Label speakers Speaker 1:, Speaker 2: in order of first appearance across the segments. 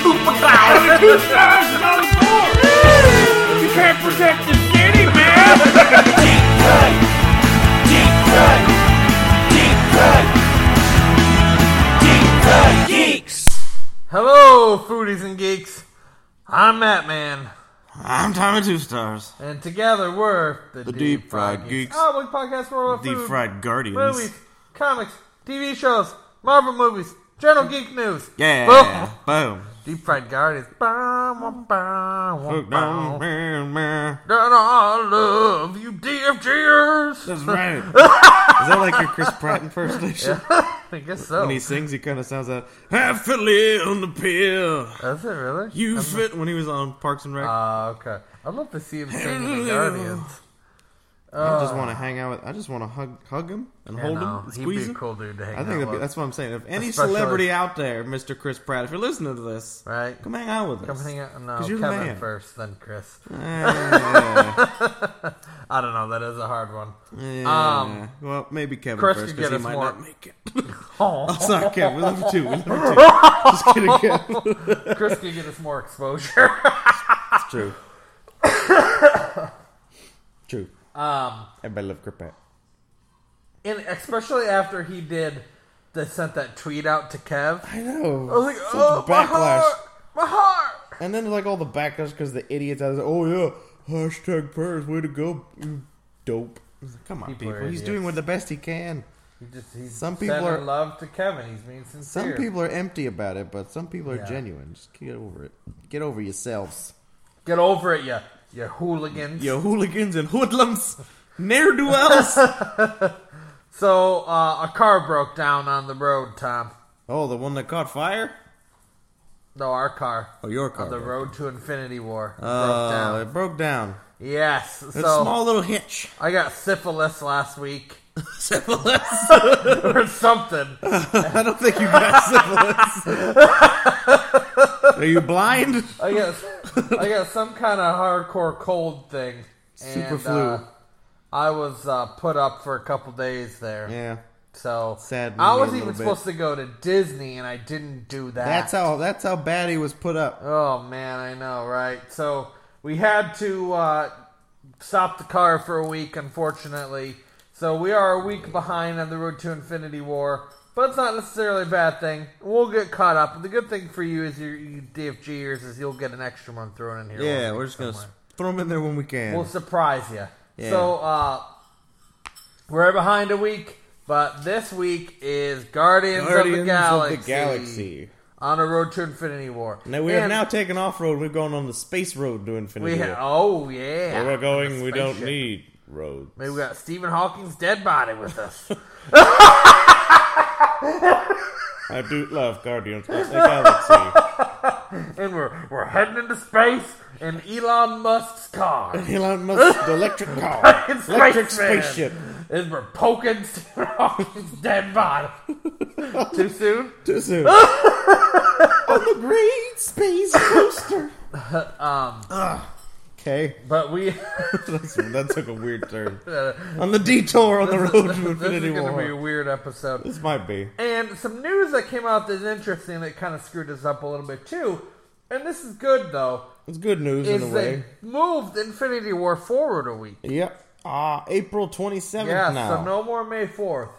Speaker 1: Two stars on the board. You can't protect the city, man.
Speaker 2: Hello, foodies and geeks. I'm Matt Man,
Speaker 3: I'm Tommy Two Stars.
Speaker 2: and together we're the,
Speaker 3: Deep Fried Geeks.
Speaker 2: Oh, we podcast for all
Speaker 3: Deep
Speaker 2: food,
Speaker 3: Fried Guardians.
Speaker 2: movies, comics, TV shows, Marvel movies, general geek news.
Speaker 3: Yeah.
Speaker 2: Boom.
Speaker 3: Boom.
Speaker 2: Deep Fried Guardians. Bow, wow, bow, wow, bow.
Speaker 3: That's
Speaker 2: Then I love you, DFGers.
Speaker 3: right. Is that like your Chris Pratt impersonation?
Speaker 2: I guess so.
Speaker 3: When he sings, he kind of sounds like half a on the pill.
Speaker 2: Does it really?
Speaker 3: You fit when he was on Parks and Rec.
Speaker 2: Ah, okay. I'd love to see him sing in the Guardians.
Speaker 3: I just want to hang out with. I just want to hug, hug him and
Speaker 2: Yeah,
Speaker 3: hold
Speaker 2: no,
Speaker 3: him, and
Speaker 2: he'd be
Speaker 3: squeeze
Speaker 2: a
Speaker 3: him.
Speaker 2: cool dude to hang
Speaker 3: I
Speaker 2: out
Speaker 3: think that'd be,
Speaker 2: with.
Speaker 3: that's what I'm saying. If any
Speaker 2: Especially-
Speaker 3: celebrity out there, Mr. Chris Pratt, if you're listening to this,
Speaker 2: right.
Speaker 3: come hang out with
Speaker 2: Come
Speaker 3: us.
Speaker 2: hang out. No,
Speaker 3: 'Cause you're
Speaker 2: Kevin
Speaker 3: the man.
Speaker 2: first, then Chris.
Speaker 3: Yeah,
Speaker 2: I don't know. That is a hard one.
Speaker 3: yeah. well, maybe Kevin
Speaker 2: Um, Chris
Speaker 3: first
Speaker 2: could get
Speaker 3: because he
Speaker 2: us
Speaker 3: might
Speaker 2: more-
Speaker 3: not make it.
Speaker 2: Oh,
Speaker 3: It's not Kevin. We love you too. We love you too. Just kidding, Kevin.
Speaker 2: Chris could get us more exposure.
Speaker 3: It's true. true.
Speaker 2: um,
Speaker 3: Everybody love Chris Pratt.
Speaker 2: and especially after he did, they sent that tweet out to Kev.
Speaker 3: I know.
Speaker 2: I was like,
Speaker 3: Such
Speaker 2: oh, my heart, my heart.
Speaker 3: And then like all the backlash because the idiots out there, oh yeah, hashtag prayers, way to go, you dope. It's like, Come on,
Speaker 2: People
Speaker 3: people.
Speaker 2: are
Speaker 3: He's
Speaker 2: idiots.
Speaker 3: doing what the best he can.
Speaker 2: He just, he's
Speaker 3: Some people
Speaker 2: sending
Speaker 3: are-
Speaker 2: love to Kevin. He's being
Speaker 3: Some
Speaker 2: sincere.
Speaker 3: people are empty about it, but some people are
Speaker 2: Yeah.
Speaker 3: genuine. Just get over it. Get over yourselves.
Speaker 2: get over it, you you hooligans.
Speaker 3: Yo, hooligans and hoodlums, ne'er do wells.
Speaker 2: So uh, a car broke down on the road, Tom.
Speaker 3: oh, the one that caught fire.
Speaker 2: No, our car.
Speaker 3: Oh, your car.
Speaker 2: On the
Speaker 3: broke.
Speaker 2: road to Infinity War
Speaker 3: Oh,
Speaker 2: broke down.
Speaker 3: it broke down.
Speaker 2: Yes. So
Speaker 3: It's a small little hitch.
Speaker 2: I got syphilis last week
Speaker 3: syphilis.
Speaker 2: or something.
Speaker 3: I don't think you got syphilis. Are you blind?
Speaker 2: I got I got some kind of hardcore cold thing.
Speaker 3: Super
Speaker 2: and,
Speaker 3: flu.
Speaker 2: uh, I was uh, put up for a couple days there.
Speaker 3: Yeah.
Speaker 2: So
Speaker 3: Saddened
Speaker 2: I
Speaker 3: me
Speaker 2: was
Speaker 3: a
Speaker 2: even
Speaker 3: little bit.
Speaker 2: supposed to go to Disney and I didn't do that.
Speaker 3: That's how that's how bad he was put up.
Speaker 2: Oh man, I know, right? So we had to uh, stop the car for a week, unfortunately. So we are a week behind on the road to Infinity War, but it's not necessarily a bad thing. We'll get caught up. The good thing for you is your E you DFGers is you'll get an extra one thrown in here.
Speaker 3: Yeah,
Speaker 2: We'll-
Speaker 3: we're just gonna s throw him in there when we can.
Speaker 2: We'll surprise you.
Speaker 3: Yeah.
Speaker 2: So uh, we're behind a week, but this week is Guardians,
Speaker 3: Guardians
Speaker 2: of the Galaxy.
Speaker 3: Galaxy.
Speaker 2: On a road to Infinity War.
Speaker 3: Now we
Speaker 2: And-
Speaker 3: have now taken off road. We've gone on the space road to
Speaker 2: We
Speaker 3: infinity.
Speaker 2: ha-
Speaker 3: War.
Speaker 2: oh yeah.
Speaker 3: Where we're going,
Speaker 2: The
Speaker 3: we don't
Speaker 2: spaceship.
Speaker 3: need roads.
Speaker 2: Maybe we got Stephen Hawking's dead body with us.
Speaker 3: I do love Guardians of the Galaxy.
Speaker 2: and we're we're heading into space in Elon Musk's car.
Speaker 3: Elon Musk, the electric car,
Speaker 2: It's
Speaker 3: electric
Speaker 2: Spaceman.
Speaker 3: spaceship.
Speaker 2: And we're poking Stephen Hawking's dead body. Too soon?
Speaker 3: Too soon. On the great space coaster. um. Okay.
Speaker 2: But we
Speaker 3: That's- that took a weird turn. on the detour on the road to
Speaker 2: this
Speaker 3: Infinity
Speaker 2: is gonna
Speaker 3: War.
Speaker 2: be a weird episode.
Speaker 3: This might be.
Speaker 2: And some news that came out that's interesting that kind of screwed us up a little bit too. And this is good though.
Speaker 3: It's good news in
Speaker 2: Is
Speaker 3: a
Speaker 2: they
Speaker 3: way.
Speaker 2: moved Infinity War forward a week.
Speaker 3: Yep. Ah, April 27th
Speaker 2: Yeah,
Speaker 3: now.
Speaker 2: so no more May 4th.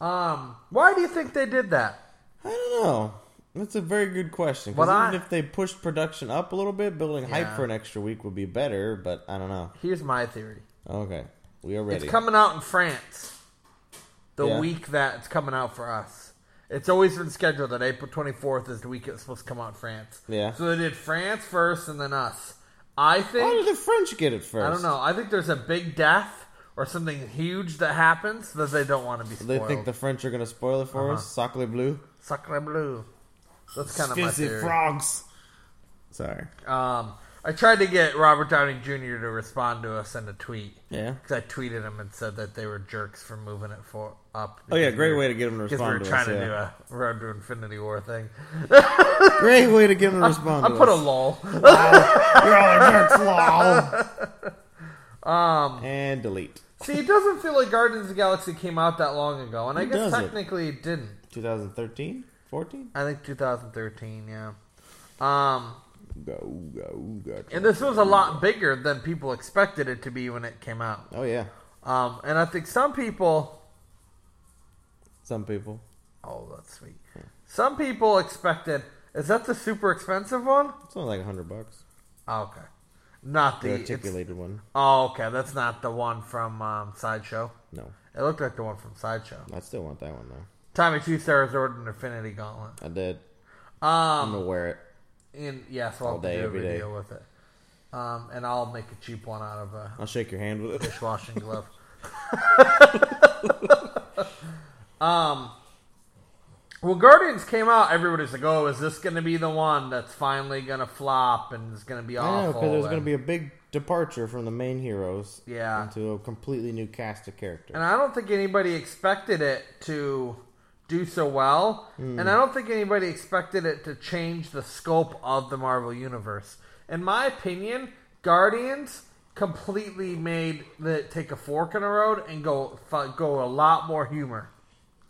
Speaker 2: Um, why do you think they did that?
Speaker 3: I don't know. That's a very good question. 'cause
Speaker 2: But I-
Speaker 3: even if they pushed production up a little bit, building
Speaker 2: Yeah.
Speaker 3: hype for an extra week would be better, but I don't know.
Speaker 2: Here's my theory.
Speaker 3: Okay. We are
Speaker 2: It's
Speaker 3: ready.
Speaker 2: coming out in France the
Speaker 3: Yeah.
Speaker 2: week that it's coming out for us. It's always been scheduled that April 24th is the week it's supposed to come out in France.
Speaker 3: Yeah.
Speaker 2: So they did France first and then us. I
Speaker 3: Why did
Speaker 2: think,
Speaker 3: the French get it first?
Speaker 2: I don't know, I think there's a big death or something huge that happens that they don't want to be
Speaker 3: They
Speaker 2: spoiled.
Speaker 3: think the French are going to spoil it for us. Sacre bleu.
Speaker 2: Sacre bleu. That's kind of my
Speaker 3: Fizzy
Speaker 2: theory.
Speaker 3: frogs. Sorry.
Speaker 2: Um, I tried to get Robert Downey Jr. to respond to us in a tweet.
Speaker 3: Yeah.
Speaker 2: 'Cause I tweeted him and said that they were jerks for moving it for up.
Speaker 3: Oh yeah,
Speaker 2: because we
Speaker 3: great
Speaker 2: were-
Speaker 3: way to get him to
Speaker 2: Because we were
Speaker 3: respond to
Speaker 2: trying
Speaker 3: us.
Speaker 2: to
Speaker 3: yeah.
Speaker 2: do a Road to Infinity War thing.
Speaker 3: Great way to get him to respond
Speaker 2: I
Speaker 3: to
Speaker 2: put a
Speaker 3: us.
Speaker 2: lol.
Speaker 3: You're all a jerk, lol.
Speaker 2: Um,
Speaker 3: and delete.
Speaker 2: See, it doesn't feel like Guardians of the Galaxy came out that long ago, and I
Speaker 3: It
Speaker 2: guess
Speaker 3: doesn't.
Speaker 2: technically it didn't.
Speaker 3: 2013, 14.
Speaker 2: I think 2013, yeah. Um,
Speaker 3: Go go go.
Speaker 2: and this was a lot bigger than people expected it to be when it came out.
Speaker 3: Oh yeah,
Speaker 2: Um, and I think some people,
Speaker 3: some people.
Speaker 2: oh, that's sweet. Some people expected. Is that the super expensive one?
Speaker 3: It's only like hundred bucks.
Speaker 2: Oh, okay, not
Speaker 3: The
Speaker 2: the. it's-
Speaker 3: articulated one.
Speaker 2: Oh, okay, that's not the one from um, Sideshow.
Speaker 3: No,
Speaker 2: It looked like the one from Sideshow.
Speaker 3: I still want that one though.
Speaker 2: Tommy Two Stars ordered an Infinity Gauntlet.
Speaker 3: I did. I'm
Speaker 2: Um,
Speaker 3: gonna wear it.
Speaker 2: and yes, I'll
Speaker 3: All day,
Speaker 2: do a
Speaker 3: every day.
Speaker 2: video with it. Um, and I'll make a cheap one out of a
Speaker 3: I'll shake your hand with it.
Speaker 2: dishwashing glove. um, when Guardians came out, everybody's like, "Oh, is this going to be the one that's finally going to flop and is going to be
Speaker 3: I know
Speaker 2: awful?"
Speaker 3: because there's gonna
Speaker 2: and-
Speaker 3: be a big departure from the main heroes.
Speaker 2: Yeah.
Speaker 3: Into a completely new cast of characters.
Speaker 2: and I don't think anybody expected it to do so well,
Speaker 3: Hmm.
Speaker 2: and I don't think anybody expected it to change the scope of the Marvel universe. In my opinion, Guardians completely made the take a fork in the road and go go a lot more humor.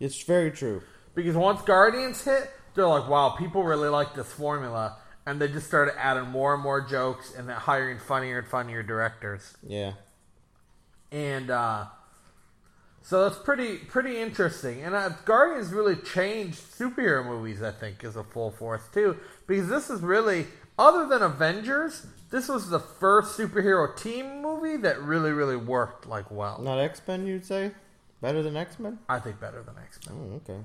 Speaker 3: It's very true.
Speaker 2: Because once Guardians hit, they're like, wow, people really like this formula. And they just started adding more and more jokes and then hiring funnier and funnier directors.
Speaker 3: Yeah.
Speaker 2: And uh, so that's pretty pretty interesting. And uh, Guardians really changed superhero movies, I think, is a full force, too. Because this is really, other than Avengers, this was the first superhero team movie that really, really worked like well.
Speaker 3: Not X Men, you'd say? Better than X Men?
Speaker 2: I think better than X Men.
Speaker 3: Oh, okay.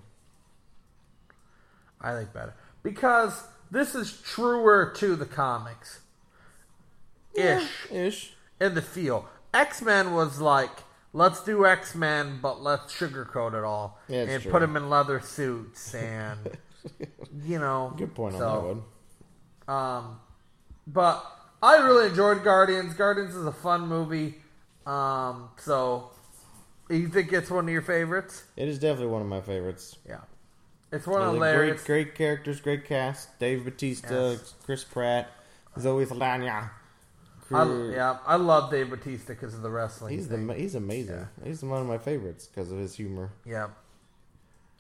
Speaker 2: I think better because this is truer to the comics, ish
Speaker 3: Ish.
Speaker 2: in the feel. X Men was like, let's do X Men, but let's sugarcoat it all
Speaker 3: Yeah, it's
Speaker 2: and
Speaker 3: true.
Speaker 2: put them in leather suits and you know.
Speaker 3: Good point
Speaker 2: so,
Speaker 3: on that one.
Speaker 2: Um, but I really enjoyed Guardians. Guardians is a fun movie. Um, so you think it's one of your favorites?
Speaker 3: It is definitely one of my favorites.
Speaker 2: Yeah, it's one
Speaker 3: Like,
Speaker 2: of
Speaker 3: great,
Speaker 2: Larry's.
Speaker 3: great characters, great cast. Dave Batista,
Speaker 2: Yes.
Speaker 3: Chris Pratt, Zoe Saldana.
Speaker 2: I,
Speaker 3: Cr-
Speaker 2: yeah, I love Dave Batista because of the wrestling.
Speaker 3: He's
Speaker 2: thing.
Speaker 3: the he's amazing. He's one of my favorites because of his humor.
Speaker 2: Yeah.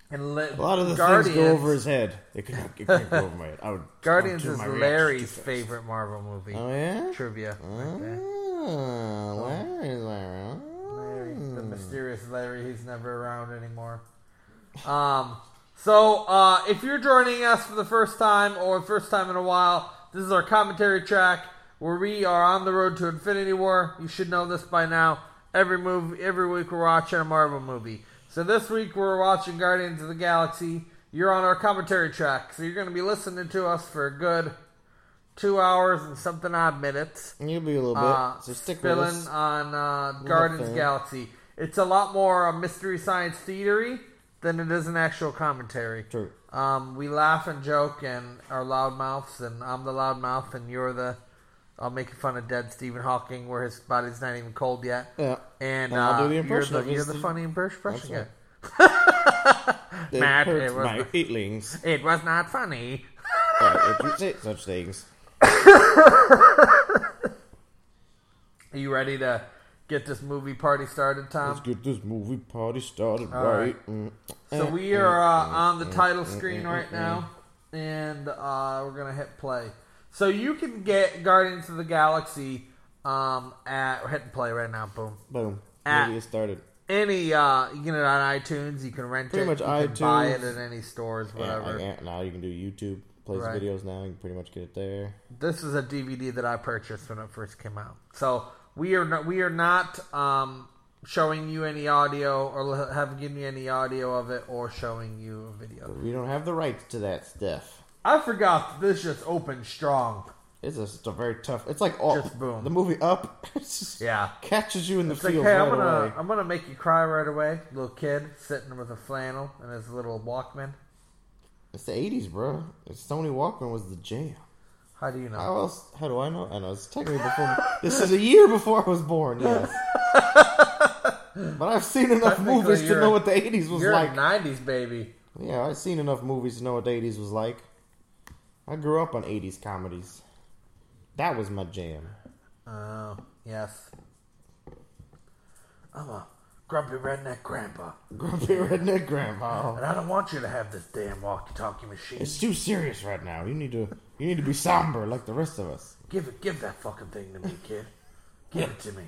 Speaker 2: And li-
Speaker 3: A lot of the
Speaker 2: Guardians,
Speaker 3: things go over his head. It can't, it can't go over my head. I would
Speaker 2: Guardians
Speaker 3: I'll do
Speaker 2: is
Speaker 3: my reaction too
Speaker 2: Larry's
Speaker 3: fast.
Speaker 2: favorite Marvel movie.
Speaker 3: Oh yeah.
Speaker 2: Trivia. right there.
Speaker 3: Ah, Larry, Larry.
Speaker 2: Larry, the mysterious Larry, he's never around anymore. Um, so uh, if you're joining us for the first time or first time in a while, this is our commentary track where we are on the road to Infinity War. You should know this by now. Every movie, every week we're watching a Marvel movie. So this week we're watching Guardians of the Galaxy. You're on our commentary track, so you're going to be listening to us for a good two hours and something odd minutes
Speaker 3: You'll be a little bit.
Speaker 2: uh,
Speaker 3: so stick with
Speaker 2: spilling
Speaker 3: us.
Speaker 2: on uh, Guardians
Speaker 3: fan.
Speaker 2: Galaxy. It's a lot more uh, mystery science theory than it is an actual commentary.
Speaker 3: True.
Speaker 2: Um, we laugh and joke and are loud mouths, and I'm the loud mouth, and you're the. I'll make fun of dead Stephen Hawking, where his body's not even cold yet.
Speaker 3: Yeah.
Speaker 2: And,
Speaker 3: And I'll
Speaker 2: uh,
Speaker 3: do the impression
Speaker 2: you're
Speaker 3: of
Speaker 2: the,
Speaker 3: his-
Speaker 2: you're the funny impression.
Speaker 3: right.
Speaker 2: guy.
Speaker 3: It
Speaker 2: Matt, it
Speaker 3: hurts
Speaker 2: was-
Speaker 3: my feelings.
Speaker 2: It was not funny.
Speaker 3: Uh, if you say such things.
Speaker 2: Are you ready to get this movie party started, Tom?
Speaker 3: Let's get this movie party started
Speaker 2: Um, All
Speaker 3: right.
Speaker 2: right.
Speaker 3: Mm.
Speaker 2: So
Speaker 3: Eh,
Speaker 2: we
Speaker 3: eh,
Speaker 2: are uh,
Speaker 3: eh,
Speaker 2: on the
Speaker 3: eh,
Speaker 2: title
Speaker 3: eh,
Speaker 2: screen
Speaker 3: eh,
Speaker 2: right
Speaker 3: eh,
Speaker 2: now, and uh, we're gonna hit play. So you can get Guardians of the Galaxy um, at we're hitting play right now. Boom.
Speaker 3: Boom.
Speaker 2: Ah.
Speaker 3: Movie is started.
Speaker 2: Any uh, you can get it on iTunes. You can rent
Speaker 3: Pretty
Speaker 2: it.
Speaker 3: much
Speaker 2: you Can buy it
Speaker 3: iTunes.
Speaker 2: at any stores,
Speaker 3: Yeah,
Speaker 2: whatever.
Speaker 3: like, eh, now you can do YouTube plays
Speaker 2: Right.
Speaker 3: videos. Now you can pretty much get it there.
Speaker 2: This is a DVD that I purchased when it first came out. So we are not, we are not um, showing you any audio or have given you any audio of it or showing you a video.
Speaker 3: But we don't have the rights to that stuff.
Speaker 2: I forgot that this just opened strong.
Speaker 3: It's a, it's a very tough. It's like all
Speaker 2: Just boom.
Speaker 3: the movie up. it's just
Speaker 2: Yeah.
Speaker 3: catches you in the
Speaker 2: It's like,
Speaker 3: field
Speaker 2: hey,
Speaker 3: right
Speaker 2: I'm gonna
Speaker 3: away.
Speaker 2: I'm gonna make you cry right away. Little kid sitting with a flannel and his little Walkman.
Speaker 3: It's the '80s, bro. Sony Walkman was the jam.
Speaker 2: How do you know?
Speaker 3: How else? How do I know? I know it's technically before. this is a year before I was born. Yes. but I've seen enough
Speaker 2: Technically,
Speaker 3: movies to
Speaker 2: uh, you're
Speaker 3: know
Speaker 2: a-
Speaker 3: what the '80s was
Speaker 2: You're
Speaker 3: like.
Speaker 2: a '90s baby.
Speaker 3: yeah, I've seen enough movies to know what the '80s was like. I grew up on '80s comedies. That was my jam.
Speaker 2: Oh, yes. I'm a grumpy redneck grandpa,
Speaker 3: Grumpy redneck grandpa.
Speaker 2: and I don't want you to have this damn walkie-talkie machine.
Speaker 3: It's too serious right now. You need to. You need to be somber like the rest of us.
Speaker 2: Give it, give that fucking thing to me, kid. Give it to me,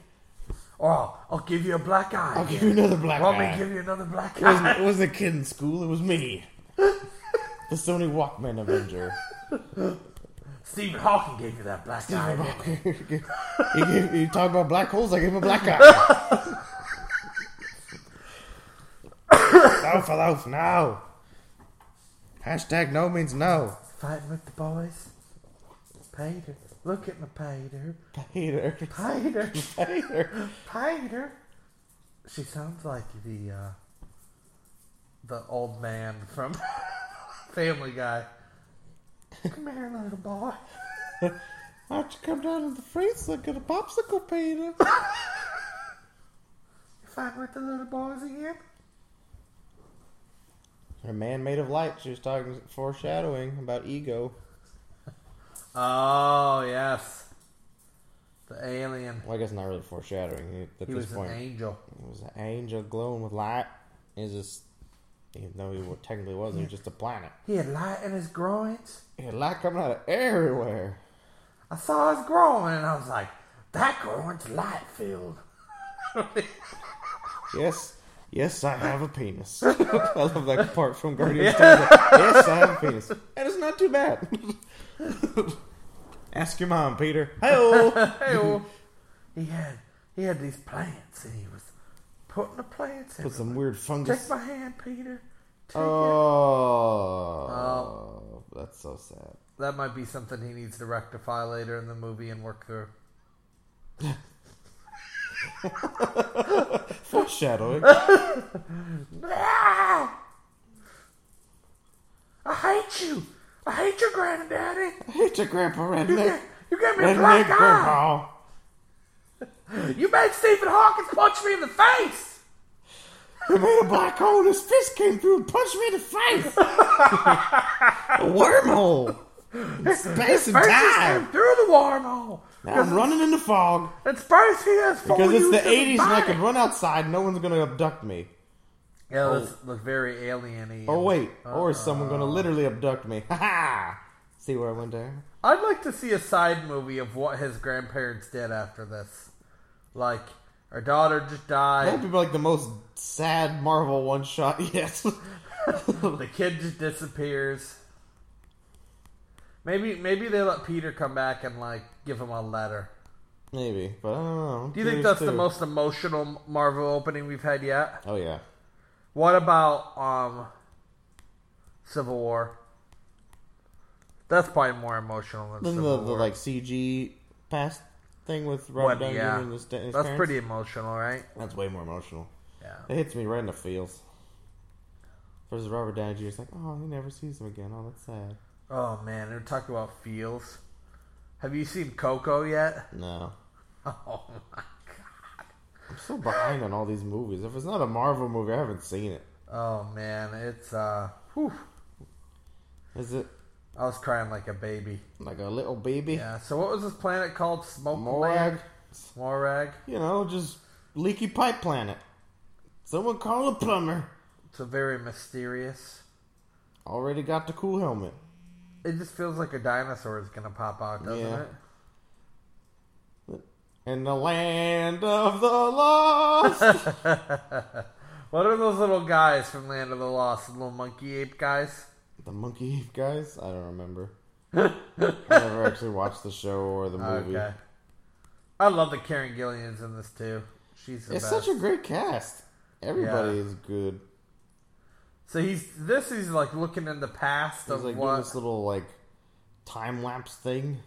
Speaker 2: or I'll, I'll give you a black eye.
Speaker 3: I'll give you another black
Speaker 2: Want me
Speaker 3: eye.
Speaker 2: to give you another black
Speaker 3: It wasn't,
Speaker 2: eye?
Speaker 3: it wasn't a kid in school. It was me. The Sony Walkman Avenger.
Speaker 2: Stephen Hawking gave you that black eye. didn't he?
Speaker 3: you, gave, you talk about black holes, I gave him a black eye. Lauf, lauf, now. Hashtag no means no.
Speaker 2: Fighting with the boys. Pater, look at my Pater.
Speaker 3: Peter.
Speaker 2: Pater,
Speaker 3: Peter.
Speaker 2: Pater. She sounds like the uh, the old man from Family Guy. Come here, little boy.
Speaker 3: Why don't you come down to the freezer and get a popsicle, Peter?
Speaker 2: You fighting with the little boys again?
Speaker 3: Her man made of light. She was talking foreshadowing about ego.
Speaker 2: Oh yes, the alien.
Speaker 3: Well, I guess not really foreshadowing at
Speaker 2: He
Speaker 3: this
Speaker 2: was
Speaker 3: point.
Speaker 2: an angel.
Speaker 3: It was an angel glowing with light. Is just, even though he wa- technically wasn't, he was just a planet.
Speaker 2: He had light in his groins.
Speaker 3: He had light coming out of everywhere.
Speaker 2: I saw his groin and I was like, that groin's light filled.
Speaker 3: Yes, yes, I have a penis. I love that part from Guardians. Yes, I have a penis, and it's not too bad. Ask your mom, Peter. Hey,
Speaker 2: Hey, he had he had these plants and he was putting the plants in.
Speaker 3: put some weird
Speaker 2: Take
Speaker 3: fungus.
Speaker 2: my hand, Peter. Take it.
Speaker 3: Oh, that's so sad.
Speaker 2: That might be something he needs to rectify later in the movie and work through.
Speaker 3: Foreshadowing.
Speaker 2: Ah! I hate you. I hate your granddaddy.
Speaker 3: Hit your grandpa,
Speaker 2: You
Speaker 3: redneck.
Speaker 2: gave, you gave me a
Speaker 3: Redneck
Speaker 2: black eye.
Speaker 3: grandpa.
Speaker 2: You made Stephen Hawking punch me in the face.
Speaker 3: He made a black hole and his fist came through and punched me in the face. a wormhole. Space and
Speaker 2: First he came
Speaker 3: time.
Speaker 2: through the wormhole.
Speaker 3: Now I'm running in the fog
Speaker 2: And Spurs he has four
Speaker 3: because it's the
Speaker 2: youths in
Speaker 3: 80s and I
Speaker 2: body.
Speaker 3: can run outside. No one's going to abduct me.
Speaker 2: Yeah, that's look very alien-y.
Speaker 3: Oh, wait. Or is someone going to literally abduct me? Ha ha. See where I went there?
Speaker 2: I'd like to see a side movie of what his grandparents did after this. Like, our daughter just
Speaker 3: That would
Speaker 2: died,
Speaker 3: be like the most sad Marvel one shot yet.
Speaker 2: the kid just disappears. Maybe maybe they let Peter come back and like give him a letter.
Speaker 3: Maybe, but I don't know.
Speaker 2: Do you think that's the most emotional Marvel opening we've had yet?
Speaker 3: Oh, yeah.
Speaker 2: What about um Civil War? That's probably more emotional than
Speaker 3: Then
Speaker 2: Civil
Speaker 3: the, the
Speaker 2: War.
Speaker 3: like CG past thing with
Speaker 2: What-
Speaker 3: Robert Downey Jr.
Speaker 2: yeah.
Speaker 3: and his, da- his
Speaker 2: That's
Speaker 3: parents?
Speaker 2: pretty emotional, right?
Speaker 3: That's way more emotional.
Speaker 2: Yeah.
Speaker 3: It hits me right in the feels. Versus Robert Downey Jr. is like, oh, he never sees him again. Oh, that's sad.
Speaker 2: Oh man, they're talking about feels. Have you seen Coco yet?
Speaker 3: No.
Speaker 2: Oh my
Speaker 3: I'm so behind on all these movies. If it's not a Marvel movie, I haven't seen it.
Speaker 2: Oh man, it's uh whew.
Speaker 3: Is it
Speaker 2: I was crying like a baby.
Speaker 3: like a little baby?
Speaker 2: Yeah, so what was this planet called? Smoke
Speaker 3: Morag?
Speaker 2: Morag.
Speaker 3: You know, just leaky pipe planet. Someone call a plumber.
Speaker 2: It's a very mysterious.
Speaker 3: Already got the cool helmet.
Speaker 2: It just feels like a dinosaur is gonna pop out, doesn't
Speaker 3: Yeah.
Speaker 2: it?
Speaker 3: In the land of the lost.
Speaker 2: What are those little guys from Land of the Lost? Little monkey ape guys?
Speaker 3: The monkey guys? I don't remember. I never actually watched the show or the movie.
Speaker 2: Okay. I love that Karen Gillian's in this too. She's the
Speaker 3: It's
Speaker 2: best.
Speaker 3: such a great cast. Everybody is good.
Speaker 2: so he's this is like looking in the past
Speaker 3: He's
Speaker 2: of
Speaker 3: like doing
Speaker 2: what
Speaker 3: this little like time lapse thing.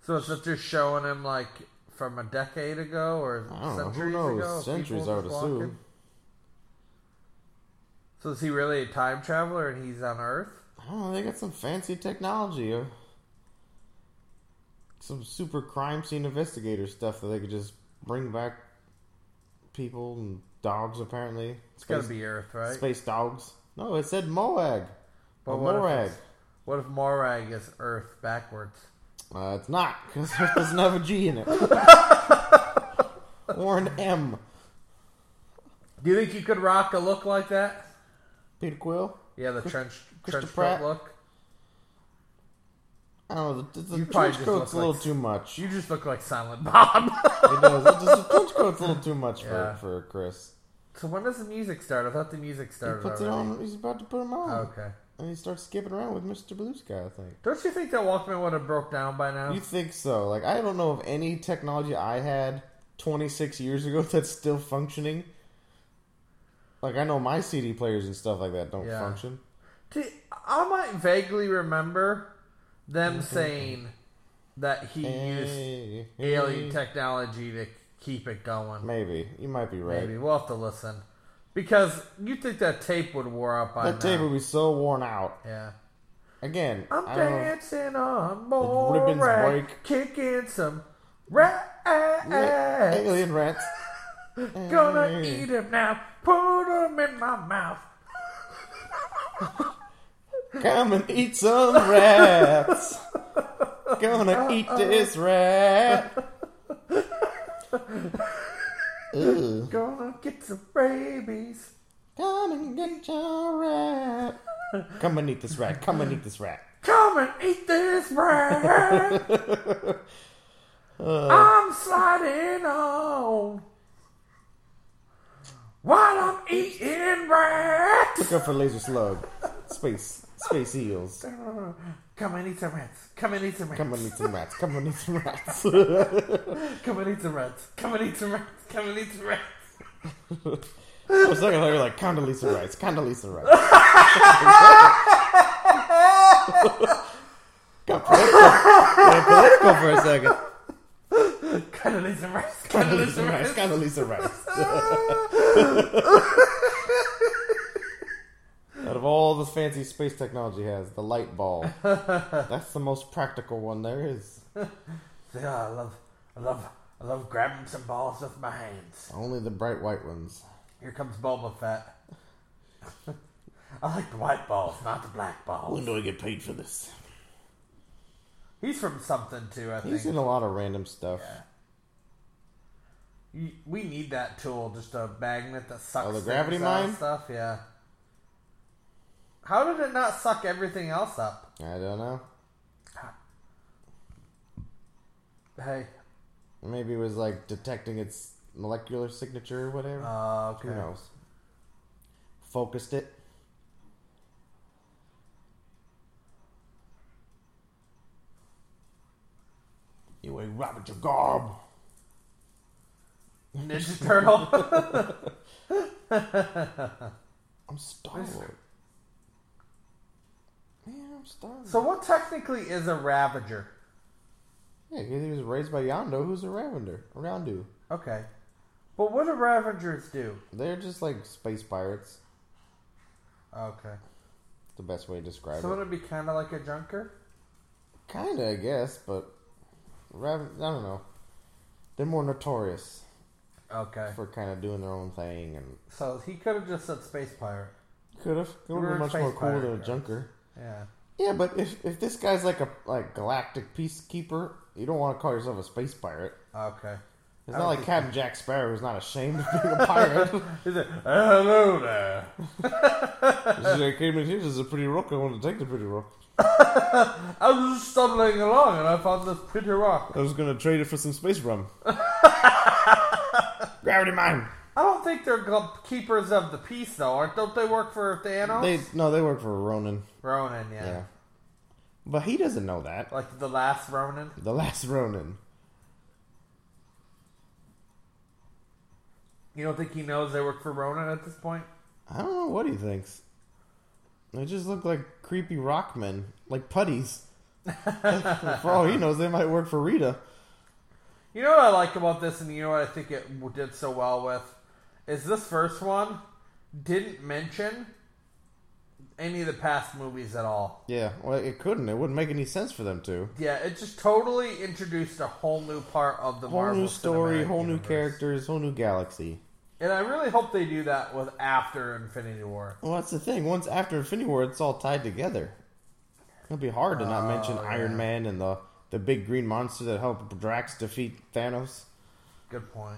Speaker 2: So it's just just showing him like from a decade ago or
Speaker 3: I don't know. Who
Speaker 2: centuries
Speaker 3: knows?
Speaker 2: ago.
Speaker 3: Centuries,
Speaker 2: people
Speaker 3: I would
Speaker 2: just
Speaker 3: assume.
Speaker 2: walking? So is he really a time traveler and he's on Earth?
Speaker 3: I don't know. They got some fancy technology. some super crime scene investigator stuff that they could just bring back people and dogs. Apparently,
Speaker 2: It's got to be Earth, right?
Speaker 3: space dogs. No, it said Moag.
Speaker 2: But
Speaker 3: Or
Speaker 2: what if
Speaker 3: Morag.
Speaker 2: it's- What if Morag is Earth backwards?
Speaker 3: Uh, it's not because it doesn't have a G in it. or an M.
Speaker 2: Do you think you could rock a look like that?
Speaker 3: Peter Quill.
Speaker 2: Yeah, the trench
Speaker 3: Krista
Speaker 2: trench coat
Speaker 3: Pratt.
Speaker 2: look.
Speaker 3: I don't know. The, the,
Speaker 2: You
Speaker 3: the
Speaker 2: probably
Speaker 3: trench
Speaker 2: just
Speaker 3: coat's
Speaker 2: look
Speaker 3: a little
Speaker 2: like-
Speaker 3: too much.
Speaker 2: You just look like Silent Bob.
Speaker 3: It does. It's just- the trench coat's a little too much
Speaker 2: Yeah.
Speaker 3: for, for Chris.
Speaker 2: so when does the music start? I thought the music
Speaker 3: He
Speaker 2: started
Speaker 3: puts it
Speaker 2: already.
Speaker 3: on. He's about to put him on,
Speaker 2: Okay.
Speaker 3: and he starts skipping around with Mister Blue Sky. I think.
Speaker 2: Don't you think that Walkman would have broke down by now?
Speaker 3: You think so? Like I don't know of any technology I had 26 years ago that's still functioning. Like I know my CD players and stuff like that don't
Speaker 2: Yeah.
Speaker 3: function.
Speaker 2: T- I might vaguely remember them saying that he used
Speaker 3: Mm-hmm. Hey,
Speaker 2: alien
Speaker 3: hey.
Speaker 2: technology to keep it going.
Speaker 3: Maybe you might be right.
Speaker 2: Maybe we'll have to listen because you think that tape would wear out by
Speaker 3: That
Speaker 2: now.
Speaker 3: tape would be so worn out.
Speaker 2: yeah.
Speaker 3: Again,
Speaker 2: I'm
Speaker 3: I don't know.
Speaker 2: dancing on
Speaker 3: would've
Speaker 2: more
Speaker 3: been
Speaker 2: rag,
Speaker 3: break.
Speaker 2: kicking some rats.
Speaker 3: alien rats.
Speaker 2: Gonna eat 'em now, put 'em in my mouth.
Speaker 3: Come and eat some rats. Gonna eat this rat. Ooh.
Speaker 2: Gonna get some rabies.
Speaker 3: Come and get your rat. Come and eat this rat. Come and eat this rat.
Speaker 2: Come and eat this rat. I'm sliding on. While I'm eating rats.
Speaker 3: Go for laser slug. Space. Space eels.
Speaker 2: Come and eat some rats. Come and eat some rats.
Speaker 3: Come and eat some rats. Come and eat some rats.
Speaker 2: Come and eat some rats. Come and eat some rats. Come and eat some rats.
Speaker 3: I was thinking like, like Condoleezza Rice, Condoleezza Rice. Got political. Got political for a second.
Speaker 2: Condoleezza Rice.
Speaker 3: Condoleezza
Speaker 2: Condoleezza
Speaker 3: Rice,
Speaker 2: Rice.
Speaker 3: Condoleezza Rice. Out of all the fancy space technology has, the light ball. That's the most practical one there is.
Speaker 2: Yeah, I love, I love, I love grabbing some balls with my hands.
Speaker 3: Only the bright white ones.
Speaker 2: Here comes Boba Fett. I like the white balls, not the black balls.
Speaker 3: do I get paid for this?
Speaker 2: He's from something too, I
Speaker 3: He's in
Speaker 2: think.
Speaker 3: a lot of random stuff.
Speaker 2: You- We need that tool, just a magnet that sucks
Speaker 3: Oh, the
Speaker 2: things
Speaker 3: gravity
Speaker 2: out
Speaker 3: mine?
Speaker 2: stuff. Yeah. How did it not suck everything else up?
Speaker 3: I don't know.
Speaker 2: Hey.
Speaker 3: Maybe it was like detecting its molecular signature or whatever.
Speaker 2: Uh, okay.
Speaker 3: Who knows? Focused it. You ain't rabbit your garb.
Speaker 2: Ninja Turtle.
Speaker 3: I'm Star Lord. Man, I'm Star Lord.
Speaker 2: so what technically is a Ravager?
Speaker 3: yeah, 'cause he was raised by Yondo, who's a Ravender. Roundu.
Speaker 2: Okay. But what do Ravagers do?
Speaker 3: They're just like space pirates.
Speaker 2: Okay.
Speaker 3: The best way to describe
Speaker 2: So
Speaker 3: it.
Speaker 2: it'd be kind of like a junker?
Speaker 3: Kinda, I guess, but Rav- I don't know. They're more notorious
Speaker 2: Okay.
Speaker 3: for kind of doing their own thing and
Speaker 2: So he could have just said space pirate.
Speaker 3: Could have. It would
Speaker 2: were
Speaker 3: have
Speaker 2: a
Speaker 3: been much
Speaker 2: space
Speaker 3: more cool
Speaker 2: pirate
Speaker 3: than a
Speaker 2: guy.
Speaker 3: junker.
Speaker 2: Yeah.
Speaker 3: Yeah, but if, if this guy's like a like galactic peacekeeper, you don't want to call yourself a space pirate.
Speaker 2: Okay.
Speaker 3: It's not
Speaker 2: I don't
Speaker 3: like
Speaker 2: think-
Speaker 3: Captain Jack Sparrow who's not ashamed of being a pirate.
Speaker 2: He said, hello there.
Speaker 3: He's like, "Hey, man, here's a pretty rock. I want to take the pretty rock.
Speaker 2: I was just stumbling along and I found this pretty rock.
Speaker 3: I was gonna trade it for some space rum. Gravity mine.
Speaker 2: I don't think they're gl- keepers of the peace, though. Aren't don't they work for Thanos?
Speaker 3: They no, they work for Ronin.
Speaker 2: Ronin, yeah.
Speaker 3: Yeah, but he doesn't know that.
Speaker 2: Like the last Ronin.
Speaker 3: The last Ronin.
Speaker 2: You don't think he knows they work for Ronin at this point?
Speaker 3: I don't know what he thinks. They just look like creepy rock men, like putties. for all he knows, they might work for Rita.
Speaker 2: You know what I like about this, and you know what I think it w- did so well with, is this first one didn't mention any of the past movies at all.
Speaker 3: Yeah, well, it couldn't. It wouldn't make any sense for them to.
Speaker 2: Yeah, it just totally introduced a whole new part of the
Speaker 3: Whole
Speaker 2: Marvel
Speaker 3: new story,
Speaker 2: Cinematic
Speaker 3: whole
Speaker 2: Universe.
Speaker 3: new characters, whole new galaxy.
Speaker 2: And I really hope they do that with after Infinity War.
Speaker 3: Well, that's the thing. Once after Infinity War, it's all tied together. It'd be hard to not mention
Speaker 2: Oh,
Speaker 3: Iron Man and the the big green monster that helped Drax defeat Thanos.
Speaker 2: Good point.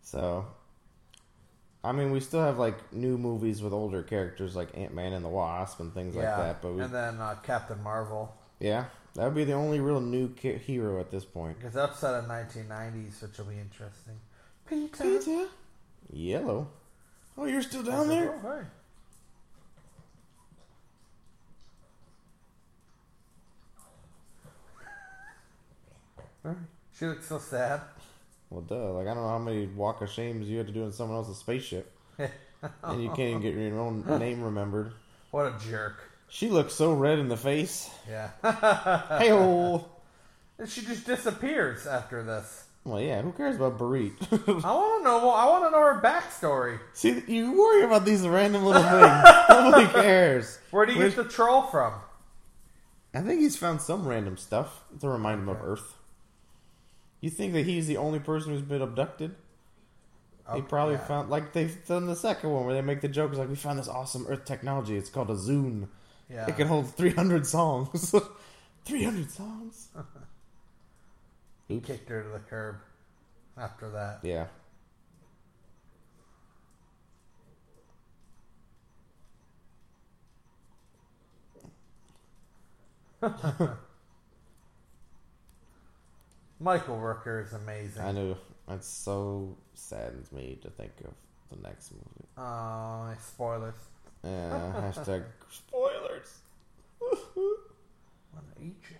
Speaker 3: So, I mean, we still have like new movies with older characters like Ant Man and the Wasp and things
Speaker 2: yeah,
Speaker 3: like that. But we,
Speaker 2: and then uh, Captain Marvel
Speaker 3: yeah, that would be the only real new ca- hero at this point.
Speaker 2: because that's set in 1990s, which will be interesting. Peter,
Speaker 3: Peter, yellow. Oh, you're still down there.
Speaker 2: Oh, hey. She looks so sad.
Speaker 3: Well, duh. Like I don't know how many walk of shames you had to do in someone else's spaceship, and you can't even get your own name remembered.
Speaker 2: What a jerk.
Speaker 3: She looks so red in the face.
Speaker 2: Yeah.
Speaker 3: Hey, well,
Speaker 2: And she just disappears after this.
Speaker 3: yeah, who cares about Barit?
Speaker 2: I want to know. Well, I want to know her backstory.
Speaker 3: See, you worry about these random little things. Nobody cares.
Speaker 2: Where do you
Speaker 3: Where's-
Speaker 2: get the troll from?
Speaker 3: I think he's found some random stuff to remind him of Earth. You think that he's the only person who's been abducted? They probably
Speaker 2: Oh, yeah.
Speaker 3: found like they've done the second one where they make the joke is like we found this awesome Earth technology. It's called a Zune.
Speaker 2: Yeah.
Speaker 3: It can hold three hundred songs. three hundred songs.
Speaker 2: He kicked her to the curb. After that,
Speaker 3: Yeah.
Speaker 2: Michael Rooker is amazing.
Speaker 3: I know. It so saddens me to think of the next movie.
Speaker 2: Oh, spoilers.
Speaker 3: Yeah, hashtag spoilers.
Speaker 2: Wanna eat you.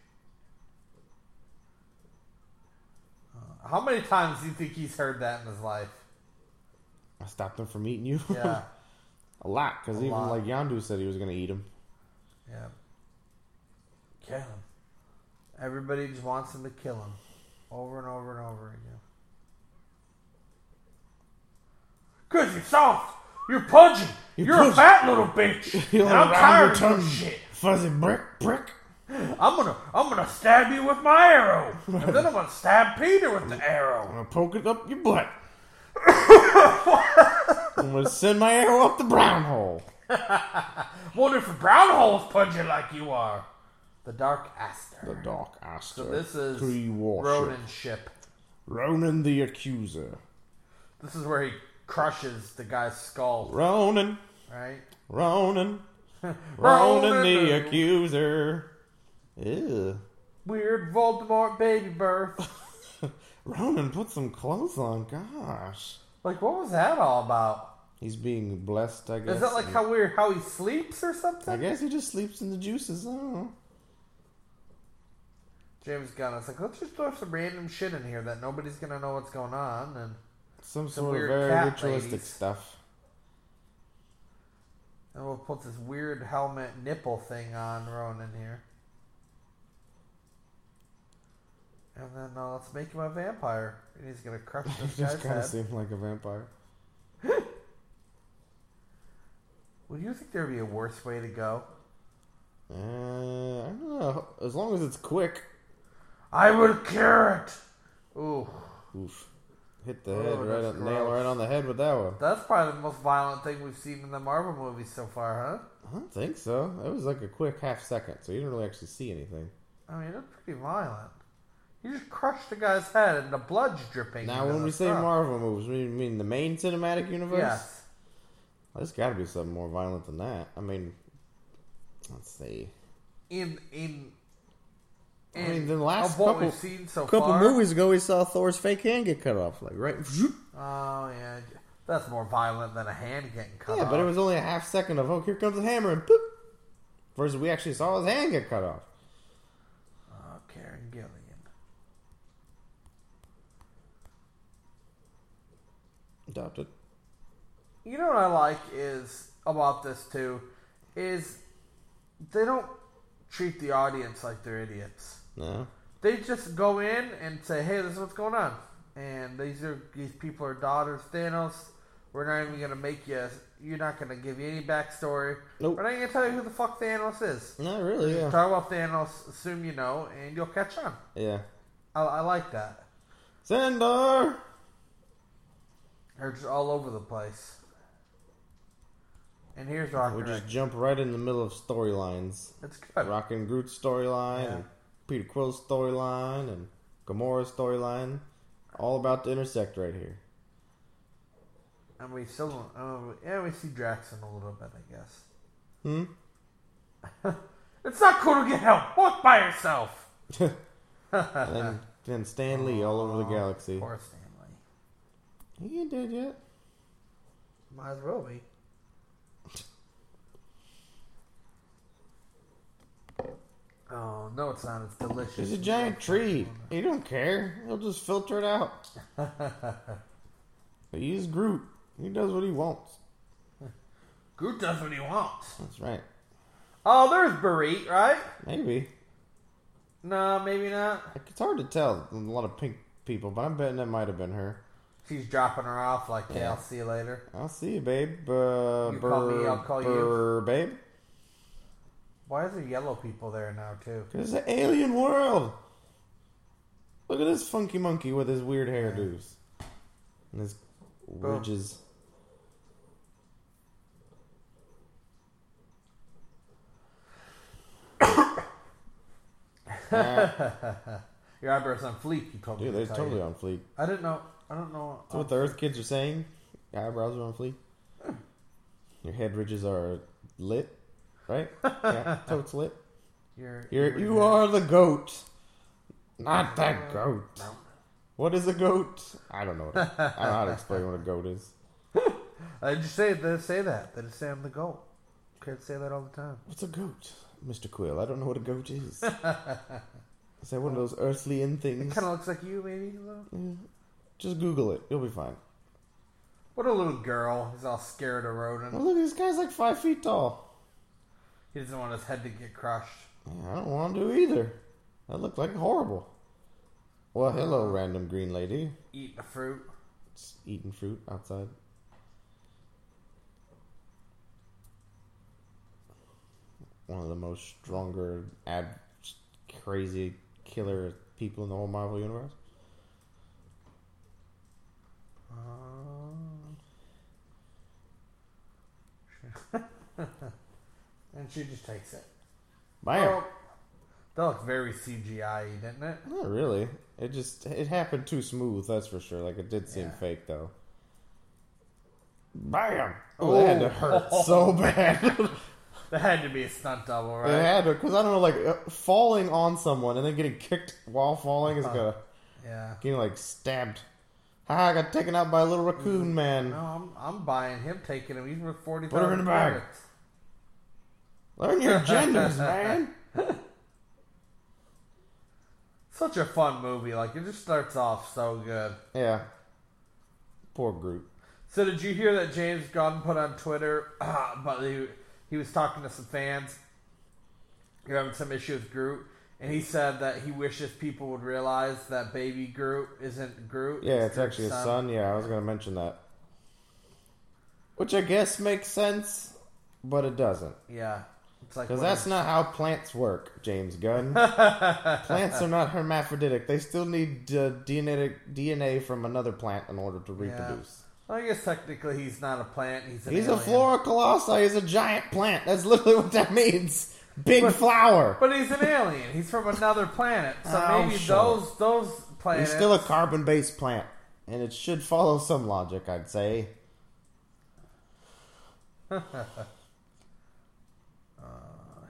Speaker 2: Uh, how many times do you think he's heard that in his life?
Speaker 3: I stopped him from eating you.
Speaker 2: Yeah.
Speaker 3: a lot, because even
Speaker 2: lot.
Speaker 3: like Yandu said he was gonna eat him.
Speaker 2: yeah. Kill him. Everybody just wants him to kill him. Over and over and over again. Cause you're soft. You're pudgy. You're,
Speaker 3: You're
Speaker 2: a
Speaker 3: pudgy.
Speaker 2: fat little bitch.
Speaker 3: You're
Speaker 2: and I'm
Speaker 3: a
Speaker 2: tired of your
Speaker 3: round-tongue
Speaker 2: shit.
Speaker 3: Fuzzy brick, brick.
Speaker 2: I'm gonna, I'm gonna stab you with my arrow, and then I'm gonna stab Peter with the arrow.
Speaker 3: I'm gonna poke it up your butt. I'm gonna send my arrow up the brown hole.
Speaker 2: Wonder if a brown hole's pudgy like you are. The Dark
Speaker 3: The
Speaker 2: Aster.
Speaker 3: dark aster.
Speaker 2: This is
Speaker 3: Kree warship.
Speaker 2: Ronin's ship.
Speaker 3: Ronan the accuser.
Speaker 2: This is where he crushes the guy's skull,
Speaker 3: Ronan,
Speaker 2: right?
Speaker 3: Ronan,
Speaker 2: Ronan
Speaker 3: Ronan the
Speaker 2: the-
Speaker 3: accuser. Ew.
Speaker 2: Weird Voldemort baby birth.
Speaker 3: Ronan, put some clothes on. Gosh.
Speaker 2: Like, what was that all about?
Speaker 3: He's being blessed, I guess.
Speaker 2: Is that like
Speaker 3: and-
Speaker 2: how weird how he sleeps or
Speaker 3: I
Speaker 2: something?
Speaker 3: guess he just sleeps in the juices. I don't know.
Speaker 2: James Gunn is like, let's just throw some random shit in here that nobody's gonna know what's going on, and
Speaker 3: Some sort of
Speaker 2: weird
Speaker 3: very
Speaker 2: cat
Speaker 3: ritualistic
Speaker 2: ladies.
Speaker 3: stuff.
Speaker 2: and we'll put this weird helmet nipple thing on Ronan here. And then uh, let's make him a vampire, and he's gonna crush this
Speaker 3: He just
Speaker 2: guy's
Speaker 3: kind of
Speaker 2: head.
Speaker 3: seemed like a vampire.
Speaker 2: Would you think there'd be a worse way to go?
Speaker 3: Uh, I don't know. As long as it's quick.
Speaker 2: I will cure it. Ooh,
Speaker 3: Oof. Hit the
Speaker 2: Oh,
Speaker 3: head right
Speaker 2: that's
Speaker 3: on, nail
Speaker 2: gross.
Speaker 3: right on the head with that one.
Speaker 2: that's probably the most violent thing we've seen in the Marvel movies so far,
Speaker 3: I don't think so. That was like a quick half second, so you didn't really actually see anything.
Speaker 2: huh? I mean, it's pretty violent. You just crushed the guy's head, and the blood's dripping.
Speaker 3: Now,
Speaker 2: into
Speaker 3: when
Speaker 2: the
Speaker 3: we say
Speaker 2: stuff.
Speaker 3: Marvel movies, we mean the main cinematic universe.
Speaker 2: yes,
Speaker 3: There's got to be something more violent than that. I mean, let's see.
Speaker 2: in in.
Speaker 3: I
Speaker 2: in-
Speaker 3: mean, the last
Speaker 2: of what
Speaker 3: couple-
Speaker 2: we've seen so
Speaker 3: couple
Speaker 2: far.
Speaker 3: movies ago, we saw Thor's fake hand get cut off, like right.
Speaker 2: Oh yeah, that's more violent than a hand getting cut
Speaker 3: Yeah,
Speaker 2: off.
Speaker 3: but it was only a half second of oh, here comes the hammer and boop. Versus we actually saw his hand get cut off.
Speaker 2: Oh, Karen Gillian.
Speaker 3: Adopted.
Speaker 2: You know what I like is about this too, is they don't treat the audience like they're idiots.
Speaker 3: No.
Speaker 2: They just go in and say, "Hey, this is what's going on," and these are these people are daughters of Thanos. We're not even gonna make you. You're not gonna give you any backstory.
Speaker 3: Nope.
Speaker 2: We're not even gonna tell you who the fuck Thanos is.
Speaker 3: Not really. Yeah.
Speaker 2: Talk about Thanos, assume you know, and you'll catch on.
Speaker 3: Yeah.
Speaker 2: I, I like that.
Speaker 3: Xandar.
Speaker 2: They're just all over the place. And here's Rocket.
Speaker 3: We just jump right in the middle of storylines.
Speaker 2: It's good.
Speaker 3: Rock and Groot storyline,
Speaker 2: Yeah.
Speaker 3: and Peter Quill's storyline, and Gamora's storyline. All about to intersect right here.
Speaker 2: And we still don't. Oh, yeah, we see Jackson a little bit, I guess.
Speaker 3: Hmm?
Speaker 2: It's not cool to get help. Walk by yourself.
Speaker 3: And then, then Stan Lee all over the galaxy.
Speaker 2: Poor Stanley.
Speaker 3: He ain't dead yet.
Speaker 2: Might as well be. Oh no, it's not. It's delicious.
Speaker 3: There's a giant tree. He don't care. He'll just filter it out. But he is Groot. He does what he wants.
Speaker 2: Groot does what he wants.
Speaker 3: That's right.
Speaker 2: Oh, there's Barit, right?
Speaker 3: Maybe.
Speaker 2: No, maybe not.
Speaker 3: Like, It's hard to tell. A lot of pink people, but I'm betting that might have been her.
Speaker 2: She's dropping her off like, yeah,
Speaker 3: Yeah.
Speaker 2: I'll see you later.
Speaker 3: I'll see you, babe. Uh,
Speaker 2: You call me, I'll call you.
Speaker 3: brr, Babe.
Speaker 2: Why is there yellow people there now too?
Speaker 3: Because it's an alien world. Look at this funky monkey with his weird hairdos. And his ridges. Ah,
Speaker 2: Your eyebrows on fleek. You told
Speaker 3: dude,
Speaker 2: me.
Speaker 3: they're
Speaker 2: to tell you.
Speaker 3: totally on fleek.
Speaker 2: I didn't know. I don't know.
Speaker 3: That's what the Earth kids are saying. Your eyebrows are on fleek. Your head ridges are lit, right? Yeah, totes lit.
Speaker 2: You're,
Speaker 3: You're, you are the goat. Not that goat.
Speaker 2: No.
Speaker 3: What is a goat? I don't know. What a, I don't know how to explain what a goat is.
Speaker 2: I just say they say that. They just say I'm the goat. Kids say that all the time.
Speaker 3: What's a goat, Mister Quill? I don't know what a goat is. is that one of those earthly in
Speaker 2: It
Speaker 3: things?
Speaker 2: kind of looks like you, maybe. a little.
Speaker 3: Just Google it. You'll be fine.
Speaker 2: What a little girl. He's all scared of
Speaker 3: Oh,
Speaker 2: rodent.
Speaker 3: look, this guy's like five feet tall.
Speaker 2: He doesn't want his head to get crushed.
Speaker 3: Yeah, I don't want to either. That looked like horrible. Well, hello, random green lady.
Speaker 2: Eat the fruit.
Speaker 3: It's eating fruit outside. One of the most stronger, ad- crazy killer people in the whole Marvel universe. Oh.
Speaker 2: Um, and she just takes it.
Speaker 3: Bam!
Speaker 2: Oh, that looked very CGI, didn't it?
Speaker 3: Not really. It just it happened too smooth. That's for sure. Like it did seem
Speaker 2: Yeah.
Speaker 3: fake though. Bam! Oh, that had
Speaker 2: Oh.
Speaker 3: to hurt so bad.
Speaker 2: That had to be a stunt double,
Speaker 3: It
Speaker 2: right?
Speaker 3: had to, because I don't know, like uh, falling on someone and then getting kicked while falling
Speaker 2: Uh-huh.
Speaker 3: is gonna.
Speaker 2: Yeah.
Speaker 3: getting like stabbed. Ha! I got taken out by a little raccoon man.
Speaker 2: No, I'm, I'm buying him taking him. He's worth forty
Speaker 3: Put
Speaker 2: thousand.
Speaker 3: him in the bag. Learn your genders, man.
Speaker 2: Such a fun movie. Like it just starts off so good.
Speaker 3: Yeah. Poor Groot.
Speaker 2: So did you hear that James Gunn put on Twitter? Uh, but he, he was talking to some fans. You're having some issue with Groot, and he said that he wishes people would realize that baby Groot isn't Groot.
Speaker 3: Yeah, it's
Speaker 2: Groot's
Speaker 3: actually his son. Yeah, I was gonna mention that. Which I guess makes sense, but it doesn't.
Speaker 2: Yeah, it's like
Speaker 3: Because
Speaker 2: what
Speaker 3: that's
Speaker 2: is-
Speaker 3: not how plants work, James Gunn. plants are not hermaphroditic. They still need uh, DNA, DNA from another plant in order to
Speaker 2: yeah.
Speaker 3: reproduce.
Speaker 2: I guess technically he's not a plant. He's an
Speaker 3: He's a
Speaker 2: alien.
Speaker 3: flora colossi. He's a giant plant. That's literally what that means. Big flower.
Speaker 2: but he's an alien. He's from another planet. So
Speaker 3: Oh,
Speaker 2: maybe
Speaker 3: shut
Speaker 2: those those planets.
Speaker 3: It's still a carbon based plant, and it should follow some logic, I'd say.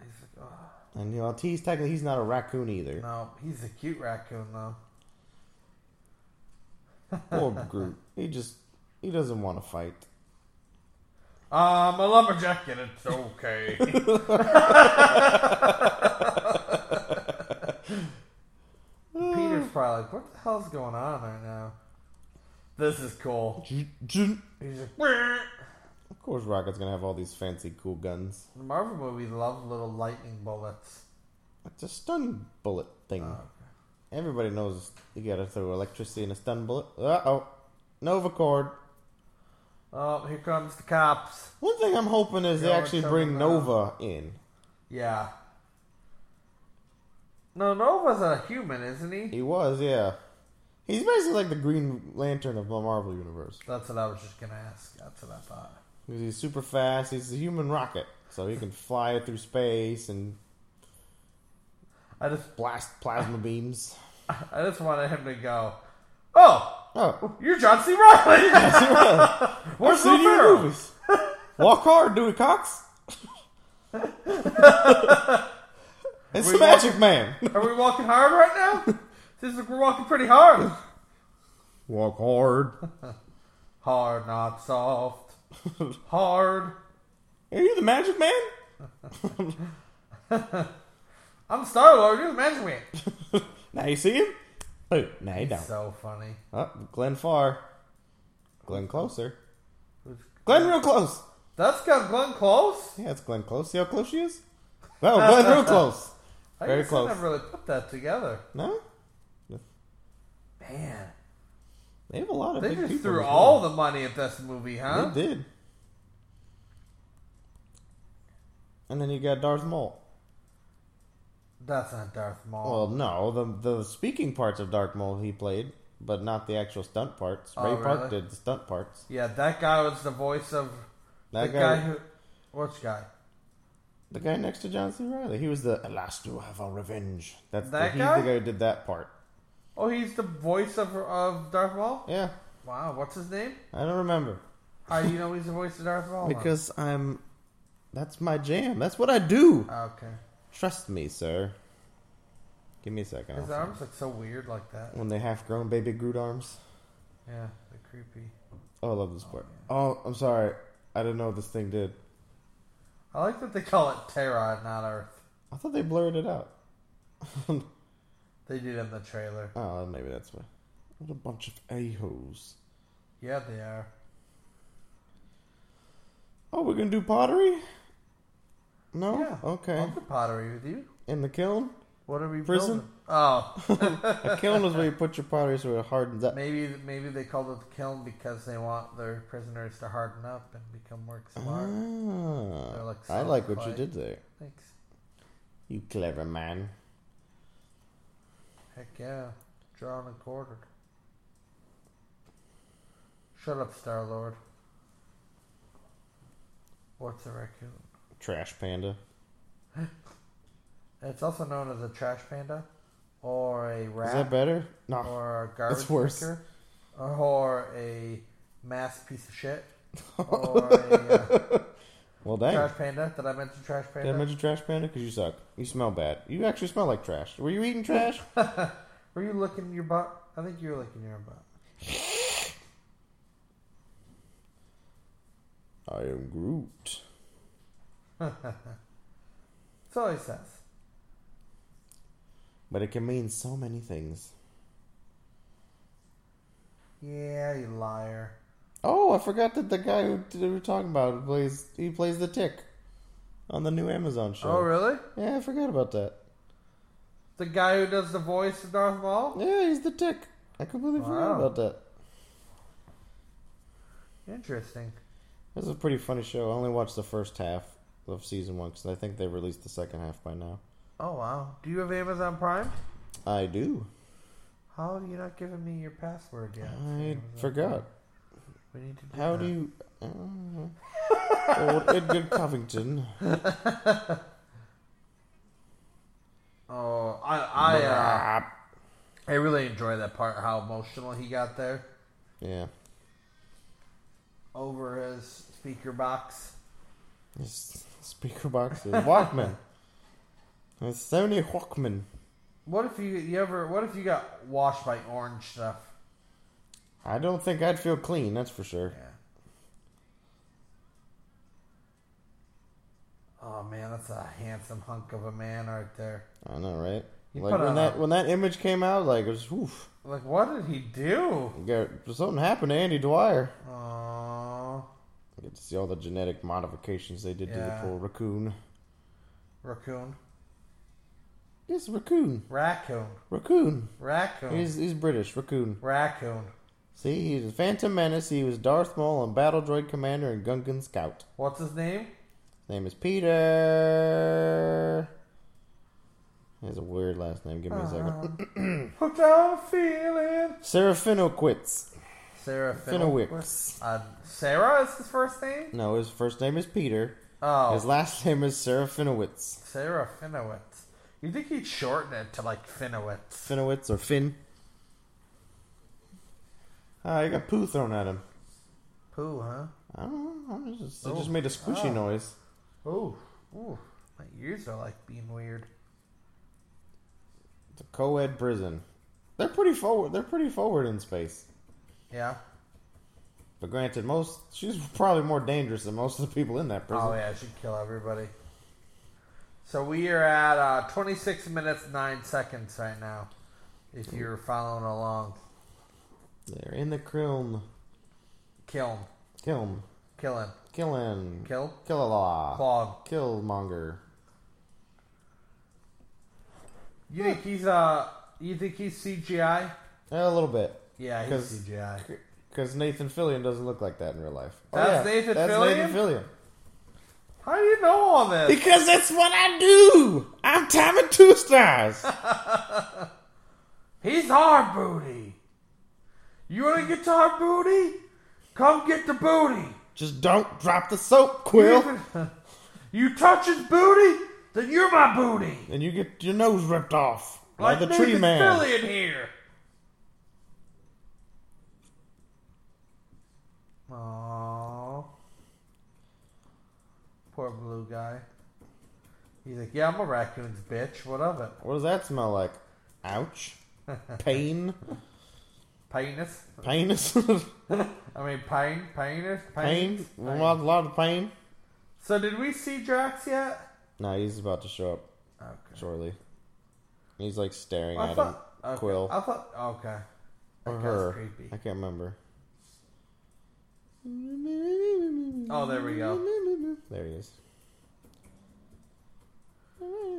Speaker 2: he's like, oh.
Speaker 3: And you know, he's technically he's not a raccoon either.
Speaker 2: No, he's a cute raccoon though.
Speaker 3: Or Groot. He just he doesn't want to fight.
Speaker 2: Um, I love a jacket. It's okay. Peter's probably like, "What the hell's going on right now?" This is cool.
Speaker 3: Of
Speaker 2: He's just. "Wah."
Speaker 3: course, Rocket's gonna have all these fancy, cool guns.
Speaker 2: The Marvel movies love little lightning bullets. Uh,
Speaker 3: It's a stun bullet thing.
Speaker 2: Ah,
Speaker 3: Everybody knows you gotta throw electricity in a stun bullet. Uh oh, Nova Cord.
Speaker 2: Oh, here comes the cops.
Speaker 3: One thing I'm hoping is they
Speaker 2: Going
Speaker 3: actually
Speaker 2: to
Speaker 3: bring
Speaker 2: the-
Speaker 3: Nova in.
Speaker 2: Yeah. No, Nova's a human, isn't he?
Speaker 3: He was, yeah. He's basically like the Green Lantern of the Marvel Universe.
Speaker 2: That's what I was just gonna ask. That's what I thought.
Speaker 3: 'Cause He's super fast. He's a human rocket, so he can fly through space and
Speaker 2: I just,
Speaker 3: blast plasma beams.
Speaker 2: I just wanted him to go. Oh,
Speaker 3: Oh,
Speaker 2: you're John C. Riley.
Speaker 3: I've
Speaker 2: Where's
Speaker 3: seen
Speaker 2: Will
Speaker 3: you in
Speaker 2: Ferrell?
Speaker 3: movies. Walk hard, Dewey Cox. it's the
Speaker 2: We
Speaker 3: Magic Man.
Speaker 2: Are we walking hard right now? Seems like we're walking pretty hard.
Speaker 3: Walk hard.
Speaker 2: Hard, not soft. Hard.
Speaker 3: Are you the Magic Man?
Speaker 2: I'm Star Lord. You're the Magic Man.
Speaker 3: Now you see him? Oh, now you don't.
Speaker 2: So funny.
Speaker 3: Oh, Glenn Far. Glenn Closer.
Speaker 2: Who's-
Speaker 3: Glenn real close.
Speaker 2: That's got Glenn close.
Speaker 3: Yeah, it's Glenn Close. See how close she is? No, Glenn real close.
Speaker 2: Uh, I
Speaker 3: Very
Speaker 2: guess I
Speaker 3: close.
Speaker 2: never really put that together.
Speaker 3: No?
Speaker 2: Man,
Speaker 3: They have a lot of
Speaker 2: they
Speaker 3: big
Speaker 2: just
Speaker 3: people
Speaker 2: threw
Speaker 3: as well.
Speaker 2: all the money at this movie, huh?
Speaker 3: They did. And then you got Darth Maul.
Speaker 2: That's not Darth Maul.
Speaker 3: Well, no, the the speaking parts of Darth Maul he played, but not the actual stunt parts.
Speaker 2: Oh,
Speaker 3: Ray Park
Speaker 2: really?
Speaker 3: did the stunt parts.
Speaker 2: yeah, that guy was the voice of
Speaker 3: That
Speaker 2: the
Speaker 3: guy-
Speaker 2: guy who. Which guy?
Speaker 3: The guy next to John C. Riley, he was the "Alas, do have our revenge." That's
Speaker 2: That
Speaker 3: the, he's
Speaker 2: guy?
Speaker 3: the guy who did that part.
Speaker 2: Oh, he's the voice of of Darth Maul.
Speaker 3: Yeah,
Speaker 2: Wow, what's his name?
Speaker 3: I don't remember
Speaker 2: How do you know he's the voice of Darth Maul?
Speaker 3: because I'm. That's my jam. That's what I do.
Speaker 2: Ah, okay,
Speaker 3: Trust me, sir. Give me a second. I'll
Speaker 2: his
Speaker 3: find-
Speaker 2: arms look so weird like that.
Speaker 3: When they half-grown baby Groot arms.
Speaker 2: Yeah, they're creepy.
Speaker 3: Oh, I love this part. Oh, I'm sorry. I didn't know what this thing did.
Speaker 2: I like that they call it Terra, not Earth.
Speaker 3: I thought they blurred it out.
Speaker 2: They did in the trailer.
Speaker 3: Oh, maybe that's why. What a bunch of a-holes.
Speaker 2: Yeah, they are.
Speaker 3: Oh, we're gonna do pottery? No?
Speaker 2: Yeah.
Speaker 3: Okay.
Speaker 2: I'll do pottery with you.
Speaker 3: In the kiln?
Speaker 2: What are we
Speaker 3: Prison?
Speaker 2: building? Oh,
Speaker 3: A kiln is where you put your pottery so it hardens up.
Speaker 2: maybe maybe they called it the kiln because they want their prisoners to harden up and become works of art. They're
Speaker 3: Ah,
Speaker 2: like
Speaker 3: I like what
Speaker 2: solid
Speaker 3: you
Speaker 2: clay.
Speaker 3: did there.
Speaker 2: Thanks.
Speaker 3: You clever man.
Speaker 2: Heck yeah, drawn and quartered. Shut up, Star Lord. What's a raccoon?
Speaker 3: Trash panda.
Speaker 2: It's also known as a trash panda, or a rat,
Speaker 3: Is that better? No.
Speaker 2: or a garbage
Speaker 3: It's worse.
Speaker 2: picker, or a mass piece of shit, or a uh,
Speaker 3: Well, dang.
Speaker 2: trash panda. Did I mention trash
Speaker 3: Did I
Speaker 2: panda?
Speaker 3: mention trash panda? Because you suck. You smell bad. You actually smell like trash. Were you eating trash?
Speaker 2: Were you licking your butt? I think you were licking your own butt.
Speaker 3: I am Groot.
Speaker 2: That's all he says.
Speaker 3: But it can mean so many things.
Speaker 2: Yeah, you liar.
Speaker 3: Oh, I forgot that the guy who who we were talking about plays he plays the tick on the new Amazon show.
Speaker 2: Oh, really?
Speaker 3: Yeah, I forgot about that.
Speaker 2: The guy who does the voice of Darth Maul?
Speaker 3: Yeah, he's the tick. I completely forgot
Speaker 2: Wow.
Speaker 3: about that.
Speaker 2: Interesting.
Speaker 3: This is a pretty funny show. I only watched the first half of season one because I think they released the second half by now.
Speaker 2: Oh wow. Do you have Amazon Prime?
Speaker 3: I do.
Speaker 2: How are you not giving me your password yet? for
Speaker 3: I
Speaker 2: Amazon
Speaker 3: forgot.
Speaker 2: Prime? We need to do
Speaker 3: How
Speaker 2: that.
Speaker 3: do you? I don't know. Old Edgar Covington.
Speaker 2: Oh, I I uh, I really enjoy that part. How emotional he got there
Speaker 3: Yeah,
Speaker 2: over his speaker box.
Speaker 3: His speaker boxes. Walkman. It's Sony Walkman.
Speaker 2: What if you you ever? What if you got washed by orange stuff?
Speaker 3: I don't think I'd feel clean. That's for sure.
Speaker 2: Yeah. Oh man, that's a handsome hunk of a man right there.
Speaker 3: I know, right?
Speaker 2: You
Speaker 3: like
Speaker 2: put
Speaker 3: when
Speaker 2: on
Speaker 3: that
Speaker 2: a-
Speaker 3: when that image came out, like it was oof.
Speaker 2: Like, what did he do?
Speaker 3: You got- something happened to Andy Dwyer.
Speaker 2: Oh,
Speaker 3: I get to see all the genetic modifications they did to the
Speaker 2: Yeah.
Speaker 3: poor raccoon.
Speaker 2: raccoon,
Speaker 3: Yes, raccoon,
Speaker 2: raccoon,
Speaker 3: raccoon.
Speaker 2: raccoon, Oh.
Speaker 3: He's he's British, raccoon.
Speaker 2: raccoon.
Speaker 3: See, he was Phantom Menace. He was Darth Maul and Battle Droid Commander and Gungan Scout.
Speaker 2: What's his name?
Speaker 3: His name is Peter. He has a weird last name. Give me a second.
Speaker 2: Hooked on a feeling.
Speaker 3: Seraphinoquitz.
Speaker 2: Sarah
Speaker 3: Finowicz.
Speaker 2: Uh, Sarah is his first name?
Speaker 3: No, his first name is Peter.
Speaker 2: Oh,
Speaker 3: His last name is Seraphinoquitz.
Speaker 2: Sarah Finowitz. You think he'd shorten it to like Finowitz?
Speaker 3: Finowitz or Finn. Ah, I got poo thrown at him.
Speaker 2: Pooh, huh?
Speaker 3: I don't know. I just, it just made a squishy noise.
Speaker 2: Ooh, ooh. My ears are like being weird.
Speaker 3: It's a co-ed prison. They're pretty forward. They're pretty forward in space.
Speaker 2: Yeah.
Speaker 3: But granted, most she's probably more dangerous than most of the people in that prison.
Speaker 2: Oh yeah, she'd kill everybody. So we are at uh, 26 minutes 9 seconds right now. If you're following along,
Speaker 3: They're in the kiln,
Speaker 2: kiln,
Speaker 3: kiln,
Speaker 2: killing,
Speaker 3: killing,
Speaker 2: kill,
Speaker 3: killalaw,
Speaker 2: clog.
Speaker 3: killmonger.
Speaker 2: You think he's uh? You think he's CGI?
Speaker 3: Eh, a little bit,
Speaker 2: Yeah, he's
Speaker 3: 'Cause-
Speaker 2: CGI.
Speaker 3: because Nathan Fillion doesn't look like that in real life. Oh,
Speaker 2: That's Nathan Fillion?
Speaker 3: Nathan Fillion.
Speaker 2: How do you know all this?
Speaker 3: Because that's what I do. I'm timing two stars.
Speaker 2: He's our booty. You want to get to our booty? Come get the booty.
Speaker 3: Just don't drop the soap, Quill,
Speaker 2: you touch his booty, then you're my booty.
Speaker 3: and you get your nose ripped off by
Speaker 2: Like
Speaker 3: the
Speaker 2: Nathan
Speaker 3: tree man.
Speaker 2: Fillion here. Aww. Poor blue guy. He's like, yeah, I'm a raccoon's bitch. What of it?
Speaker 3: What does that smell like? Ouch. Pain.
Speaker 2: Penis?
Speaker 3: Penis.
Speaker 2: I mean, pain? Penis?
Speaker 3: pain.
Speaker 2: Pain?
Speaker 3: A lot, lot of pain.
Speaker 2: So did we see Drax yet?
Speaker 3: No, he's about to show up
Speaker 2: Okay.
Speaker 3: shortly. He's like staring
Speaker 2: I
Speaker 3: at
Speaker 2: thought...
Speaker 3: him.
Speaker 2: Okay.
Speaker 3: Quill.
Speaker 2: I thought... Okay. That
Speaker 3: or
Speaker 2: guy's
Speaker 3: her.
Speaker 2: creepy.
Speaker 3: I can't remember.
Speaker 2: Oh, there we go.
Speaker 3: There he is.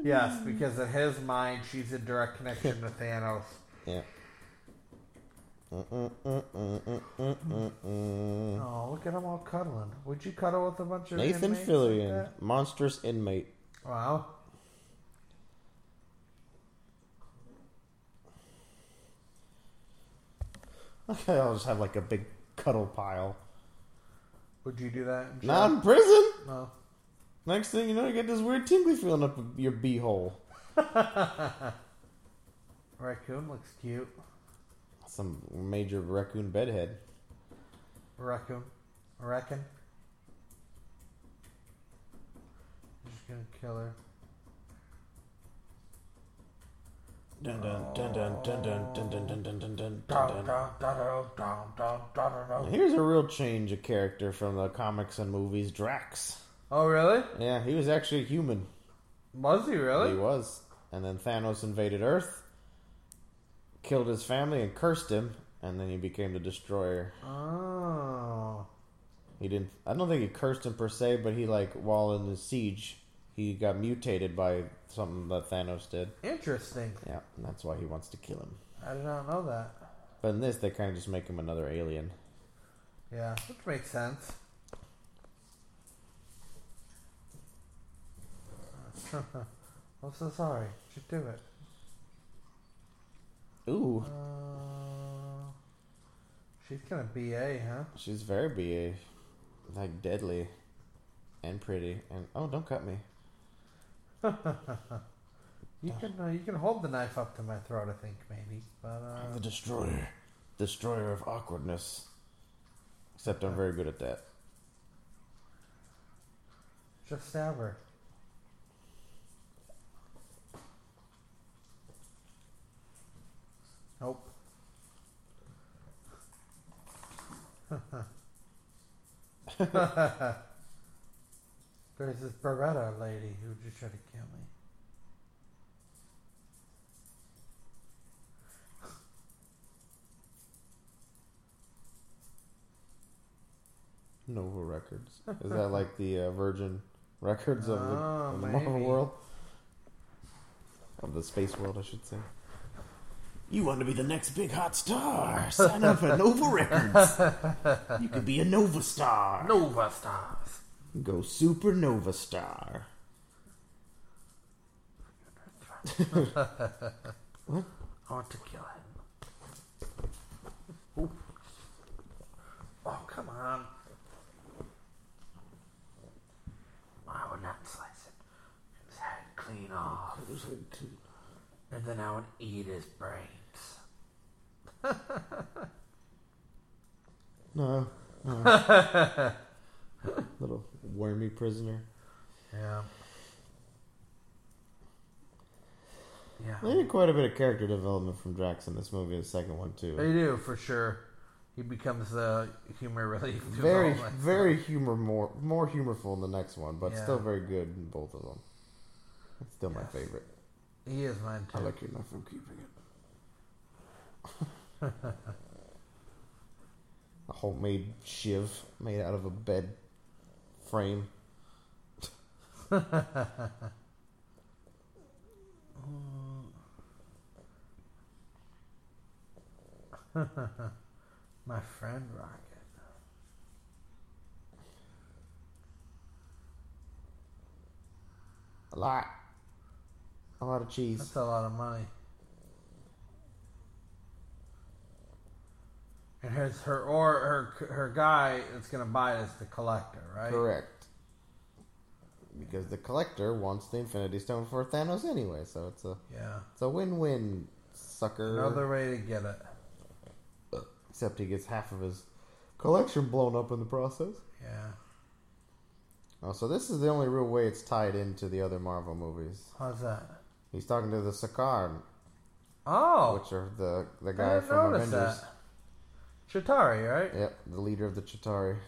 Speaker 2: Yes, because in his mind, she's in direct connection to Thanos.
Speaker 3: Yeah. Mm-mm-mm-mm-mm-mm-mm-mm.
Speaker 2: Oh, look at them all cuddling. Would you cuddle with a bunch of
Speaker 3: Nathan
Speaker 2: inmates
Speaker 3: Fillion,
Speaker 2: Like
Speaker 3: monstrous inmate.
Speaker 2: that? Wow.
Speaker 3: Okay, I'll just have like a big cuddle pile.
Speaker 2: Would you do that? in
Speaker 3: Now
Speaker 2: jail?
Speaker 3: in prison.
Speaker 2: No.
Speaker 3: Next thing you know, you get this weird tingly feeling up your beehole.
Speaker 2: Raccoon looks cute.
Speaker 3: Some major raccoon bedhead.
Speaker 2: Raccoon. Reckon. I'm just gonna kill her.
Speaker 3: Dun dun dun dun dun dun dun dun dun dun dun dun dun.
Speaker 2: Dun, dun, dun, dun, dun, dun, dun, dun, dun.
Speaker 3: Here's a real change of character from the comics and movies. Drax.
Speaker 2: Oh, really?
Speaker 3: Yeah, he was actually human.
Speaker 2: Was he
Speaker 3: He
Speaker 2: really?
Speaker 3: was. And then Thanos invaded Earth, killed his family, and cursed him. And then he became the destroyer.
Speaker 2: Oh.
Speaker 3: He didn't. I don't think he cursed him per se, but he like while in the siege, he got mutated by something that Thanos did.
Speaker 2: Interesting.
Speaker 3: Yeah, and that's why he wants to kill him.
Speaker 2: I did not know that.
Speaker 3: But in this, they kind of just make him another alien.
Speaker 2: Yeah, which makes sense. I'm so sorry. Just do it.
Speaker 3: Ooh,
Speaker 2: Uh, she's gonna BA, huh?
Speaker 3: she's very BA. Like, deadly. And pretty. And, oh, don't cut me.
Speaker 2: You can uh, you can hold the knife up to my throat, I think maybe. But uh,
Speaker 3: The destroyer. Destroyer of awkwardness. Except I'm very good at that.
Speaker 2: just stab her. Nope. There's this Beretta lady who just tried to kill me.
Speaker 3: Nova Records. Is that like the uh, Virgin Records of the,
Speaker 4: Uh,
Speaker 2: Ah,
Speaker 3: of the Marvel
Speaker 2: maybe.
Speaker 3: world? Of the space world, I should say.
Speaker 4: You want to be the next big hot star? Sign up for Nova Records. You could be a Nova Star.
Speaker 2: Nova Stars.
Speaker 4: Go Supernova Star.
Speaker 2: I want to kill him. Ooh. Oh, come on. I would not slice it. His head clean off. And then I would eat his brains.
Speaker 3: No. no. Little wormy prisoner.
Speaker 2: Yeah.
Speaker 3: They
Speaker 2: Yeah.
Speaker 3: did quite a bit of character development from Drax in this movie, the second one
Speaker 2: They
Speaker 3: too.
Speaker 2: do, for sure. He becomes the humor relief. to
Speaker 3: Very,
Speaker 2: all that.
Speaker 3: very humor more more humorful in the next one, but
Speaker 2: Yeah.
Speaker 3: still very good in both of them. It's still my favorite.
Speaker 2: He is mine,
Speaker 3: I
Speaker 2: too.
Speaker 3: like your knife. I'm keeping it. a homemade shiv made out of a bed frame.
Speaker 2: Uh, My friend Rocket.
Speaker 3: A lot. A lot of cheese.
Speaker 2: That's a lot of money. And here's her or her her guy that's gonna buy it is the collector, right?
Speaker 3: Correct. Because the collector wants the Infinity Stone for Thanos anyway, so it's a
Speaker 2: Yeah.
Speaker 3: it's a win-win, sucker.
Speaker 2: Another way to get it.
Speaker 3: Except he gets half of his collection blown up in the process.
Speaker 2: Yeah.
Speaker 3: Oh, so this is the only real way it's tied into the other Marvel movies.
Speaker 2: How's that?
Speaker 3: He's talking to the Sakaar,
Speaker 2: Oh,
Speaker 3: which are the the
Speaker 2: I
Speaker 3: guy
Speaker 2: didn't
Speaker 3: from
Speaker 2: notice
Speaker 3: Avengers.
Speaker 2: that. Chitari, right?
Speaker 3: Yep, the leader of the Chitari.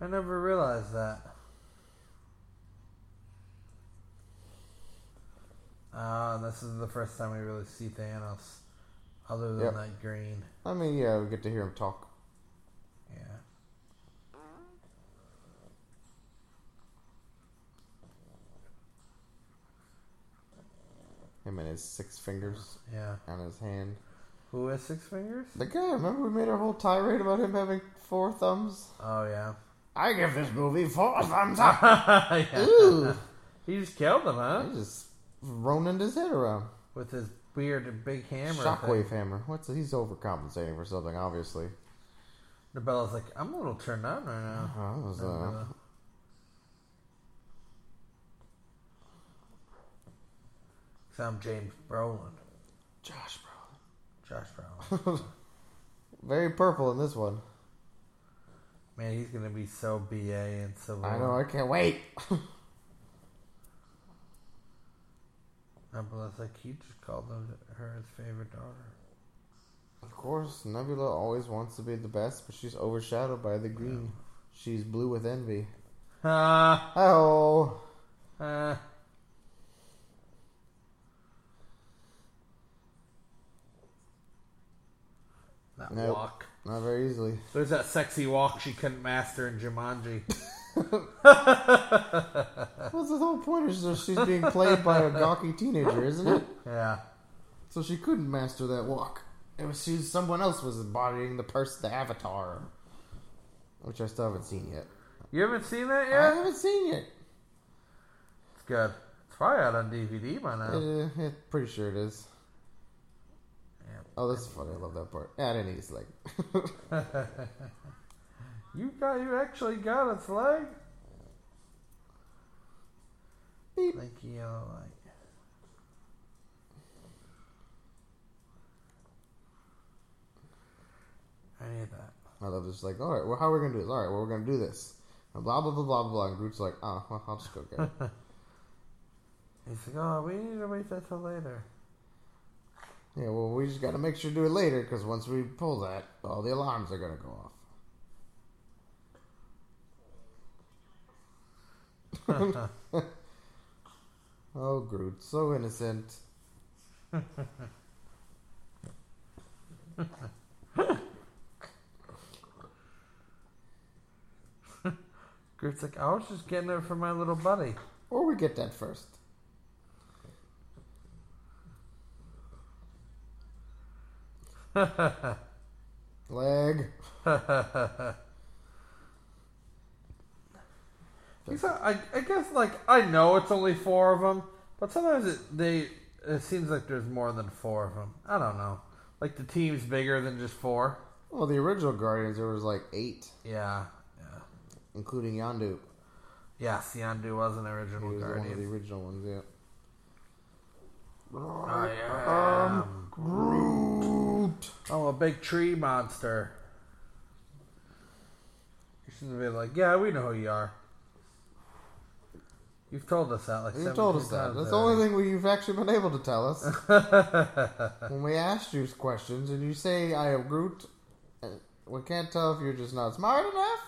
Speaker 2: I never realized that. Ah, this is the first time we really see Thanos, other than
Speaker 3: Yep.
Speaker 2: that green.
Speaker 3: I mean, yeah, we get to hear him talk.
Speaker 2: Yeah.
Speaker 3: Him and his six fingers
Speaker 2: Yeah.
Speaker 3: on his hand.
Speaker 2: Who has six fingers?
Speaker 3: The guy, remember we made our whole tirade about him having four thumbs?
Speaker 2: Oh yeah.
Speaker 3: I give this movie four thumbs up.
Speaker 2: yeah.
Speaker 3: Ooh.
Speaker 2: He just killed him, huh?
Speaker 3: I just ronin his head around.
Speaker 2: With his weird and big hammer.
Speaker 3: Shockwave
Speaker 2: Thing.
Speaker 3: hammer. What's he's overcompensating for something, obviously.
Speaker 2: Nabella's like, I'm a little turned on right now.
Speaker 3: Oh, that was,
Speaker 2: Uh-huh.
Speaker 3: uh,
Speaker 2: So I'm James Brolin.
Speaker 3: Josh, bro.
Speaker 2: Josh Brolin.
Speaker 3: Very purple in this one.
Speaker 2: Man, he's gonna be so BA and so
Speaker 3: I know, I can't wait.
Speaker 2: Nabella's like, you just called him, her his favorite daughter.
Speaker 3: Of course, Nebula always wants to be the best, but she's overshadowed by the green. She's blue with envy.
Speaker 2: Ah,
Speaker 3: Oh,
Speaker 2: ah. That
Speaker 3: Nope.
Speaker 2: walk.
Speaker 3: not very easily.
Speaker 2: There's that sexy walk she couldn't master in Jumanji.
Speaker 3: What's the whole point? Is that she's being played by a gawky teenager, isn't it?
Speaker 2: yeah.
Speaker 3: So she couldn't master that walk. It was she was, someone else was embodying the person, the avatar, which I still haven't seen yet.
Speaker 2: You haven't seen that
Speaker 3: I
Speaker 2: yet?
Speaker 3: haven't seen it.
Speaker 2: It's good. It's probably out on DVD by now.
Speaker 3: Uh, yeah, pretty sure it is.
Speaker 2: Yeah.
Speaker 3: Oh, that's funny. I love that part. Yeah, and he's like,
Speaker 2: You got you actually got its leg.
Speaker 3: Beep.
Speaker 2: Like yellow light. I need that.
Speaker 3: I love this. Like, all right, well, how are we gonna do this? All right, well, we're gonna do this. And blah blah blah blah blah. And Groot's like, ah, well, I'll just go get it.
Speaker 2: He's like, oh, we need to wait that till later.
Speaker 3: yeah, well, we just gotta make sure to do it later because once we pull that, all the alarms are gonna go off. Oh, Groot, so innocent.
Speaker 2: Groot's like, I was just getting it for my little buddy.
Speaker 3: Or we get that first. Leg.
Speaker 2: He's not- I, I guess like I know it's only four of them, but sometimes it, they it seems like there's more than four of them. I don't know. Like the team's bigger than just four.
Speaker 3: Well, the original Guardians there was like eight,
Speaker 2: Yeah, yeah.
Speaker 3: including Yondu.
Speaker 2: Yeah, Siandu was an original
Speaker 3: He was one of the
Speaker 2: Guardian.
Speaker 3: original ones. Yeah.
Speaker 2: I am
Speaker 3: Groot.
Speaker 2: I'm Um, oh, a big tree monster. You shouldn't be like, yeah, we know who you are. You've told us that like
Speaker 3: You
Speaker 2: 17
Speaker 3: told us that.
Speaker 2: times
Speaker 3: That's the
Speaker 2: already.
Speaker 3: only thing we- you've actually been able to tell us. when we asked you questions and you say, I am Groot, uh, we can't tell if you're just not smart enough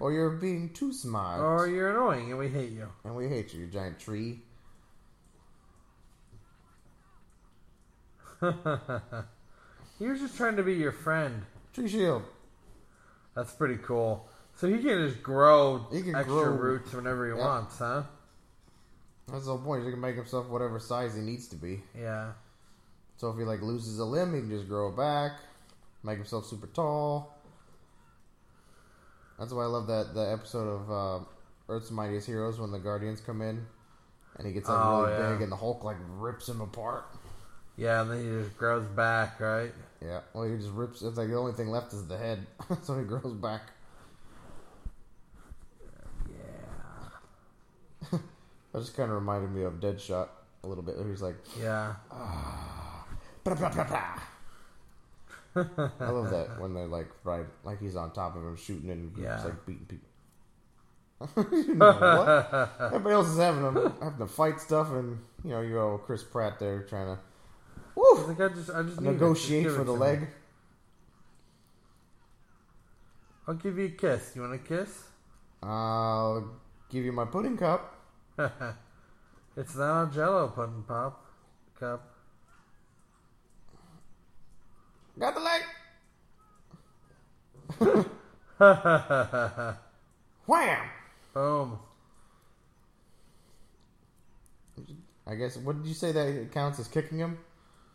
Speaker 3: or you're being too smart.
Speaker 2: Or Oh, you're annoying and we hate you.
Speaker 3: and we hate you, you giant tree.
Speaker 2: He was just trying to be your friend.
Speaker 3: Tree shield.
Speaker 2: That's pretty cool. So he can just grow
Speaker 3: He can
Speaker 2: extra
Speaker 3: grow.
Speaker 2: roots whenever he
Speaker 3: Yeah.
Speaker 2: wants, huh?
Speaker 3: That's the whole point. He can make himself whatever size he needs to be.
Speaker 2: Yeah.
Speaker 3: So if he like loses a limb, he can just grow it back, make himself super tall. That's why I love that the episode of uh, Earth's Mightiest Heroes when the Guardians come in, and he gets like
Speaker 2: Oh,
Speaker 3: really
Speaker 2: yeah.
Speaker 3: big, and the Hulk like rips him apart.
Speaker 2: Yeah, and then he just grows back, right?
Speaker 3: Yeah, well, he just rips. It's like the only thing left is the head, so he grows back. That just kind of reminded me of Deadshot a little bit. Where he's like,
Speaker 2: Yeah.
Speaker 3: "Blah, blah, blah, blah." I love that when they're like right, like he's on top of him shooting and he's
Speaker 2: Yeah.
Speaker 3: like beating people. you know, what? Everybody else is having them having to fight stuff, and you know you go Chris Pratt there trying to
Speaker 2: I think I just, I just need it. Just
Speaker 3: negotiate
Speaker 2: give it
Speaker 3: for the
Speaker 2: to me.
Speaker 3: leg.
Speaker 2: I'll give you a kiss. You want a kiss?
Speaker 3: I'll give you my pudding cup.
Speaker 2: It's not a Jello pudding pop cup.
Speaker 3: Got the leg. Wham!
Speaker 2: Boom.
Speaker 3: I guess. What did you say that it counts as kicking him?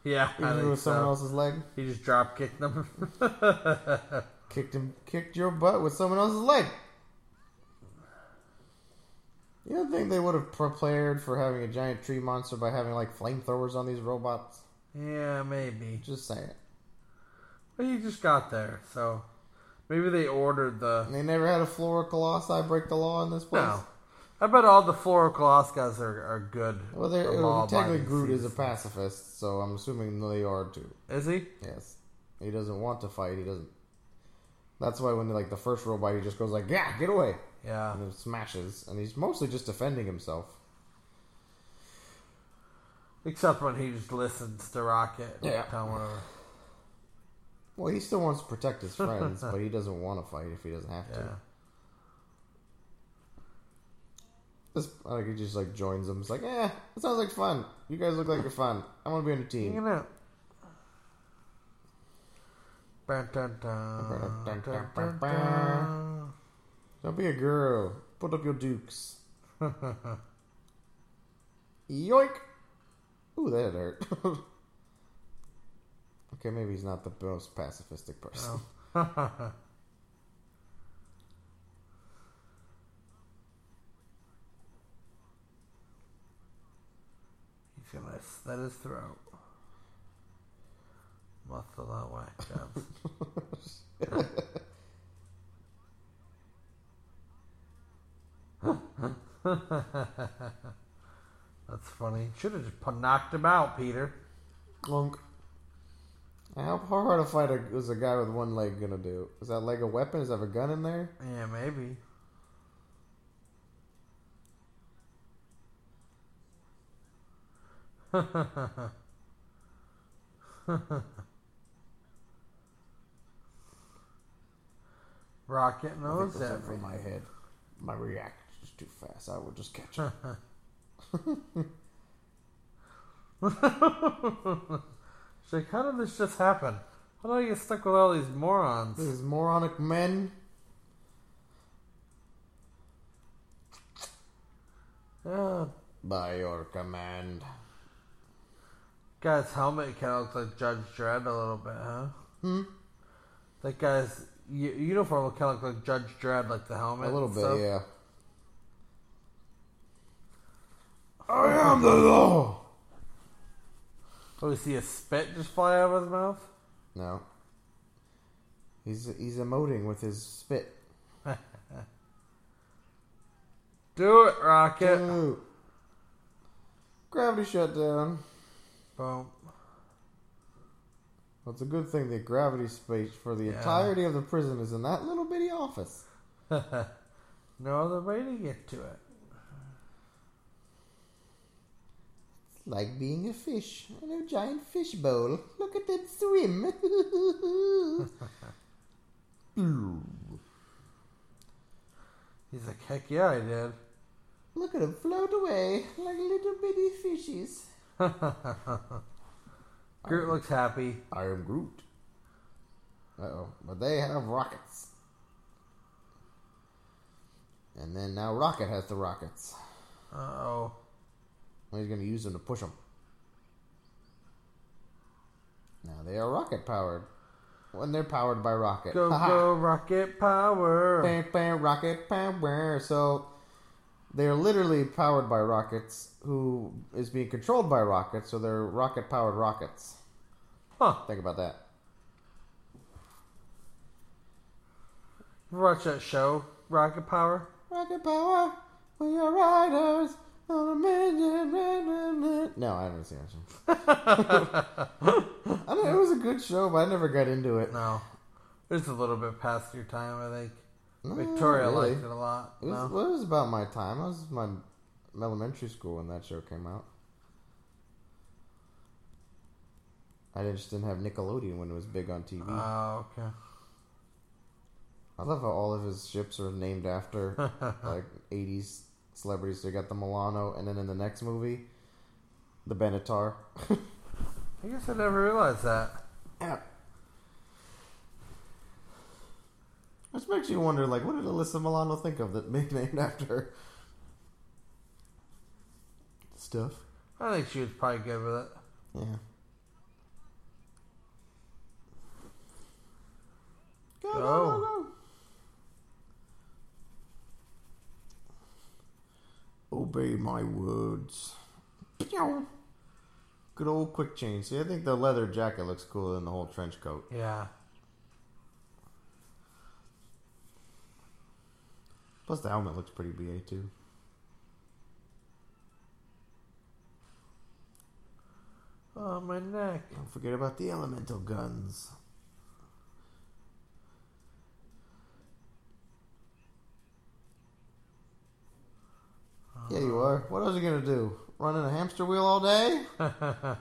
Speaker 2: Yeah,
Speaker 3: Even
Speaker 2: I
Speaker 3: if it
Speaker 2: think
Speaker 3: was someone
Speaker 2: so.
Speaker 3: else's leg.
Speaker 2: He just drop kicked them.
Speaker 3: Kicked him. Kicked your butt with someone else's leg. You don't think they would have prepared for having a giant tree monster by having like flamethrowers on these robots?
Speaker 2: yeah, maybe.
Speaker 3: Just saying.
Speaker 2: But he just got there, so maybe they ordered the.
Speaker 3: And they never had a Flora Colossi break the law in this place.
Speaker 2: No. I bet all the Florocoloss guys are, are good.
Speaker 3: Well, they're,
Speaker 2: for law
Speaker 3: technically
Speaker 2: abiding
Speaker 3: Groot is a
Speaker 2: citizens.
Speaker 3: pacifist, so I'm assuming they are too.
Speaker 2: Is he?
Speaker 3: Yes. He doesn't want to fight. He doesn't. That's why when like the first robot, he just goes like, "Yeah, get away!"
Speaker 2: Yeah.
Speaker 3: and then smashes. And he's mostly just defending himself.
Speaker 2: Except when he just listens to Rocket.
Speaker 3: Yeah.
Speaker 2: Tell him whatever.
Speaker 3: Well, he still wants to protect his friends, but he doesn't want to fight if he doesn't have
Speaker 2: Yeah.
Speaker 3: to. This like he just like joins them. It's like, "Yeah, it sounds like fun. You guys look like you're fun. I want to be on your
Speaker 2: You
Speaker 3: team."
Speaker 2: know. Dun, dun, dun, dun, dun, dun.
Speaker 3: Don't be a girl. Put up your dukes. Yoink! Ooh, that hurt. okay, maybe he's not the most pacifistic person.
Speaker 2: He's gonna slit his throat. Muscle that whack jobs. That's funny. Should have just pu- knocked him out, Peter.
Speaker 3: Clunk. How hard a fight a- is a guy with one leg gonna do? Is that leg a weapon? Does it have a gun in there?
Speaker 2: Yeah, maybe. Rocket knows
Speaker 3: Think that's
Speaker 2: that.
Speaker 3: over my head. My reaction is too fast. I will just catch it.
Speaker 2: It's like, how did this just happen? How did I get stuck with all these morons?
Speaker 3: These moronic men.
Speaker 2: Ah,
Speaker 3: Hmm.
Speaker 2: Oh,
Speaker 3: By your command.
Speaker 2: guy's helmet kind of looks like Judge Dredd a little bit, huh? Hmm. That guy's u- uniform kind of look like Judge Dredd, like the helmet.
Speaker 3: A little
Speaker 2: and
Speaker 3: bit,
Speaker 2: stuff.
Speaker 3: yeah.
Speaker 4: I am the law.
Speaker 2: Oh, we see a spit just fly out of his mouth.
Speaker 3: No. He's he's emoting with his spit.
Speaker 2: Do it, Rocket.
Speaker 3: Ooh. Gravity shut down.
Speaker 2: Boom.
Speaker 3: Well, it's a good thing that gravity space for the entirety of the prison is in that little bitty office.
Speaker 2: No other way to get to it.
Speaker 3: It's like being a fish in a giant fish bowl. Look at them swim.
Speaker 2: He's like, heck yeah, I did.
Speaker 3: Look at them float away like little bitty fishies.
Speaker 2: Groot looks happy.
Speaker 3: I am Groot. Uh oh. But they have rockets. And then now Rocket has the rockets.
Speaker 2: Uh oh.
Speaker 3: Well, he's going to use them to push them. Now they are rocket powered. When they're powered by rocket.
Speaker 2: Go,
Speaker 3: Ha ha.
Speaker 2: go, rocket power.
Speaker 3: Bam, bam, rocket power. So they're literally powered by rockets, who is being controlled by rockets. So they're rocket powered rockets.
Speaker 2: Huh.
Speaker 3: Think about that.
Speaker 2: You watch that show, Rocket Power?
Speaker 3: Rocket power, we are riders on a mission. na, na, na. No, I haven't seen that show. I mean, it was a good show, but I never got into it.
Speaker 2: No. It's a little bit past your time, I think. Victoria
Speaker 3: really.
Speaker 2: liked it a lot.
Speaker 3: It was,
Speaker 2: no?
Speaker 3: well, it was about my time. I was in my elementary school when that show came out. I just didn't have Nickelodeon when it was big on TV.
Speaker 2: Oh, okay.
Speaker 3: I love how all of his ships are named after like '80s celebrities. So you got the Milano, and then in the next movie, the Benatar.
Speaker 2: I guess I never realized that.
Speaker 3: Yeah. Which makes you wonder, like, what did Alyssa Milano think of that being named after her? Stuff.
Speaker 2: I think she was probably good with it.
Speaker 3: Yeah. Go, go,
Speaker 2: Go.
Speaker 3: go, go. Obey my words. Pew. Good old quick change. See, I think the leather jacket looks cooler than the whole trench coat.
Speaker 2: Yeah.
Speaker 3: Plus, the helmet looks pretty BA too.
Speaker 2: Oh, my neck.
Speaker 3: Don't forget about the elemental guns. Yeah, you are. What else are you gonna do? Run in a hamster wheel all day? oh,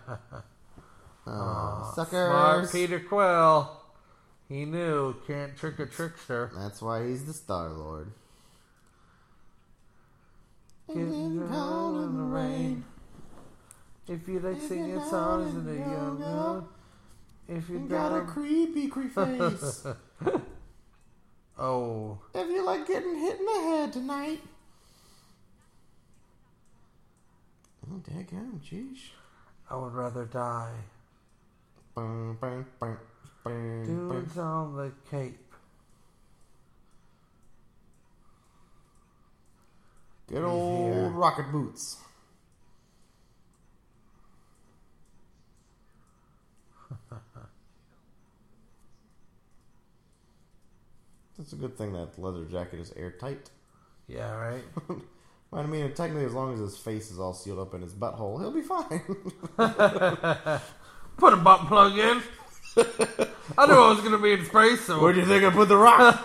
Speaker 2: Uh, Smart
Speaker 3: suckers!
Speaker 2: Peter Quill. He knew can't trick a trickster.
Speaker 3: That's why he's the Star Lord.
Speaker 2: Getting cold in the rain. If you like singing songs in the young moon, if you
Speaker 3: You
Speaker 2: got
Speaker 3: got a
Speaker 2: a
Speaker 3: creepy, creepy face.
Speaker 2: oh,
Speaker 3: if you like getting hit in the head tonight. Oh, dadgum, jeez.
Speaker 2: I would rather die
Speaker 3: Bang, bang, bang, bang, bang.
Speaker 2: dudes on the cape.
Speaker 3: Good old
Speaker 2: Yeah.
Speaker 3: rocket boots. That's a good thing that leather jacket is airtight.
Speaker 2: Yeah, right.
Speaker 3: I mean, technically, as long as his face is all sealed up in his butthole, he'll be fine.
Speaker 2: Put a butt plug in. I knew I was gonna be in space, so
Speaker 3: Where do you think I put the rock?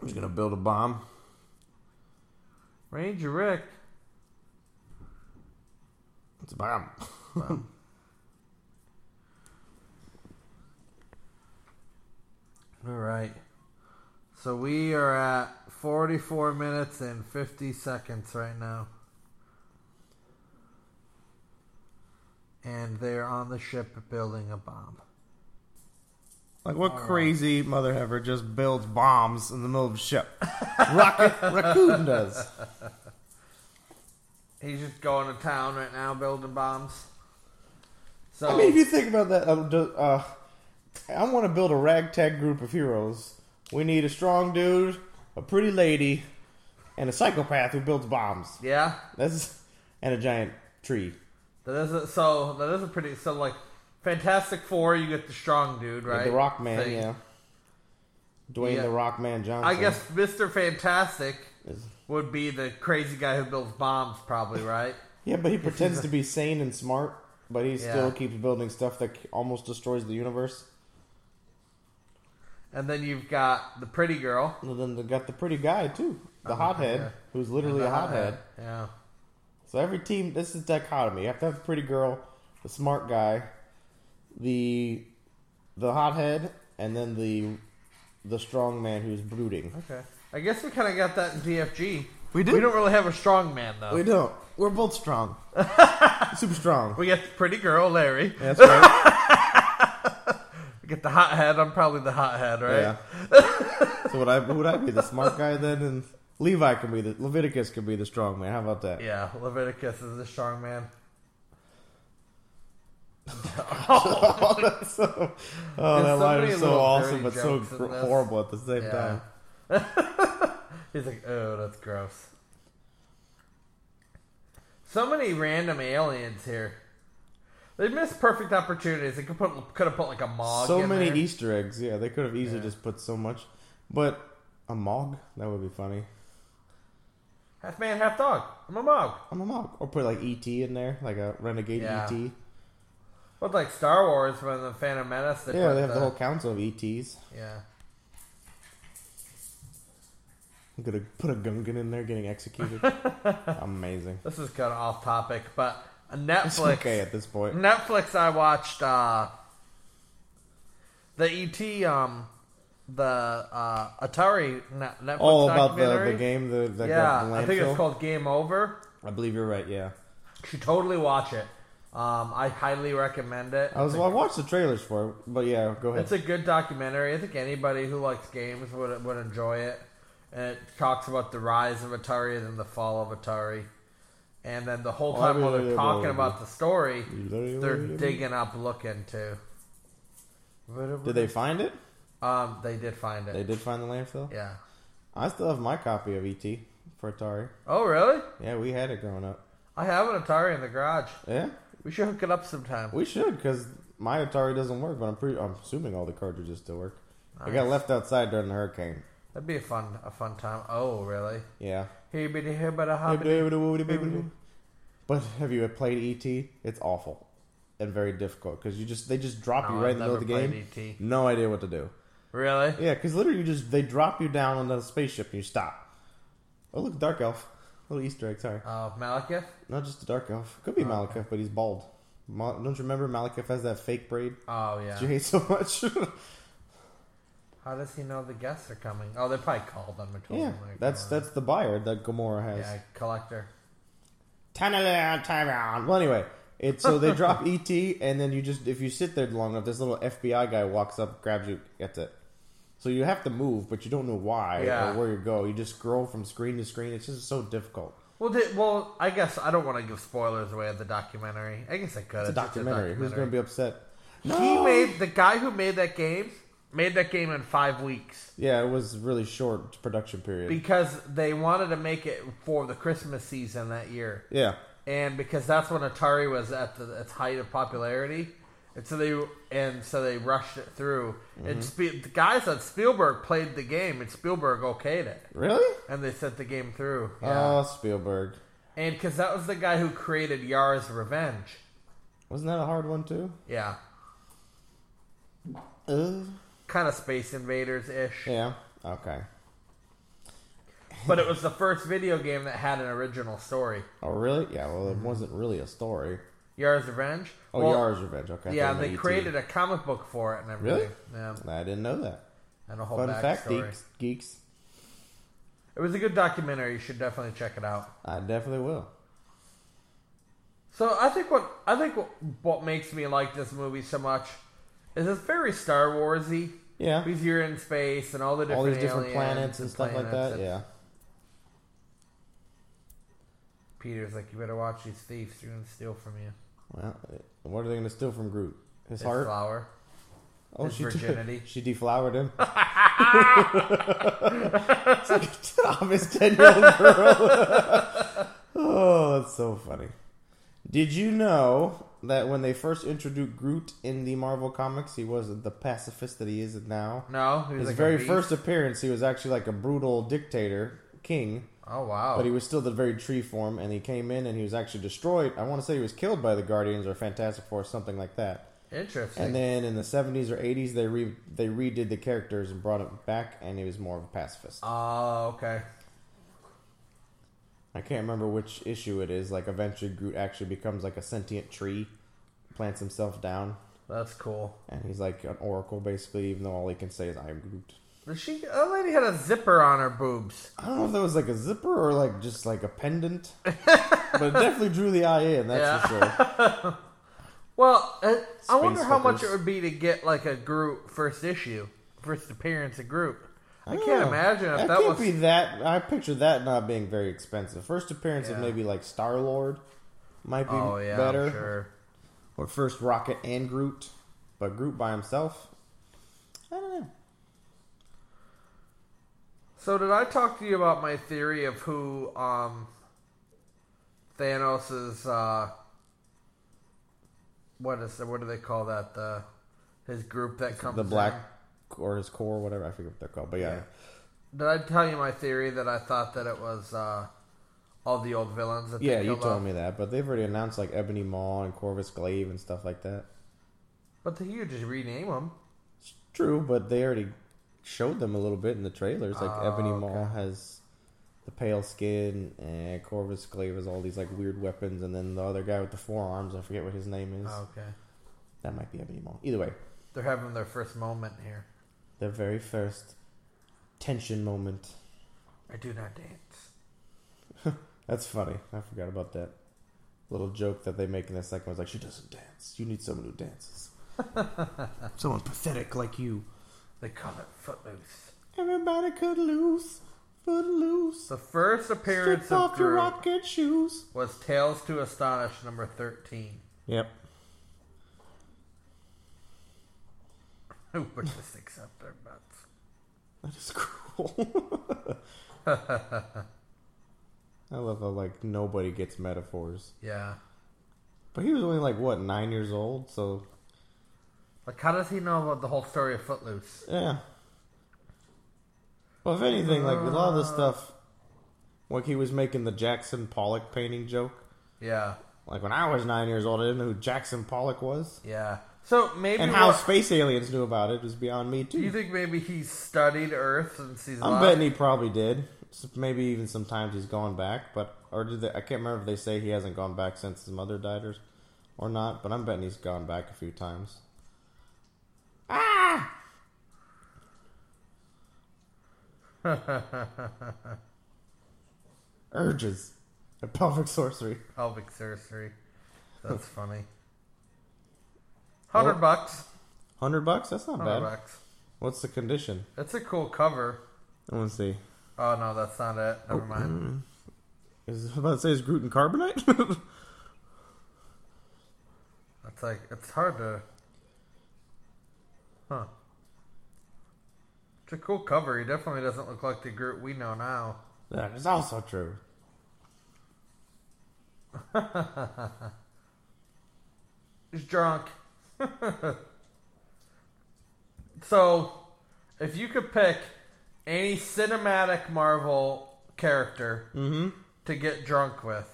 Speaker 3: I'm just gonna build a bomb.
Speaker 2: Ranger Rick.
Speaker 3: It's a bomb.
Speaker 2: All right. So we are at 44 minutes and 50 seconds right now. And they're on the ship building a bomb.
Speaker 3: Like what crazy mother ever just builds bombs in the middle of a ship? Rocket Raccoon does.
Speaker 2: He's just going to town right now, building bombs. So
Speaker 3: I mean, if you think about that, uh, do- uh, I want to build a ragtag group of heroes. We need a strong dude, a pretty lady, and a psychopath who builds bombs.
Speaker 2: yeah,
Speaker 3: That's and a giant tree.
Speaker 2: that is a, so. That is a pretty so like Fantastic Four. You get the strong dude, right?
Speaker 3: The Rock Man,
Speaker 2: Thing.
Speaker 3: yeah. Dwayne
Speaker 2: Yeah.
Speaker 3: the Rock Man Johnson.
Speaker 2: I guess Mister Fantastic
Speaker 3: Is-
Speaker 2: would be the crazy guy who builds bombs, probably, right?
Speaker 3: Yeah, but he pretends to be sane and smart, but he
Speaker 2: Yeah.
Speaker 3: still keeps building stuff that c- almost destroys the universe.
Speaker 2: and then you've got the pretty girl,
Speaker 3: And then they got the pretty guy too, the hothead,
Speaker 2: yeah.
Speaker 3: who's literally a Uh-huh, hothead.
Speaker 2: uh, Yeah,
Speaker 3: So every team, this is dichotomy. You have to have the pretty girl, the smart guy, the the hothead, and then the the strong man who's brooding.
Speaker 2: okay. I guess we kind of got that in DFG.
Speaker 3: We do.
Speaker 2: We don't really have a strong man though.
Speaker 3: We don't. We're both strong. Super strong.
Speaker 2: We get the pretty girl, Larry.
Speaker 3: That's right.
Speaker 2: We get the hot head. I'm probably the hot head, right?
Speaker 3: Yeah. So would I would I be the smart guy then and Levi can be the Leviticus can be the strong man. How about that?
Speaker 2: Yeah, Leviticus is a strong man.
Speaker 3: so, oh, that
Speaker 2: There's so
Speaker 3: line
Speaker 2: many
Speaker 3: is so
Speaker 2: little
Speaker 3: awesome
Speaker 2: dirty
Speaker 3: but so
Speaker 2: jokes in
Speaker 3: gr-
Speaker 2: this.
Speaker 3: horrible at the same
Speaker 2: Yeah.
Speaker 3: time.
Speaker 2: He's like, oh, that's gross. So many random aliens here. They missed perfect opportunities. They could put could have put like a mog.
Speaker 3: so
Speaker 2: in
Speaker 3: many
Speaker 2: there.
Speaker 3: Easter eggs. Yeah, they could have easily just put so much. But a mog? That would be funny. e-
Speaker 2: half man, half dog. I'm a mog.
Speaker 3: I'm a mog. Or put like ET in there, like a renegade E
Speaker 2: Yeah.
Speaker 3: ET.
Speaker 2: But like Star Wars when the Phantom Menace. They
Speaker 3: Yeah,
Speaker 2: put
Speaker 3: they have the whole council of E ETs.
Speaker 2: Yeah.
Speaker 3: I'm gonna put a Gungan in there getting executed. Amazing.
Speaker 2: This is kind of off topic, but
Speaker 3: It's
Speaker 2: Netflix.
Speaker 3: okay at this
Speaker 2: Mm.
Speaker 3: point.
Speaker 2: Netflix. I watched uh, the ET, um, the uh, Atari net- Netflix
Speaker 3: All Oh, about the,
Speaker 2: documentary.
Speaker 3: the game the, that got
Speaker 2: Yeah,
Speaker 3: the landfill.
Speaker 2: I think it's called Game Over.
Speaker 3: I believe you're right. Yeah,
Speaker 2: You should totally watch it. Um, I highly recommend it.
Speaker 3: I was. I watched the trailers for it, but yeah, go ahead.
Speaker 2: It's a good documentary. I think anybody who likes games would would enjoy it. And it talks about the rise of Atari and then the fall of Atari. And then the whole
Speaker 3: Oh,
Speaker 2: time while
Speaker 3: yeah,
Speaker 2: they're
Speaker 3: yeah,
Speaker 2: talking
Speaker 3: yeah.
Speaker 2: about the story,
Speaker 3: Yeah,
Speaker 2: they're
Speaker 3: yeah, yeah.
Speaker 2: digging up, looking too.
Speaker 3: Did they find it?
Speaker 2: Um, they did find it.
Speaker 3: They did find the landfill.
Speaker 2: Yeah.
Speaker 3: I still have my copy of ET for Atari.
Speaker 2: Oh, really?
Speaker 3: Yeah, we had it growing up.
Speaker 2: I have an Atari in the garage.
Speaker 3: Yeah,
Speaker 2: We should hook it up sometime.
Speaker 3: we should because my Atari doesn't work, but I'm pretty. I'm assuming all the cartridges still work. I got left outside during the hurricane.
Speaker 2: That'd be a fun, a fun time. Oh, really?
Speaker 3: Yeah.
Speaker 2: Here, bitty, here, but a hobbit.
Speaker 3: But have you played ET? It's awful and very difficult because you just they just drop
Speaker 2: No,
Speaker 3: you right
Speaker 2: I've
Speaker 3: in the middle of the
Speaker 2: never
Speaker 3: game.
Speaker 2: played E ET.
Speaker 3: No idea what to do.
Speaker 2: Really?
Speaker 3: Yeah, because literally you just they drop you down on the spaceship and you stop. Oh look, dark elf, little Easter egg. Sorry,
Speaker 2: Uh, Malekith?
Speaker 3: not just a dark elf. Could
Speaker 2: Oh,
Speaker 3: be Malekith, but he's bald. Ma- don't you remember Malekith has that fake braid?
Speaker 2: Oh, yeah.
Speaker 3: that You hate so much.
Speaker 2: How does he know the guests are coming? Oh, they probably called them or told
Speaker 3: yeah,
Speaker 2: them. they're
Speaker 3: that's
Speaker 2: coming.
Speaker 3: that's the buyer that Gamora has.
Speaker 2: Yeah, collector.
Speaker 3: Turn around, turn around. Well, anyway, it's so they drop ET, and then you just if you sit there long enough, this little FBI guy walks up, grabs you, gets it. So you have to move, but you don't know why
Speaker 2: Yeah.
Speaker 3: or where you go. You just scroll from screen to screen. It's just so difficult.
Speaker 2: Well, did, well, I guess I don't want to give spoilers away of the documentary. I guess I could.
Speaker 3: It's a documentary. Who's going to be upset?
Speaker 2: He made the guy who made that game made that game in five weeks
Speaker 3: Yeah, it was really short production period.
Speaker 2: because they wanted to make it for the Christmas season that year,
Speaker 3: yeah,
Speaker 2: and because that's when Atari was at the, its height of popularity, and so they and so they rushed it through.
Speaker 3: Mm-hmm.
Speaker 2: And Sp- the guys at Spielberg played the game, and Spielberg okayed it,
Speaker 3: really?
Speaker 2: and they sent the game through.
Speaker 3: Oh, Spielberg.
Speaker 2: And because that was the guy who created Yara's Revenge.
Speaker 3: Wasn't that a hard one too?
Speaker 2: Yeah.
Speaker 3: Uh,
Speaker 2: Kind of Space Invaders ish.
Speaker 3: yeah. Okay.
Speaker 2: But it was the first video game that had an original story.
Speaker 3: Oh, really? Yeah. Well, it wasn't really a story.
Speaker 2: Yara's Revenge?
Speaker 3: Oh,
Speaker 2: Mm-hmm. Well,
Speaker 3: Yara's Revenge. Okay. I
Speaker 2: Yeah,
Speaker 3: thought you meant E
Speaker 2: they
Speaker 3: ET.
Speaker 2: created a comic book for it and everything.
Speaker 3: Really?
Speaker 2: Yeah.
Speaker 3: I didn't know that.
Speaker 2: And a whole
Speaker 3: Fun fact,
Speaker 2: backstory.
Speaker 3: geeks, geeks.
Speaker 2: It was a good documentary. You should definitely check it out.
Speaker 3: I definitely will.
Speaker 2: So I think what I think what, what makes me like this movie so much is it's very Star Warsy.
Speaker 3: Yeah.
Speaker 2: Because you're in space and all the different
Speaker 3: All these different
Speaker 2: aliens
Speaker 3: planets and stuff like
Speaker 2: planets
Speaker 3: that.
Speaker 2: and-
Speaker 3: Yeah.
Speaker 2: Peter's like, you better watch these thieves. They're gonna steal from you.
Speaker 3: Well, what are they going to steal from Groot? His,
Speaker 2: His
Speaker 3: heart?
Speaker 2: flower.
Speaker 3: oh,
Speaker 2: his
Speaker 3: she
Speaker 2: virginity.
Speaker 3: she deflowered him. it's like a Thomas ten year old girl. oh, that's so funny. Did you know that when they first introduced Groot in the Marvel comics, he wasn't the pacifist that he is now?
Speaker 2: No, he
Speaker 3: His
Speaker 2: was like a
Speaker 3: very
Speaker 2: beast.
Speaker 3: first appearance, he was actually like a brutal dictator king.
Speaker 2: Oh wow.
Speaker 3: But he was still the very tree form, and he came in and he was actually destroyed. I want to say he was killed by the Guardians or Fantastic Four, something like that.
Speaker 2: Interesting.
Speaker 3: And then in the seventies or eighties, they re- they redid the characters and brought him back, and he was more of a pacifist.
Speaker 2: oh okay.
Speaker 3: I can't remember which issue it is. Like eventually, Groot actually becomes like a sentient tree, plants himself down,
Speaker 2: That's cool.
Speaker 3: and he's like an oracle basically. Even though all he can say is "I am Groot."
Speaker 2: Does she? That lady had a zipper on her boobs.
Speaker 3: I don't know if that was like a zipper or like just like a pendant, but it definitely drew the eye in. That's for sure.
Speaker 2: Well, uh, I wonder how much it
Speaker 3: hookers.
Speaker 2: would be to get like a Groot first issue, first appearance of Groot. I can't
Speaker 3: Oh,
Speaker 2: imagine if
Speaker 3: that,
Speaker 2: that,
Speaker 3: can't
Speaker 2: was
Speaker 3: be that. I picture that not being very expensive. First appearance of
Speaker 2: Yeah.
Speaker 3: maybe like Star Lord might be
Speaker 2: oh yeah,
Speaker 3: better.
Speaker 2: I'm sure.
Speaker 3: Or first Rocket and Groot, but Groot by himself. I don't know.
Speaker 2: So did I talk to you about my theory of who um, Thanos's uh, what is the, what do they call that the his group that comes
Speaker 3: The
Speaker 2: in?
Speaker 3: black or his core, whatever I forget what they're called, but yeah,
Speaker 2: Did I tell you my theory that I thought that it was uh, all the old villains? That they
Speaker 3: yeah, you
Speaker 2: killed
Speaker 3: told
Speaker 2: off?
Speaker 3: me that. But they've already announced like Ebony Maw and Corvus Glaive and stuff like that.
Speaker 2: But the, you just rename them.
Speaker 3: It's true, but they already showed them a little bit in the trailers. Like Ebony Maw has the pale skin, and Corvus Glaive has all these like weird weapons, and then the other guy with the forearms, I forget what his name is.
Speaker 2: Oh, Okay,
Speaker 3: That might be Ebony Maw. Either way,
Speaker 2: they're having their first moment here.
Speaker 3: their very first tension moment.
Speaker 2: I do not dance.
Speaker 3: That's funny. I forgot about that little joke that they make in the second one. It's like, she doesn't dance. You need someone who dances. someone pathetic like you.
Speaker 2: They call it Footloose.
Speaker 3: Everybody could lose. Foot loose.
Speaker 2: The first appearance
Speaker 3: Strip
Speaker 2: of
Speaker 3: off your
Speaker 2: Groot
Speaker 3: rocket shoes.
Speaker 2: was Tales to Astonish number 13.
Speaker 3: Yep.
Speaker 2: Who would just accept their butts?
Speaker 3: That is cruel. I love how, like, nobody gets metaphors.
Speaker 2: Yeah.
Speaker 3: But he was only, like, what, nine years old? So,
Speaker 2: Like, how does he know about the whole story of Footloose?
Speaker 3: Yeah. Well, if anything, like a lot of the stuff, like he was making the Jackson Pollock painting joke.
Speaker 2: Yeah.
Speaker 3: Like when I was nine years old, I didn't know who Jackson Pollock was,
Speaker 2: Yeah. So maybe.
Speaker 3: and how
Speaker 2: what-
Speaker 3: space aliens knew about it is beyond me
Speaker 2: do
Speaker 3: too.
Speaker 2: you think maybe he studied Earth since he's
Speaker 3: I'm
Speaker 2: alive?
Speaker 3: betting he probably did. S- Maybe even sometimes he's gone back, but or did they, I can't remember if they say he hasn't gone back since his mother died or, or not. But I'm betting he's gone back a few times. Ah! Urges, a pelvic sorcery.
Speaker 2: Pelvic surgery. That's funny. 100 bucks.
Speaker 3: Hundred bucks? That's not
Speaker 2: 100
Speaker 3: bad.
Speaker 2: bucks.
Speaker 3: What's the condition?
Speaker 2: That's a cool cover.
Speaker 3: I want to see.
Speaker 2: Oh, no, that's not it. Never mind.
Speaker 3: Is I was about to say is gluten carbonate?
Speaker 2: That's like, it's hard to. Huh. It's a cool cover. He definitely doesn't look like the Groot we know now.
Speaker 3: that is also true.
Speaker 2: He's drunk. so, if you could pick any cinematic Marvel character
Speaker 3: Mm-hmm.
Speaker 2: to get drunk with,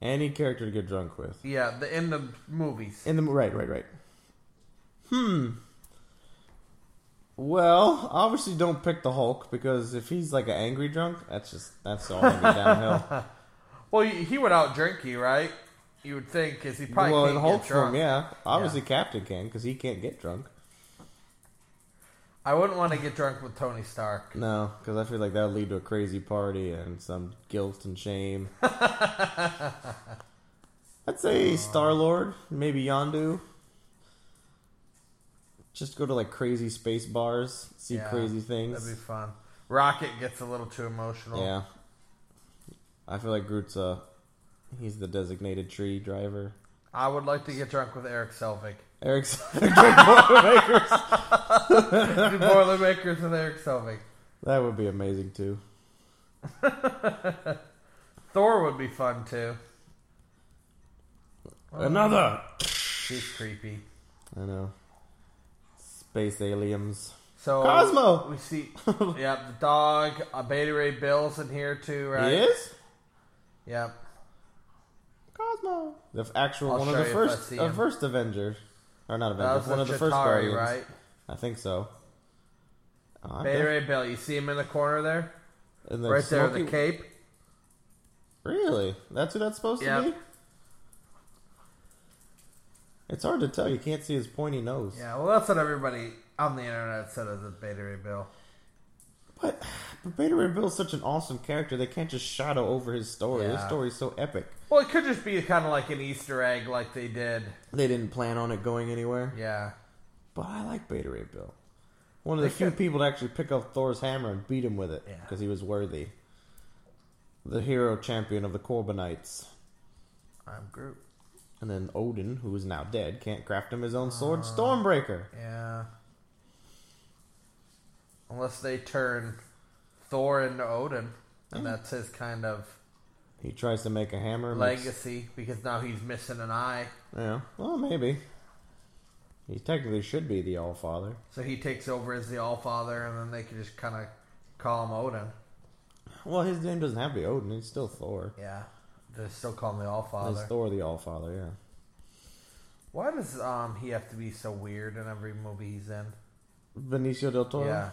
Speaker 3: Any character to get drunk with.
Speaker 2: yeah, the, in the movies.
Speaker 3: In the right, right, right. Hmm. Well, obviously, don't pick the Hulk because if he's like an angry drunk, that's just that's all gonna be downhill.
Speaker 2: Well, he, he would outdrink you, right? You would think, because he probably
Speaker 3: well, in
Speaker 2: can't
Speaker 3: Hulk
Speaker 2: get drunk.
Speaker 3: form, yeah. Obviously,
Speaker 2: Yeah.
Speaker 3: Captain can because he can't get drunk.
Speaker 2: I wouldn't want to get drunk with Tony Stark.
Speaker 3: No, because I feel like that would lead to a crazy party and some guilt and shame. I'd say Star Lord, maybe Yondu. Just go to like crazy space bars, see
Speaker 2: Yeah,
Speaker 3: crazy things.
Speaker 2: That'd be fun. Rocket gets a little too emotional.
Speaker 3: Yeah. I feel like Groot's a He's the designated tree driver.
Speaker 2: I would like to get drunk with Eric Selvig.
Speaker 3: Eric's
Speaker 2: Do Boilermakers with Eric Selvig.
Speaker 3: that would be amazing too.
Speaker 2: Thor would be fun too.
Speaker 3: Another.
Speaker 2: She's creepy.
Speaker 3: I know. Space aliens.
Speaker 2: So
Speaker 3: Cosmo!
Speaker 2: we see. yep, the dog. Uh, Beta Ray Bill's in here too, right?
Speaker 3: He is
Speaker 2: Yep.
Speaker 3: Cosmo. The f- actual
Speaker 2: I'll
Speaker 3: one of
Speaker 2: show
Speaker 3: the
Speaker 2: you if I
Speaker 3: first,
Speaker 2: see
Speaker 3: uh,
Speaker 2: him.
Speaker 3: first Avenger, or not
Speaker 2: That
Speaker 3: Avengers.
Speaker 2: was
Speaker 3: One
Speaker 2: a
Speaker 3: of the first
Speaker 2: Chitauri,
Speaker 3: Guardians,
Speaker 2: right?
Speaker 3: I think so. Oh, I
Speaker 2: Beta
Speaker 3: guess-
Speaker 2: Ray Bill. You see him in the corner there,
Speaker 3: and then
Speaker 2: right there, with
Speaker 3: Smokey-
Speaker 2: the cape.
Speaker 3: Really? That's who that's supposed
Speaker 2: Yep.
Speaker 3: to be? It's hard to tell. You can't see his pointy nose.
Speaker 2: Yeah, well, that's what everybody on the internet said is a Beta Ray Bill.
Speaker 3: But, but Beta Ray Bill's such an awesome character. They can't just shadow over his story. His
Speaker 2: Yeah.
Speaker 3: story's so epic.
Speaker 2: Well, it could just be kind of like an Easter egg, like they did.
Speaker 3: They didn't plan on it going anywhere.
Speaker 2: Yeah.
Speaker 3: But I like Beta Ray Bill. One of the few people to actually pick up Thor's hammer and beat him with it
Speaker 2: Yeah.
Speaker 3: because he was worthy. The hero champion of the Corbinites.
Speaker 2: I'm Groot.
Speaker 3: And then Odin, who is now dead, can't craft him his own sword,
Speaker 2: Uh.
Speaker 3: Stormbreaker.
Speaker 2: Yeah. Unless they turn Thor into Odin, and that's his kind of
Speaker 3: He tries to make a hammer. makes-
Speaker 2: legacy because now he's missing an eye.
Speaker 3: Yeah. Well, maybe. He technically should be the All Father.
Speaker 2: So he takes over as the All Father, and then they can just kind of call him Odin.
Speaker 3: Well, his name doesn't have to be Odin. He's still Thor.
Speaker 2: Yeah, they still call him the All
Speaker 3: He's
Speaker 2: Father.
Speaker 3: Thor the All Father. Yeah.
Speaker 2: Why does um he have to be so weird in every movie he's in?
Speaker 3: Benicio del Toro.
Speaker 2: Yeah,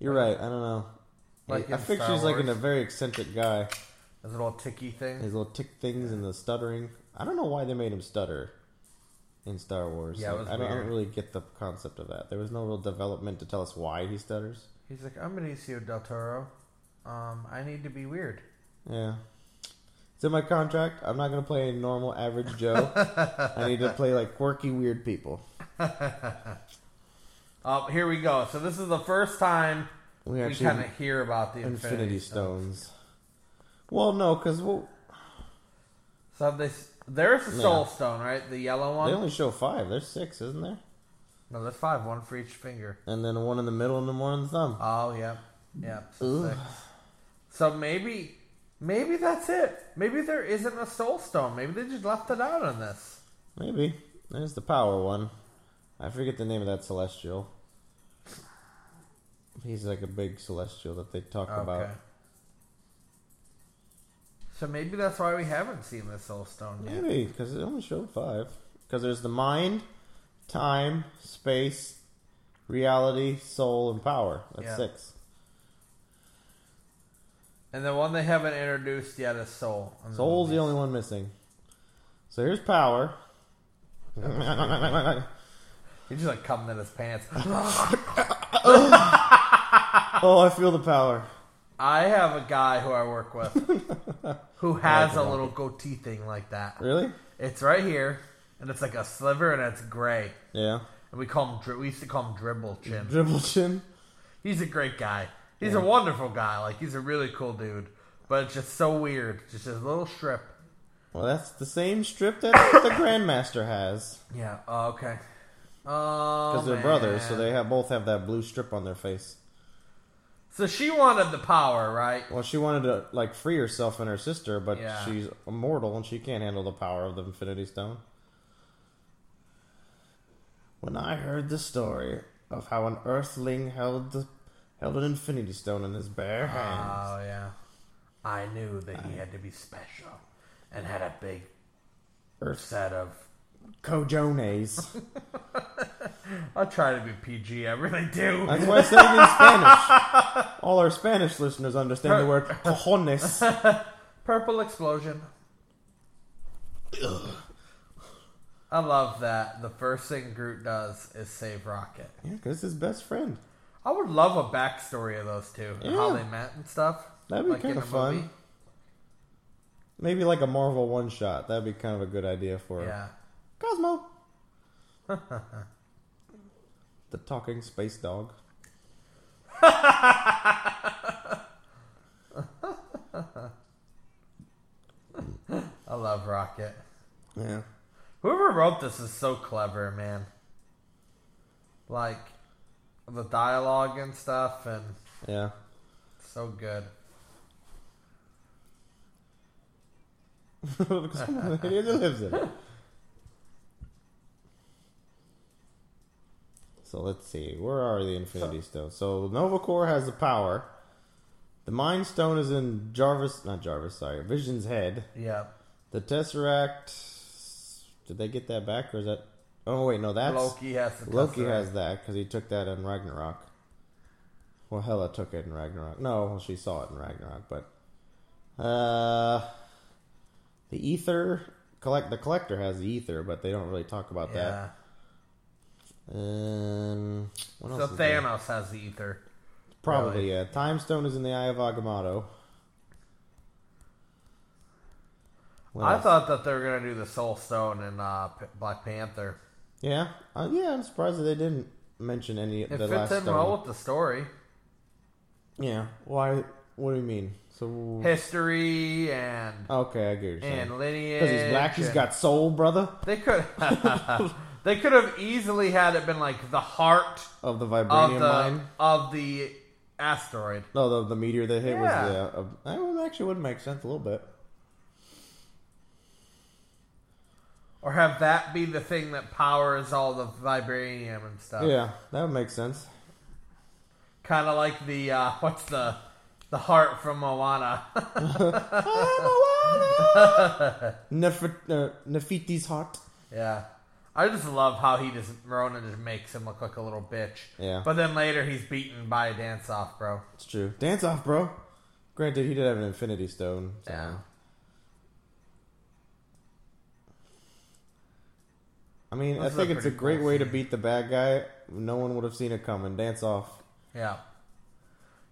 Speaker 3: You're right. I don't know.
Speaker 2: Like
Speaker 3: I
Speaker 2: in
Speaker 3: picture
Speaker 2: Star
Speaker 3: he's like
Speaker 2: Wars.
Speaker 3: in a very eccentric guy.
Speaker 2: his little ticky thing.
Speaker 3: His little tick things and the stuttering. I don't know why they made him stutter in Star Wars.
Speaker 2: Yeah, it
Speaker 3: Like,
Speaker 2: was
Speaker 3: I, don't, I don't
Speaker 2: weird.
Speaker 3: really get the concept of that. There was no real development to tell us why he stutters.
Speaker 2: He's like, I'm Benicio del Toro. Um, I need to be weird.
Speaker 3: Yeah. It's in my contract. I'm not going to play a normal average Joe. I need to play like quirky, weird people.
Speaker 2: Uh, here we go. So this is the first time
Speaker 3: We
Speaker 2: we
Speaker 3: actually
Speaker 2: kind of hear about the
Speaker 3: Infinity,
Speaker 2: Infinity, Stone.
Speaker 3: Stones. Well, no, because well,
Speaker 2: So they, s- there's the
Speaker 3: Yeah.
Speaker 2: Soul Stone, right? The yellow
Speaker 3: they
Speaker 2: one.
Speaker 3: only show five. There's six, isn't there?
Speaker 2: No, there's five, one for each finger.
Speaker 3: And then one in the middle and then one on the thumb.
Speaker 2: Oh, yeah, yeah. So,
Speaker 3: Ooh.
Speaker 2: six. so maybe, maybe that's it. Maybe there isn't a Soul Stone. Maybe they just left it out on this.
Speaker 3: Maybe there's the power one. I forget the name of that celestial. He's like a big celestial that they talk
Speaker 2: Okay.
Speaker 3: about.
Speaker 2: So maybe that's why we haven't seen the Soul Stone yet.
Speaker 3: Maybe because it only showed five. Because there's the mind, time, space, reality, soul, and power. That's
Speaker 2: Yeah.
Speaker 3: six.
Speaker 2: And the one they haven't introduced yet is Soul. And
Speaker 3: Soul's the only one missing. So here's power.
Speaker 2: He just like coming in his pants.
Speaker 3: Oh, I feel the power.
Speaker 2: I have a guy who I work with who has a little goatee thing like that.
Speaker 3: Really?
Speaker 2: It's right here, and it's like a sliver, and it's gray.
Speaker 3: Yeah.
Speaker 2: And we call him. Dri- we used to call him Dribble Chin.
Speaker 3: Dribble chin.
Speaker 2: He's a great guy. He's a wonderful guy. Like he's a really cool dude. But it's just so weird. Just his little strip.
Speaker 3: Well, that's the same strip that the Grandmaster has.
Speaker 2: Yeah. Oh, okay. Oh, Because
Speaker 3: Because they're brothers, so they have, both have that blue strip on their face.
Speaker 2: So she wanted the power, right?
Speaker 3: Well, she wanted to, like, free herself and her sister, but
Speaker 2: Yeah.
Speaker 3: she's immortal and she can't handle the power of the Infinity Stone. When I heard the story of how an Earthling held the, held an Infinity Stone in his bare hand,
Speaker 2: Oh yeah. I knew that he had to be special, and had a big
Speaker 3: Earth
Speaker 2: set of.
Speaker 3: Cojones.
Speaker 2: I'll try to be PG. I really do.
Speaker 3: That's why I said it in Spanish. All our Spanish listeners understand the word cojones.
Speaker 2: Purple explosion. I love that. The first thing Groot does is save Rocket.
Speaker 3: Yeah, because his best friend.
Speaker 2: I would love a backstory of those two, and how
Speaker 3: Yeah.
Speaker 2: they met and stuff.
Speaker 3: That'd be
Speaker 2: in
Speaker 3: kinda
Speaker 2: a
Speaker 3: fun.
Speaker 2: movie.
Speaker 3: Maybe like a Marvel one shot. That'd be kind of a good idea for
Speaker 2: Yeah.
Speaker 3: Cosmo. the talking space dog.
Speaker 2: I love Rocket.
Speaker 3: Yeah.
Speaker 2: Whoever wrote this is so clever, man. Like the dialogue and stuff, and
Speaker 3: Yeah.
Speaker 2: so good.
Speaker 3: because I'm an idiot that lives in it. So let's see. Where are the Infinity Stones? So Nova Corps has the power. The Mind Stone is in Jarvis, not Jarvis, sorry, Vision's head.
Speaker 2: Yep.
Speaker 3: The Tesseract. Did they get that back, or is that? Oh wait, no, that's
Speaker 2: Loki has the
Speaker 3: Loki
Speaker 2: Tesseract.
Speaker 3: has that because he took that in Ragnarok. Well, Hela took it in Ragnarok. No, well, she saw it in Ragnarok, but uh, the ether collect the collector has the ether, but they don't really talk about
Speaker 2: Yeah.
Speaker 3: that. Um, what
Speaker 2: So
Speaker 3: else is there?
Speaker 2: Thanos has the ether.
Speaker 3: probably
Speaker 2: really.
Speaker 3: yeah. Time stone is in the eye of Agamotto. What
Speaker 2: I
Speaker 3: else?
Speaker 2: thought that they were gonna do the Soul Stone in uh, P- Black Panther.
Speaker 3: yeah, uh, yeah. I'm surprised that they didn't mention any of
Speaker 2: It
Speaker 3: the
Speaker 2: fits
Speaker 3: last
Speaker 2: in
Speaker 3: stone.
Speaker 2: well with the story,
Speaker 3: Yeah. Why? What do you mean? So
Speaker 2: history, and
Speaker 3: okay, I get what you're saying.
Speaker 2: and lineage.
Speaker 3: Because he's black, he's
Speaker 2: and-
Speaker 3: got soul, brother,
Speaker 2: They could. they could have easily had it been like the heart
Speaker 3: of the
Speaker 2: of
Speaker 3: vibranium
Speaker 2: the
Speaker 3: mine.
Speaker 2: of the asteroid.
Speaker 3: No, the, the meteor that hit
Speaker 2: Yeah.
Speaker 3: was the. Uh, that would actually would make sense a little bit.
Speaker 2: Or have that be the thing that powers all the vibranium and stuff.
Speaker 3: Yeah, that would make sense.
Speaker 2: Kind of like the, uh, what's the, the heart from Moana.
Speaker 3: Nefert, uh, Nefertiti's heart.
Speaker 2: yeah. I just love how he just, Ronan just makes him look like a little bitch.
Speaker 3: Yeah.
Speaker 2: But then later he's beaten by a dance off, bro.
Speaker 3: It's true. Dance off, bro. Granted, he did have an infinity stone. So.
Speaker 2: Yeah.
Speaker 3: I mean,
Speaker 2: Those
Speaker 3: I
Speaker 2: are
Speaker 3: think it's a
Speaker 2: pretty
Speaker 3: great
Speaker 2: cool
Speaker 3: way to
Speaker 2: scenes.
Speaker 3: beat the bad guy. No one would have seen it coming. Dance off.
Speaker 2: Yeah.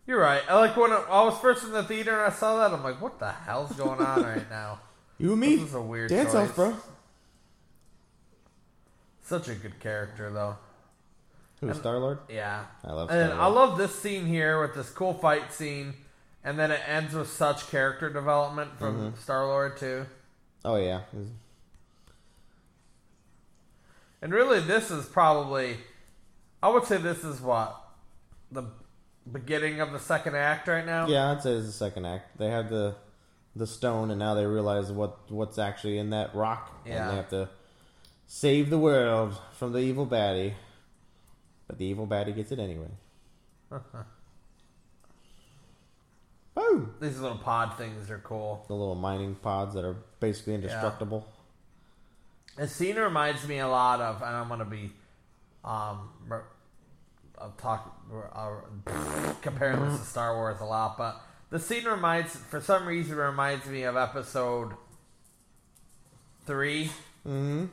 Speaker 2: You're right. I like when I, I was first in the theater and I saw that, I'm like, what the hell's going on right now?
Speaker 3: You and me.
Speaker 2: This is a weird
Speaker 3: Dance
Speaker 2: choice.
Speaker 3: off, bro.
Speaker 2: Such a good character, though. Um,
Speaker 3: Who, Star Lord?
Speaker 2: Yeah.
Speaker 3: I love
Speaker 2: And
Speaker 3: Star
Speaker 2: I
Speaker 3: Lord.
Speaker 2: love this scene here with this cool fight scene, and then it ends with such character development from
Speaker 3: Mm-hmm.
Speaker 2: Star Lord too.
Speaker 3: Oh, yeah.
Speaker 2: And really, this is probably, I would say, this is what the beginning of the second act right now.
Speaker 3: Yeah, I'd say it's the second act. They have the the stone, and now they realize what what's actually in that rock,
Speaker 2: Yeah.
Speaker 3: and they have to save the world from the evil baddie. But the evil baddie gets it anyway. oh,
Speaker 2: These little pod things are cool.
Speaker 3: the little mining pods that are basically indestructible.
Speaker 2: This scene reminds me a lot of, and I'm gonna be, um, re- I'm talking uh, comparing this to Star Wars a lot, but the scene reminds, for some reason, reminds me of Episode Three, mm-hmm.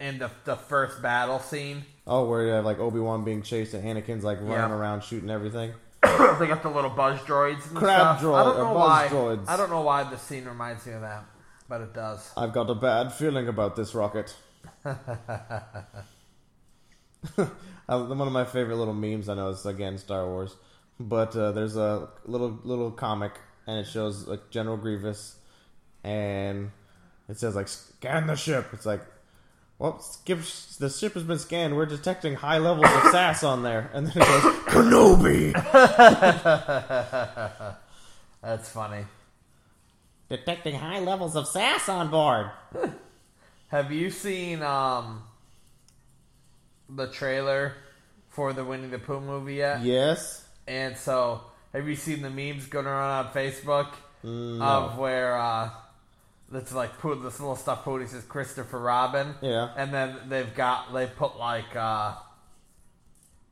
Speaker 2: and the the first battle scene.
Speaker 3: Oh, where you have like Obi Wan being chased and Anakin's like running
Speaker 2: Yeah.
Speaker 3: around shooting everything.
Speaker 2: they got the little buzz droids. And
Speaker 3: Crab
Speaker 2: stuff.
Speaker 3: droid-
Speaker 2: I don't
Speaker 3: or
Speaker 2: know
Speaker 3: buzz
Speaker 2: why.
Speaker 3: droids.
Speaker 2: I don't know why the scene reminds me of that, but it does.
Speaker 3: I've got a bad feeling about this rocket. Uh, One of my favorite little memes I know is again Star Wars, but uh, there's a little little comic and it shows like General Grievous, and it says like scan the ship. It's like, well, skip, the ship has been scanned. We're detecting high levels of sass on there, and then it goes Kenobi
Speaker 2: That's funny.
Speaker 3: detecting high levels of sass on board.
Speaker 2: Have you seen um the trailer for the Winnie the Pooh movie yet?
Speaker 3: Yes,
Speaker 2: And so, have you seen the memes going around on Facebook of where uh that's like Pooh, this little stuffed Pooh, and he says Christopher Robin.
Speaker 3: Yeah.
Speaker 2: And then they've got they put like uh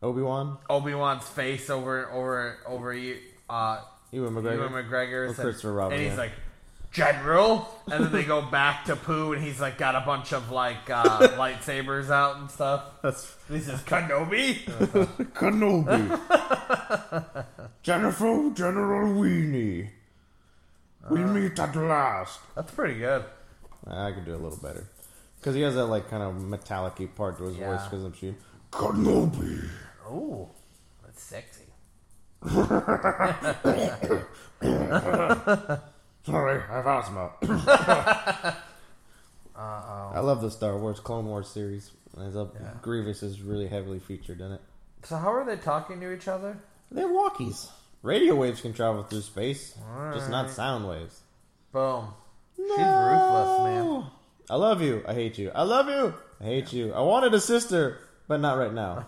Speaker 3: Obi Wan,
Speaker 2: Obi Wan's face over over over you. Uh,
Speaker 3: Ewan McGregor.
Speaker 2: Ewan McGregor's
Speaker 3: Or
Speaker 2: and-
Speaker 3: Christopher Robin,
Speaker 2: and he's
Speaker 3: yeah.
Speaker 2: like general and then they go back to Pooh and he's like got a bunch of like uh, lightsabers out and stuff
Speaker 3: That's
Speaker 2: and he says Kenobi
Speaker 3: Kenobi. Jennifer General Weenie. We meet at last.
Speaker 2: that's pretty good
Speaker 3: Uh-huh. I could do a little better. Because he has that, like, kind of metallic part to his
Speaker 2: Yeah.
Speaker 3: voice because I'm shooting. Kenobi.
Speaker 2: ooh that's sexy
Speaker 3: Sorry, I have asthma. I love the Star Wars Clone Wars series. As up, Grievous is really heavily featured in it.
Speaker 2: So how are they talking to each other?
Speaker 3: They're walkies. Radio waves can travel through space, just not sound waves.
Speaker 2: Boom. She's ruthless, man.
Speaker 3: No. I love you. I hate you. I love you. I hate you. I wanted a sister, but not right now.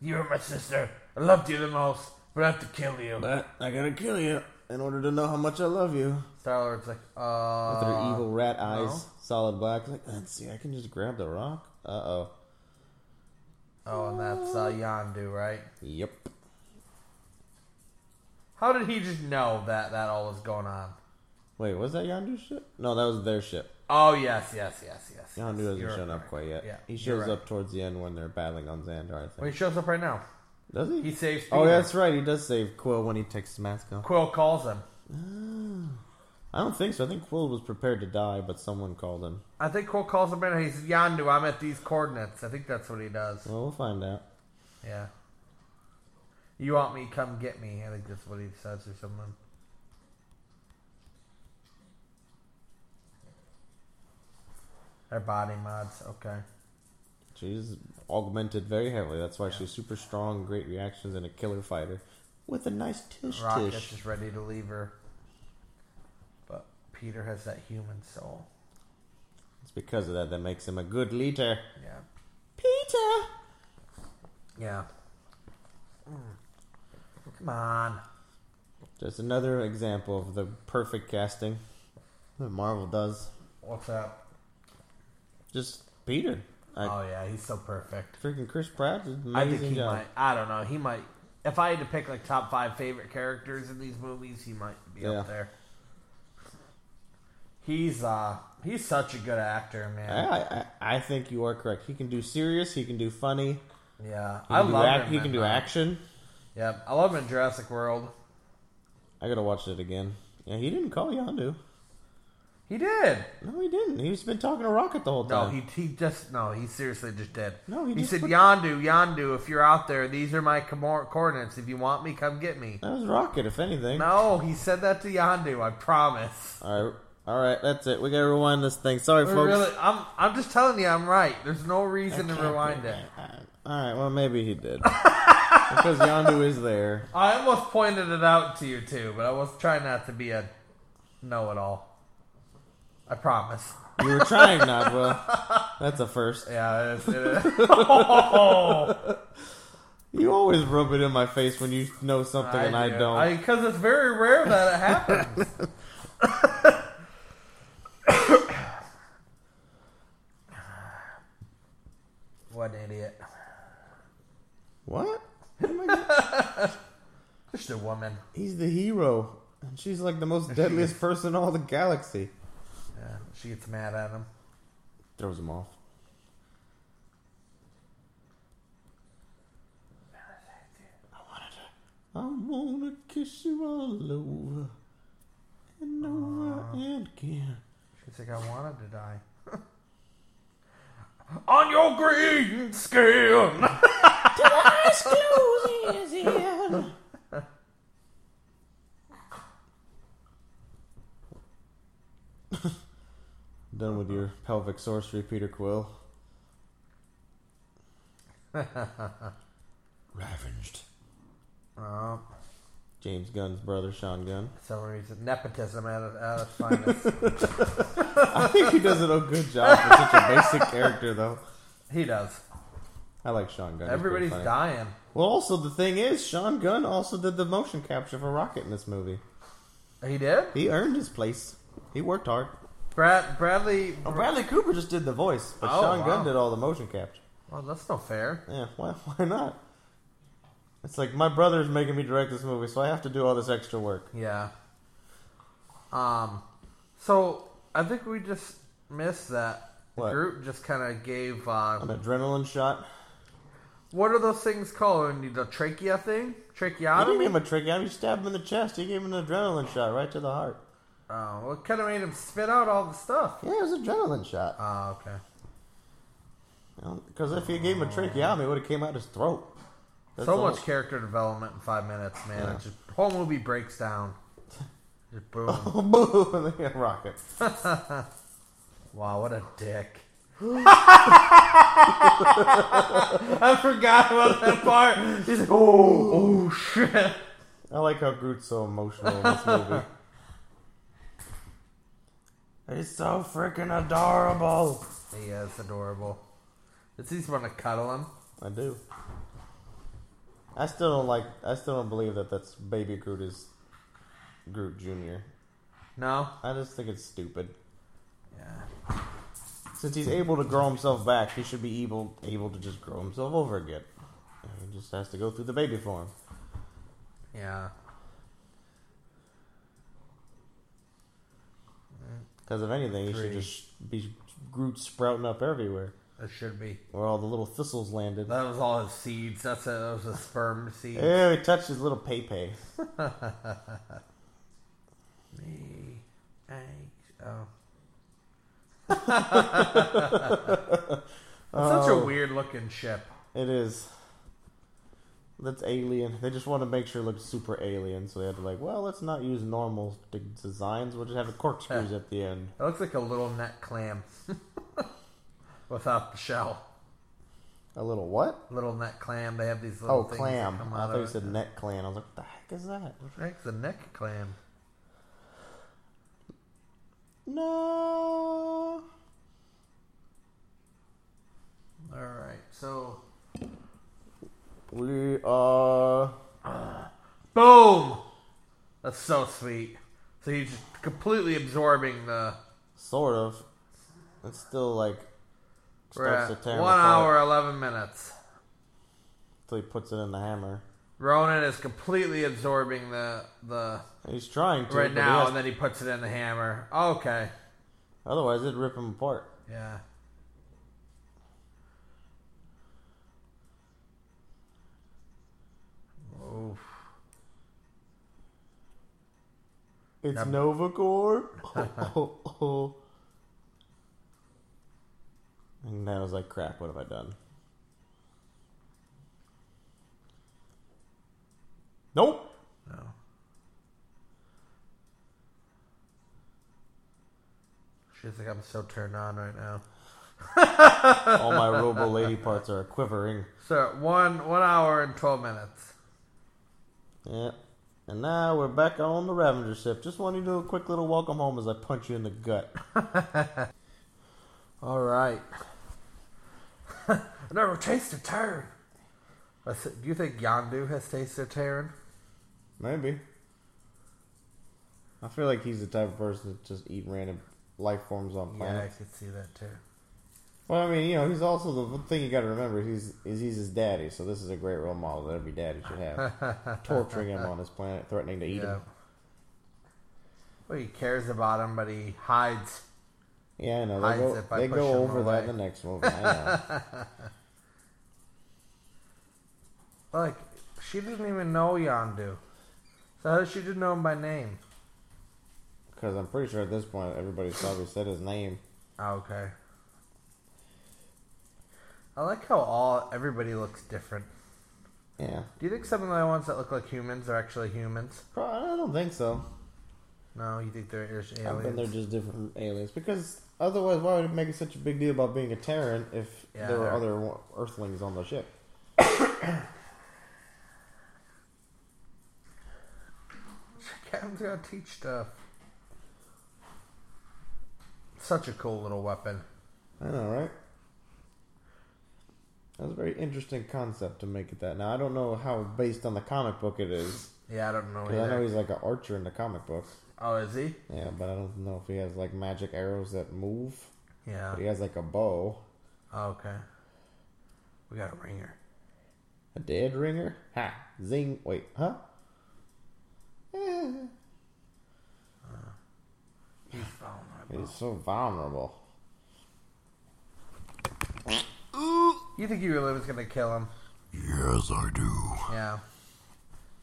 Speaker 2: You were my sister. I loved you the most, but I have to kill you.
Speaker 3: but I gotta kill you in order to know how much I love you.
Speaker 2: Star Lord's like,
Speaker 3: With her
Speaker 2: uh,
Speaker 3: evil rat eyes,
Speaker 2: no.
Speaker 3: solid black. Like, let's see, I can just grab the rock. Uh oh.
Speaker 2: oh, and that's uh, Yondu, right?
Speaker 3: Yep.
Speaker 2: How did he just know that that all was going on?
Speaker 3: Wait, was that Yondu's ship? No, that was their ship.
Speaker 2: Oh yes, yes, yes, yes. yes.
Speaker 3: Yondu hasn't
Speaker 2: You're
Speaker 3: shown up
Speaker 2: right.
Speaker 3: quite yet.
Speaker 2: Yeah,
Speaker 3: he
Speaker 2: you're
Speaker 3: shows
Speaker 2: right.
Speaker 3: up towards the end when they're battling on Xandar, I think.
Speaker 2: Well, he shows up right now.
Speaker 3: Does he?
Speaker 2: He saves.
Speaker 3: Oh,
Speaker 2: Peter.
Speaker 3: yeah, that's right. He does save Quill when he takes his mask off.
Speaker 2: Quill calls him.
Speaker 3: I don't think so. I think Quill was prepared to die, but someone called him.
Speaker 2: I think Quill calls him in. and He's Yondu. I'm at these coordinates. I think that's what he does.
Speaker 3: Well, we'll find out.
Speaker 2: Yeah. You want me? Come get me. I think that's what he says or something. They're body mods. Okay.
Speaker 3: She's augmented very heavily. That's why she's super strong, great reactions, and a killer fighter with a nice tish
Speaker 2: Rocket
Speaker 3: tish.
Speaker 2: is ready to leave her, but Peter has that human soul.
Speaker 3: It's because of that that makes him a good leader.
Speaker 2: Yeah.
Speaker 3: Peter.
Speaker 2: Yeah. Mm. Come on.
Speaker 3: Just another example of the perfect casting that Marvel does.
Speaker 2: What's up?
Speaker 3: Just Peter. I,
Speaker 2: oh yeah, he's so perfect.
Speaker 3: Freaking Chris Pratt did an
Speaker 2: I think
Speaker 3: amazing
Speaker 2: he
Speaker 3: job.
Speaker 2: might. I don't know. He might. If I had to pick like top five favorite characters in these movies, he might be
Speaker 3: Yeah.
Speaker 2: up there. He's uh he's such a good actor, man.
Speaker 3: I, I, I think you are correct. He can do serious. He can do funny. He
Speaker 2: Yeah,
Speaker 3: can
Speaker 2: I
Speaker 3: do
Speaker 2: love
Speaker 3: ac-
Speaker 2: him.
Speaker 3: He
Speaker 2: in,
Speaker 3: can do
Speaker 2: uh,
Speaker 3: action.
Speaker 2: Yeah, I love him in Jurassic World.
Speaker 3: I gotta watch it again. Yeah, he didn't call Yondu.
Speaker 2: He did.
Speaker 3: No, he didn't. He's been talking to Rocket the whole
Speaker 2: No,
Speaker 3: time.
Speaker 2: he he just no. He seriously just did.
Speaker 3: No, he just
Speaker 2: said
Speaker 3: put-
Speaker 2: Yandu, Yandu. If you're out there, these are my comor- coordinates. If you want me, come get me.
Speaker 3: That was Rocket, if anything.
Speaker 2: No, he said that to Yandu. I promise.
Speaker 3: All right, all right, that's it. We gotta rewind this thing. Sorry,
Speaker 2: We're
Speaker 3: folks.
Speaker 2: really, I'm I'm just telling you, I'm right. There's no reason to
Speaker 3: Can't
Speaker 2: rewind
Speaker 3: be-
Speaker 2: it.
Speaker 3: All right, well maybe he did because Yondu is there.
Speaker 2: I almost pointed it out to you too, but I was trying not to be a know-it-all. I promise.
Speaker 3: You were trying not. Well, that's a first.
Speaker 2: Yeah, it is, it is.
Speaker 3: You always rub it in my face when you know something and I don't.
Speaker 2: Because it's very rare that it happens. what an idiot.
Speaker 3: What? Oh my God.
Speaker 2: Just a woman.
Speaker 3: He's the hero, and she's like the most deadliest person in all the galaxy.
Speaker 2: Yeah, she gets mad at him.
Speaker 3: Throws him off. I wanna kiss you all over and over and again.
Speaker 2: She's like, I wanted to die. On your green skin!
Speaker 3: Done with your pelvic sorcery, Peter Quill. Ravaged.
Speaker 2: Oh,
Speaker 3: James Gunn's brother, Sean Gunn.
Speaker 2: that's the only reason. Nepotism at, it- at its finest.
Speaker 3: I think he does a good job for such a basic character, though.
Speaker 2: he does.
Speaker 3: I like Sean Gunn. He's pretty
Speaker 2: Everybody's
Speaker 3: funny.
Speaker 2: dying.
Speaker 3: Well, also the thing is, Sean Gunn also did the motion capture for Rocket in this movie.
Speaker 2: He did?
Speaker 3: He earned his place. He worked hard.
Speaker 2: Brad, Bradley.
Speaker 3: Oh, Bradley Cooper just did the voice, but
Speaker 2: Oh,
Speaker 3: Sean
Speaker 2: wow.
Speaker 3: Gunn did all the motion capture.
Speaker 2: Well, that's no fair.
Speaker 3: Yeah, why, why not? It's like my brother's making me direct this movie, so I have to do all this extra work.
Speaker 2: Yeah. Um, so I think we just missed that. The
Speaker 3: What?
Speaker 2: group just kind of gave. Uh,
Speaker 3: An adrenaline shot.
Speaker 2: what are those things called? When you- The trachea
Speaker 3: I
Speaker 2: thing?
Speaker 3: didn't
Speaker 2: Tracheotomy?
Speaker 3: give him a trick. You stabbed him in the chest. He gave him an adrenaline shot right to the heart.
Speaker 2: Oh, well, it kind of made him spit out all the stuff.
Speaker 3: Yeah, it was an adrenaline shot.
Speaker 2: Oh, okay.
Speaker 3: Because if he gave him a tracheotomy, it would have came out his throat. That's
Speaker 2: so
Speaker 3: the
Speaker 2: much
Speaker 3: whole-
Speaker 2: character development in five minutes, man.
Speaker 3: Yeah.
Speaker 2: It's just whole movie breaks down. Just boom.
Speaker 3: Boom! And then a rocket.
Speaker 2: Wow, what a dick.
Speaker 3: I forgot about that part.
Speaker 2: He's like, oh, oh shit.
Speaker 3: I like how Groot's so emotional in this movie. He's so freaking adorable.
Speaker 2: He is adorable. Does he want to cuddle him?
Speaker 3: I do. I still don't like. I still don't believe that that's Baby Groot is Groot Junior.
Speaker 2: No.
Speaker 3: I just think it's stupid.
Speaker 2: Yeah.
Speaker 3: Since he's able to grow himself back, he should be able able to just grow himself over again. And he just has to go through the baby form.
Speaker 2: Yeah.
Speaker 3: Because if anything, he should
Speaker 2: Agreed.
Speaker 3: just be Groot sprouting up everywhere,
Speaker 2: That should be.
Speaker 3: where all the little thistles landed.
Speaker 2: That was all his seeds. That's a, that was a sperm seed.
Speaker 3: Yeah, he touched his little Pepe.
Speaker 2: Me. Eggs. Oh. That's such
Speaker 3: Oh.
Speaker 2: a weird looking ship.
Speaker 3: It is. That's alien. They just want to make sure it looks super alien, so they had to like, well, let's not use normal d- designs. We'll just have the corkscrews at the end.
Speaker 2: It looks like a little net clam without the shell.
Speaker 3: A little what?
Speaker 2: Little net clam. They have these little
Speaker 3: Oh,
Speaker 2: things
Speaker 3: clam.
Speaker 2: That come
Speaker 3: I
Speaker 2: out
Speaker 3: thought you
Speaker 2: of
Speaker 3: said
Speaker 2: it.
Speaker 3: net clam. I was like, what the heck is that?
Speaker 2: I think it's a neck clam.
Speaker 3: No.
Speaker 2: All right. So
Speaker 3: We are.
Speaker 2: boom. That's so sweet. So he's just completely absorbing the.
Speaker 3: Sort of. It's still like.
Speaker 2: We're
Speaker 3: Starts
Speaker 2: at
Speaker 3: to tear him
Speaker 2: one
Speaker 3: apart
Speaker 2: hour eleven minutes.
Speaker 3: Until he puts it in the hammer.
Speaker 2: Ronan is completely absorbing the the
Speaker 3: He's trying to.
Speaker 2: right
Speaker 3: but he
Speaker 2: now,
Speaker 3: has-
Speaker 2: and then he puts it in the hammer. Okay.
Speaker 3: Otherwise, it'd rip him apart.
Speaker 2: Yeah. Oof.
Speaker 3: It's
Speaker 2: Yep.
Speaker 3: Novacorp. oh, oh, oh. And then I was like, crap, what have I done? Nope.
Speaker 2: No. She's like, I'm so turned on right now.
Speaker 3: All my robo lady parts are quivering.
Speaker 2: So one one hour and twelve minutes.
Speaker 3: Yep. And now we're back on the Ravenger ship. Just want you to do a quick little welcome home as I punch you in the gut.
Speaker 2: All right. I never tasted Terran. I said, Do you think Yandu has tasted Terran?
Speaker 3: Maybe. I feel like he's the type of person to just eat random life forms on
Speaker 2: Yeah, I
Speaker 3: planets.
Speaker 2: could see that too.
Speaker 3: Well, I mean, you know, he's also the one thing you got to remember. He's is he's his daddy, so this is a great role model that every daddy should have. Torturing him on this planet, threatening to eat
Speaker 2: Yeah.
Speaker 3: him.
Speaker 2: Well, he cares about him, but he hides.
Speaker 3: Yeah, I know. They
Speaker 2: Hides
Speaker 3: go,
Speaker 2: it by
Speaker 3: they
Speaker 2: pushing
Speaker 3: go
Speaker 2: him
Speaker 3: over that in
Speaker 2: away.
Speaker 3: the next movie. I know.
Speaker 2: Like, she didn't even know Yandu. So how does she just know him by name?
Speaker 3: Because I'm pretty sure at this point everybody's probably said his name.
Speaker 2: Oh, okay. I like how all everybody looks different.
Speaker 3: Yeah,
Speaker 2: Do you think some of the ones that look like humans are actually humans?
Speaker 3: Pro- I don't think so.
Speaker 2: No, you think they're just
Speaker 3: I think they're
Speaker 2: aliens?
Speaker 3: just different aliens. Because otherwise, why would it make such a big deal about being a Terran if
Speaker 2: Yeah,
Speaker 3: there were
Speaker 2: they're-
Speaker 3: other Earthlings on the ship?
Speaker 2: Captain's gonna teach stuff. Such a cool little weapon.
Speaker 3: I know, right? That was a very interesting concept to make it that. Now I don't know how based on the comic book it is.
Speaker 2: Yeah, I don't know
Speaker 3: 'cause I know
Speaker 2: either.
Speaker 3: he's like an archer in the comic book.
Speaker 2: Oh, is he?
Speaker 3: Yeah, but I don't know if he has like magic arrows that move.
Speaker 2: Yeah.
Speaker 3: But he has like a bow,
Speaker 2: Oh, okay. We got a ringer.
Speaker 3: a dead ringer. Ha! Zing! Wait, huh? Eh,
Speaker 2: He's vulnerable.
Speaker 3: He's so vulnerable.
Speaker 2: You think Ulib was gonna kill him?
Speaker 5: Yes, I do.
Speaker 2: Yeah.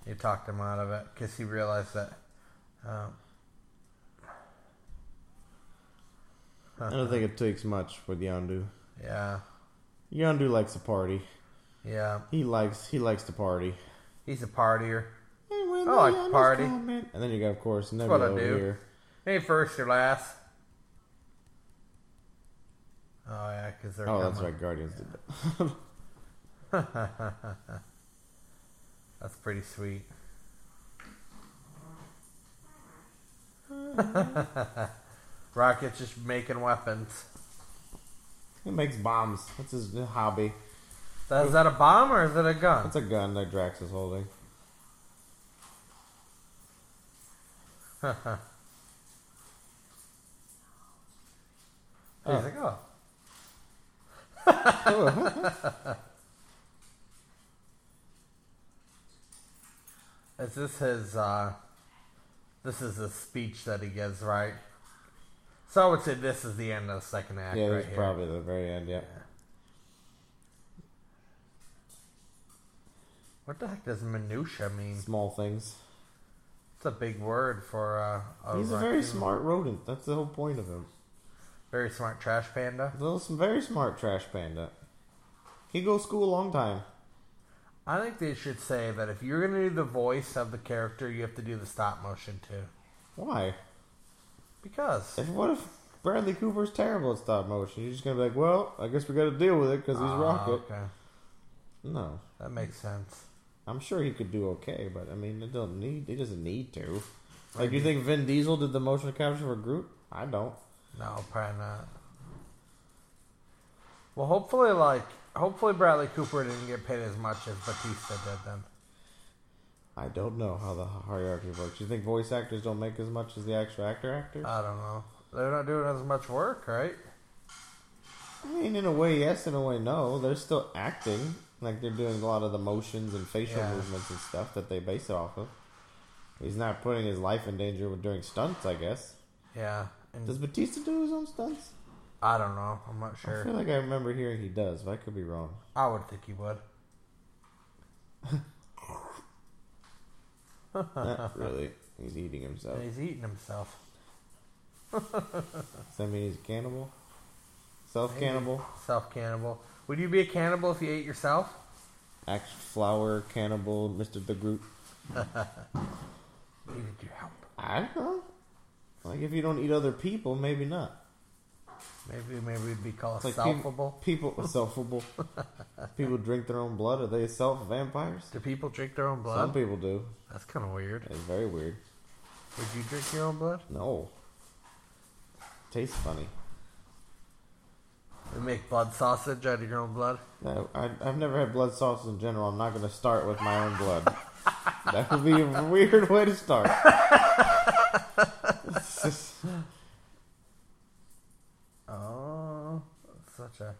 Speaker 2: He talked him out of it because he realized that. Um,
Speaker 3: I don't think it takes much with Yondu.
Speaker 2: yeah.
Speaker 3: Yondu likes to party.
Speaker 2: Yeah.
Speaker 3: He likes he likes to party.
Speaker 2: He's a partier.
Speaker 3: And when
Speaker 2: I like to party.
Speaker 3: comment. And then you got, of course, never
Speaker 2: what I
Speaker 3: over
Speaker 2: do.
Speaker 3: here.
Speaker 2: Hey, first or last. Oh yeah, because they're
Speaker 3: Oh,
Speaker 2: coming.
Speaker 3: that's right. Guardians did that.
Speaker 2: That's pretty sweet. Rocket's just making weapons.
Speaker 3: He makes bombs. That's his hobby.
Speaker 2: That- Is that a bomb or is it a gun?
Speaker 3: That's a gun that Drax is holding.
Speaker 2: He's like, oh, is this his? uh This is the speech that he gives, right? So I would say this is the end of the second act,
Speaker 3: yeah,
Speaker 2: right
Speaker 3: that's
Speaker 2: here.
Speaker 3: probably the very end. Yeah.
Speaker 2: What the heck does minutia mean?
Speaker 3: Small things.
Speaker 2: It's a big word for uh, a
Speaker 3: He's a very
Speaker 2: raccoon.
Speaker 3: smart rodent. That's the whole point of him.
Speaker 2: very smart trash panda.
Speaker 3: He's a little- very smart trash panda. He goes school a long time.
Speaker 2: I think they should say that if you're going to do the voice of the character, you have to do the stop motion too.
Speaker 3: Why?
Speaker 2: Because
Speaker 3: If, what if Bradley Cooper's terrible at stop motion? You're just gonna be like, well, I guess we got to deal with it because he's
Speaker 2: Ah,
Speaker 3: Rocket.
Speaker 2: Okay,
Speaker 3: No,
Speaker 2: that makes sense.
Speaker 3: I'm sure he could do okay, but I mean, it don't need. He doesn't need to. Like, you think Vin Diesel did the motion capture for Groot? I don't.
Speaker 2: No, probably not. Well, hopefully, like hopefully Bradley Cooper didn't get paid as much as Batista did then.
Speaker 3: I don't know how the hierarchy works. You think voice actors don't make as much as the actual actor actors?
Speaker 2: I don't know. They're not doing as much work, right?
Speaker 3: I mean, in a way, yes. In a way, no. They're still acting. Like they're doing a lot of the motions and facial
Speaker 2: Yeah.
Speaker 3: movements and stuff that they base it off of. He's not putting his life in danger with doing stunts, I guess.
Speaker 2: Yeah, and
Speaker 3: Does Batista do his own stunts?
Speaker 2: I don't know. I'm not
Speaker 3: I
Speaker 2: sure.
Speaker 3: feel like I remember hearing he does, but I could be wrong.
Speaker 2: I would think he would.
Speaker 3: Not really. He's eating himself.
Speaker 2: And he's eating himself.
Speaker 3: Does that mean he's a cannibal? Self cannibal?
Speaker 2: Self cannibal. Would you be a cannibal if you ate yourself?
Speaker 3: Axe flower cannibal, Mr. The Groot?
Speaker 2: Needed your help.
Speaker 3: I don't know. Like if you don't eat other people, maybe not.
Speaker 2: Maybe maybe we'd be called
Speaker 3: It's like
Speaker 2: selfable.
Speaker 3: People, people selfable. people drink their own blood. Are they self vampires?
Speaker 2: Do people drink their own
Speaker 3: Some
Speaker 2: blood?
Speaker 3: people do.
Speaker 2: That's kind of weird.
Speaker 3: It's very weird.
Speaker 2: Would you drink your own blood?
Speaker 3: No. Tastes funny.
Speaker 2: They make blood sausage out of your own blood.
Speaker 3: No, I, I've never had blood sauces in general. I'm not going to start with my own blood. that would be a weird way to start. It's just-
Speaker 2: Oh, such a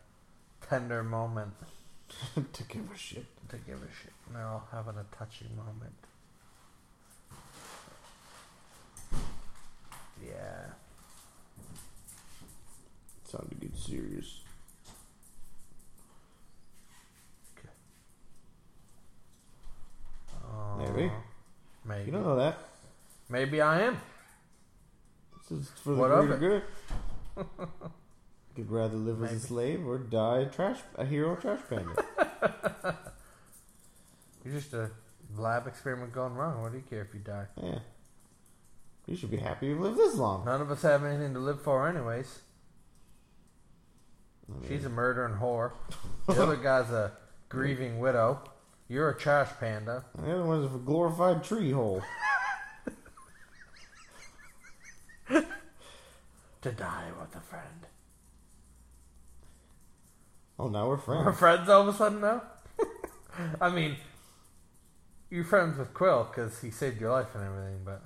Speaker 2: tender moment
Speaker 3: to give a shit.
Speaker 2: to give a shit. They're all having a touching moment. Yeah.
Speaker 3: Time to get serious.
Speaker 2: Okay. Oh,
Speaker 3: Maybe.
Speaker 2: Maybe.
Speaker 3: You don't know that.
Speaker 2: Maybe I am.
Speaker 3: This is for the
Speaker 2: What of
Speaker 3: greater
Speaker 2: it?
Speaker 3: good. Could rather live as
Speaker 2: Maybe.
Speaker 3: a slave or die a trash a hero trash bandit.
Speaker 2: You're just a lab experiment gone wrong. What do you care if you die?
Speaker 3: yeah. You should be happy you've lived this long.
Speaker 2: None of us have anything to live for, anyways.
Speaker 3: I mean,
Speaker 2: She's a murdering whore. The other guy's a grieving widow. You're a trash panda.
Speaker 3: the other one's a glorified tree hole.
Speaker 2: To die with a friend.
Speaker 3: Oh, now we're
Speaker 2: Her
Speaker 3: friends.
Speaker 2: friends all of a sudden now? I mean, you're friends with Quill because he saved your life and everything, but.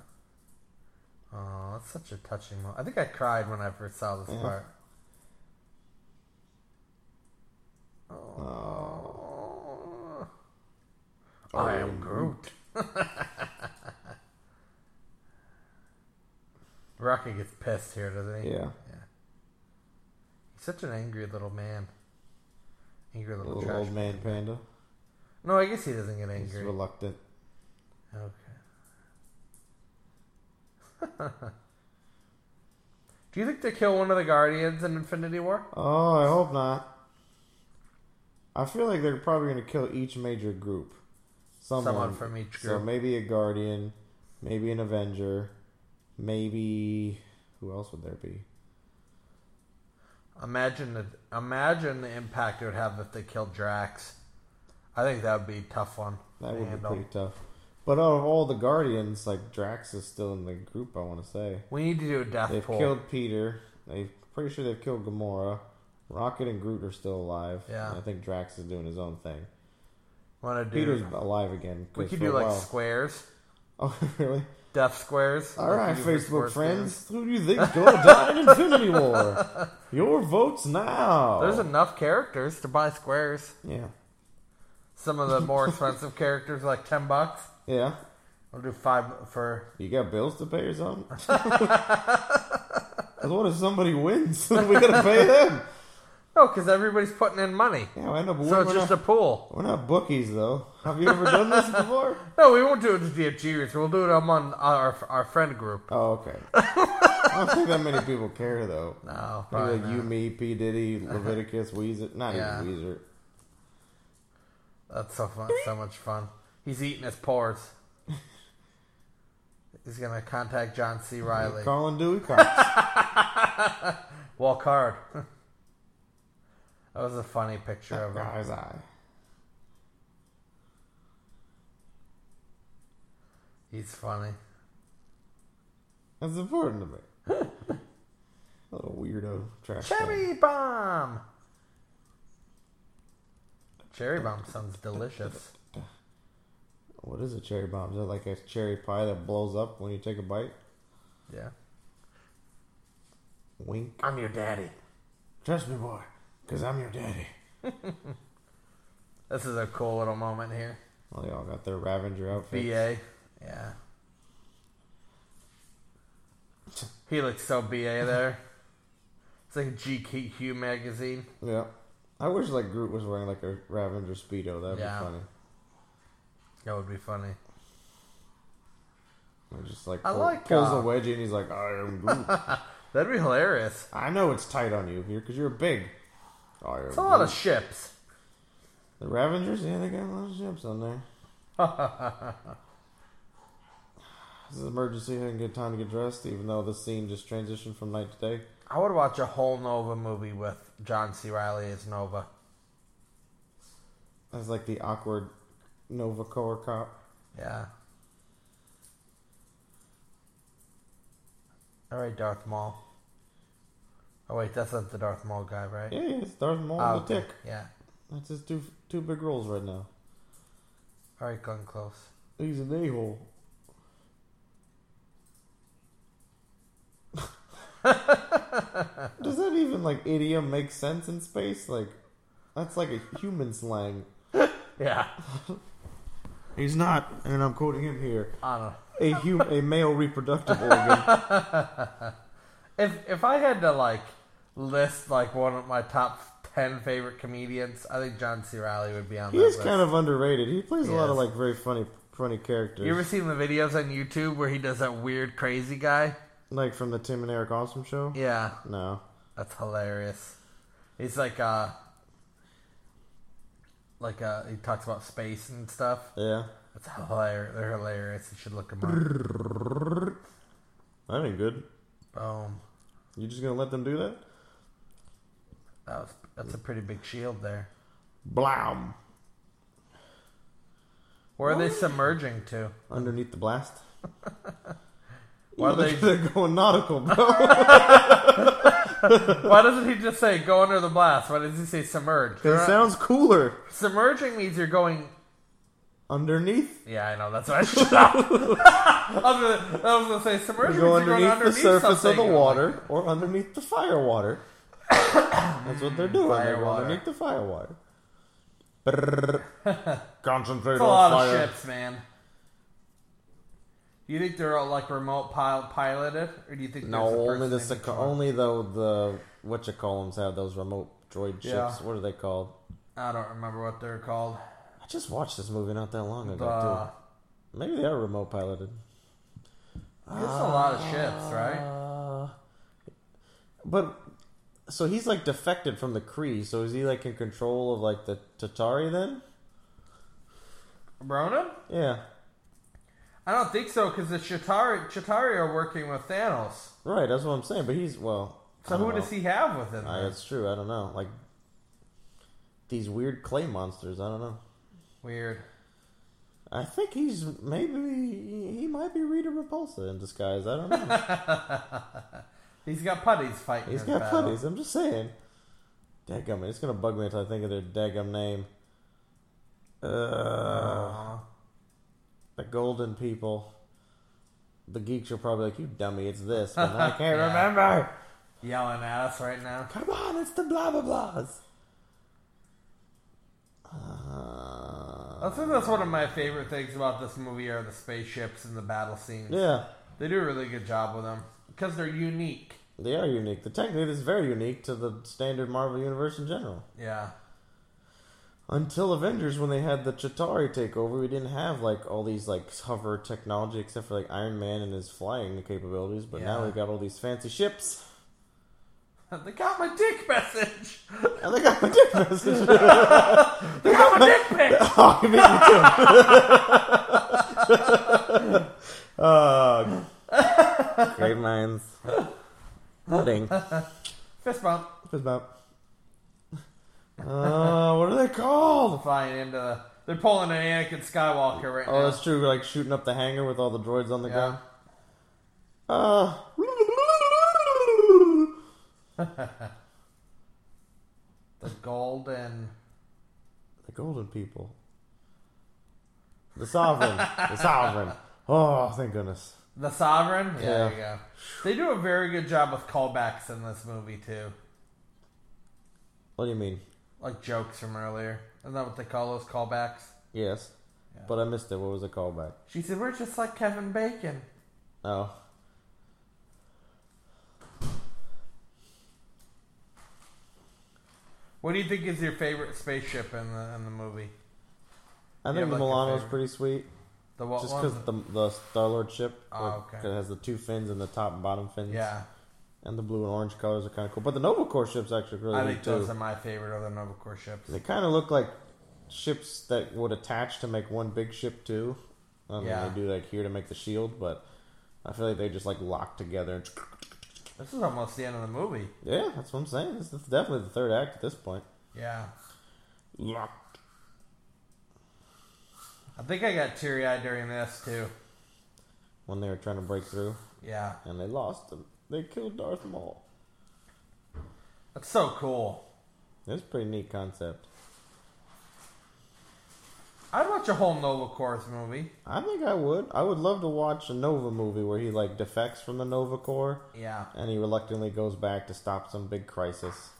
Speaker 2: Oh, that's such a touching moment. I think I cried when I first saw this
Speaker 3: Yeah.
Speaker 2: part.
Speaker 3: Oh,
Speaker 2: Oh. I am Groot. Rocket gets pissed here, doesn't he?
Speaker 3: yeah.
Speaker 2: He's such an angry little man. Angry little,
Speaker 3: Little
Speaker 2: trash
Speaker 3: old man
Speaker 2: man.
Speaker 3: panda.
Speaker 2: No, I guess he doesn't get
Speaker 3: He's
Speaker 2: angry.
Speaker 3: reluctant.
Speaker 2: Okay. Do you think they kill one of the Guardians in Infinity War?
Speaker 3: Oh, I hope not. I feel like they're probably going to kill each major group. someone,
Speaker 2: Someone from each
Speaker 3: So
Speaker 2: group.
Speaker 3: maybe a guardian, maybe an Avenger, maybe who else would there be?
Speaker 2: Imagine the imagine the impact it would have if they killed Drax. I think that would be a tough one.
Speaker 3: That
Speaker 2: to
Speaker 3: would be
Speaker 2: handle.
Speaker 3: pretty tough. But out of all the guardians, like Drax is still in the group. I want to say
Speaker 2: We need to do a death
Speaker 3: they've
Speaker 2: pool.
Speaker 3: killed Peter. They pretty sure they've killed Gamora. Rocket and Groot are still alive.
Speaker 2: Yeah.
Speaker 3: And I think Drax is doing his own thing.
Speaker 2: Want to do?
Speaker 3: Peter's alive again.
Speaker 2: we
Speaker 3: 'cause
Speaker 2: could
Speaker 3: for a
Speaker 2: do like
Speaker 3: while-
Speaker 2: squares,
Speaker 3: Oh really?
Speaker 2: death squares.
Speaker 3: All
Speaker 2: Like
Speaker 3: right,
Speaker 2: we do for
Speaker 3: Facebook
Speaker 2: sports games.
Speaker 3: friends, who do you think's going to die in Infinity War? Your votes now.
Speaker 2: There's enough characters to buy squares.
Speaker 3: yeah,
Speaker 2: Some of the more expensive characters, like ten bucks,
Speaker 3: yeah.
Speaker 2: we'll do five for.
Speaker 3: You got bills to pay or something? 'Cause what if somebody wins? we gotta pay them.
Speaker 2: Oh, because everybody's putting in money,
Speaker 3: Yeah, we end up
Speaker 2: so
Speaker 3: winning.
Speaker 2: it's
Speaker 3: We're,
Speaker 2: just
Speaker 3: not,
Speaker 2: a pool.
Speaker 3: we're not bookies though. Have you ever done this before?
Speaker 2: No, we won't do it to DFGers. We'll do it among our our friend group.
Speaker 3: Oh, okay. I don't think that many people care though.
Speaker 2: No,
Speaker 3: Maybe
Speaker 2: probably
Speaker 3: like you,
Speaker 2: not.
Speaker 3: me, P Diddy, Leviticus, Weezer. Not
Speaker 2: Yeah.
Speaker 3: even Weezer.
Speaker 2: That's so fun, so much fun. He's eating his pores. He's gonna contact John C. Riley.
Speaker 3: Colin Dewey Cox.
Speaker 2: Walk hard. that was a funny picture of him.
Speaker 3: Guy's eye.
Speaker 2: He's funny.
Speaker 3: That's important to me. A little weirdo trash. can.
Speaker 2: Cherry bomb. Cherry bomb sounds delicious.
Speaker 3: What is a cherry bomb? Is it like a cherry pie that blows up when you take a bite?
Speaker 2: Yeah.
Speaker 3: Wink.
Speaker 6: I'm your daddy.
Speaker 3: Trust me, boy, because I'm your daddy.
Speaker 2: This is a cool little moment here.
Speaker 3: Well, they all got their Ravager outfit.
Speaker 2: BA. Yeah. He looks so BA there. It's like a GQ magazine.
Speaker 3: Yeah. I wish like Groot was wearing like a Ravager speedo. That'd
Speaker 2: Yeah.
Speaker 3: be funny.
Speaker 2: That would be funny.
Speaker 3: Or just like
Speaker 2: I
Speaker 3: pull-
Speaker 2: like,
Speaker 3: pulls
Speaker 2: uh,
Speaker 3: a wedgie and he's like, I am Groot.
Speaker 2: That'd be hilarious.
Speaker 3: I know it's tight on you because you're big. I am
Speaker 2: It's a lot
Speaker 3: Groot.
Speaker 2: of ships.
Speaker 3: the Ravengers. Yeah, they got a lot of ships on there. this is an emergency. I didn't get time to get dressed, even though the scene just transitioned from night to day.
Speaker 2: I would watch a whole Nova movie with John C. Riley as Nova.
Speaker 3: That's like the awkward Nova Corps cop.
Speaker 2: Yeah. All right, Darth Maul. Oh wait, that's not the Darth Maul guy, right?
Speaker 3: Yeah, yeah, it's Darth Maul
Speaker 2: Oh,
Speaker 3: and the
Speaker 2: okay.
Speaker 3: Tick.
Speaker 2: Yeah.
Speaker 3: That's his two two big roles right now.
Speaker 2: All right, going close.
Speaker 3: He's an a hole. Does that even like idiom make sense in space? Like, that's like a human slang.
Speaker 2: Yeah.
Speaker 3: He's not, and I'm quoting him here.
Speaker 2: I don't know.
Speaker 3: A hum- a male reproductive organ.
Speaker 2: If if I had to like list like one of my top ten favorite comedians, I think John C. Riley would be on. that
Speaker 3: He's
Speaker 2: list.
Speaker 3: kind of underrated. He plays a lot of
Speaker 2: Yes.
Speaker 3: like very funny funny characters.
Speaker 2: You ever seen the videos on YouTube where he does that weird crazy guy?
Speaker 3: like from the Tim and Eric Awesome show?
Speaker 2: Yeah,
Speaker 3: No.
Speaker 2: that's hilarious. He's like uh like uh he talks about space and stuff.
Speaker 3: Yeah.
Speaker 2: That's hilarious. They're hilarious. You should look them up.
Speaker 3: That ain't good.
Speaker 2: Boom.
Speaker 3: You just gonna let them do that?
Speaker 2: That was that's a pretty big shield there.
Speaker 3: Blown
Speaker 2: Where are they submerging to?
Speaker 3: Underneath the blast.
Speaker 2: Why are
Speaker 3: Look,
Speaker 2: they?
Speaker 3: They're going nautical, bro.
Speaker 2: Why doesn't he just say go under the blast? Why does he say submerge? They're
Speaker 3: it
Speaker 2: not-
Speaker 3: sounds cooler.
Speaker 2: submerging means you're going.
Speaker 3: Underneath.
Speaker 2: Yeah, I know. That's what I should. I was gonna, I was gonna say submerging
Speaker 3: You go
Speaker 2: means you're going
Speaker 3: underneath,
Speaker 2: underneath
Speaker 3: the surface of
Speaker 2: something.
Speaker 3: the
Speaker 2: I'm like,
Speaker 3: water or underneath the fire water. That's what they're doing.
Speaker 2: Fire
Speaker 3: they're going
Speaker 2: water.
Speaker 3: underneath the fire water. Brrrr. Concentrate
Speaker 2: That's a lot
Speaker 3: on
Speaker 2: of
Speaker 3: fire.
Speaker 2: ships, man. Do you think they're all like remote pil- piloted, or do you think
Speaker 3: No,
Speaker 2: there's a
Speaker 3: only
Speaker 2: person
Speaker 3: the
Speaker 2: in
Speaker 3: sec-
Speaker 2: control?
Speaker 3: only though the what you call them have those remote droid ships.
Speaker 2: Yeah.
Speaker 3: What are they called?
Speaker 2: I don't remember what they're called.
Speaker 3: I just watched this movie not that long ago.
Speaker 2: Uh,
Speaker 3: too. Maybe they are remote piloted.
Speaker 2: there's a lot of ships, right?
Speaker 3: Uh, but so he's like defected from the Kree. So is he like in control of like the Tatari then?
Speaker 2: Ronan?
Speaker 3: Yeah,
Speaker 2: I don't think so because the Chitari, Chitari are working with Thanos.
Speaker 3: right. That's what I'm saying. But he's well.
Speaker 2: So
Speaker 3: I don't
Speaker 2: who
Speaker 3: know.
Speaker 2: does he have with him?
Speaker 3: I,
Speaker 2: then?
Speaker 3: it's true. I don't know. Like these weird clay monsters. I don't know.
Speaker 2: Weird.
Speaker 3: I think he's maybe he might be Rita Repulsa in disguise. I don't know.
Speaker 2: He's got putties fighting.
Speaker 3: He's
Speaker 2: in
Speaker 3: got
Speaker 2: battle.
Speaker 3: putties. I'm just saying. Dadgum, it's gonna bug me until I think of their dadgum name. Uh,
Speaker 2: Aw.
Speaker 3: the golden people. The geeks are probably like, "You dummy, it's this," but I can't
Speaker 2: Yeah.
Speaker 3: remember.
Speaker 2: Yelling at us right now.
Speaker 3: Come on, it's the blah blah blahs. Uh,
Speaker 2: I think that's one of my favorite things about this movie are the spaceships and the battle scenes.
Speaker 3: yeah,
Speaker 2: They do a really good job with them because they're unique.
Speaker 3: they are unique. The technically, this is very unique to the standard Marvel universe in general.
Speaker 2: Yeah.
Speaker 3: Until Avengers, when they had the Chitari takeover, we didn't have like all these like hover technology except for like Iron Man and his flying capabilities. But now
Speaker 2: Yeah.
Speaker 3: we've got all these fancy ships.
Speaker 2: They got my dick message.
Speaker 3: And they got my dick message.
Speaker 2: They got my dick pic.
Speaker 3: oh, you made me too. oh, great minds. Pudding.
Speaker 2: Fist bump.
Speaker 3: Fist bump. Uh, what are they called?
Speaker 2: Flying into the. They're pulling an Anakin Skywalker right
Speaker 3: Oh,
Speaker 2: now.
Speaker 3: that's true. We're like shooting up the hangar with all the droids on the
Speaker 2: Yeah.
Speaker 3: ground. Uh.
Speaker 2: The golden.
Speaker 3: The golden people. The sovereign. the sovereign. Oh, thank goodness.
Speaker 2: The Sovereign? Yeah,
Speaker 3: Yeah.
Speaker 2: there you go. They do a very good job with callbacks in this movie, too.
Speaker 3: What do you mean?
Speaker 2: Like jokes from earlier. Isn't that what they call those callbacks?
Speaker 3: Yes. But I missed it. What was the callback?
Speaker 2: She said, We're just like Kevin Bacon.
Speaker 3: Oh.
Speaker 2: What do you think is your favorite spaceship in the in the movie?
Speaker 3: I think
Speaker 2: You have,
Speaker 3: the
Speaker 2: like, a
Speaker 3: Milano's
Speaker 2: favorite?
Speaker 3: pretty sweet.
Speaker 2: The what
Speaker 3: Just
Speaker 2: one?
Speaker 3: because the, the Star Lord ship
Speaker 2: Oh,
Speaker 3: like,
Speaker 2: okay.
Speaker 3: it has the two fins and the top and bottom fins.
Speaker 2: yeah,
Speaker 3: And the blue and orange colors are kind of cool. But the Noble Corps ship's actually really
Speaker 2: I
Speaker 3: neat,
Speaker 2: think
Speaker 3: too.
Speaker 2: those are my favorite other Nova Corps ships.
Speaker 3: They kind of look like ships that would attach to make one big ship too. I mean,
Speaker 2: Yeah.
Speaker 3: they do like here to make the shield, but I feel like they just like lock together. And
Speaker 2: This is almost the end of the movie.
Speaker 3: yeah, that's what I'm saying. This is definitely the third act at this point.
Speaker 2: Yeah,
Speaker 3: Locked.
Speaker 2: I think I got teary eyed during this too.
Speaker 3: When they were trying to break through,
Speaker 2: Yeah,
Speaker 3: and they lost them. They killed Darth Maul.
Speaker 2: that's so cool.
Speaker 3: That's a pretty neat concept.
Speaker 2: I'd watch a whole Nova Corps movie.
Speaker 3: I think I would. I would love to watch a Nova movie where he like defects from the Nova Corps
Speaker 2: Yeah,
Speaker 3: and he reluctantly goes back to stop some big crisis.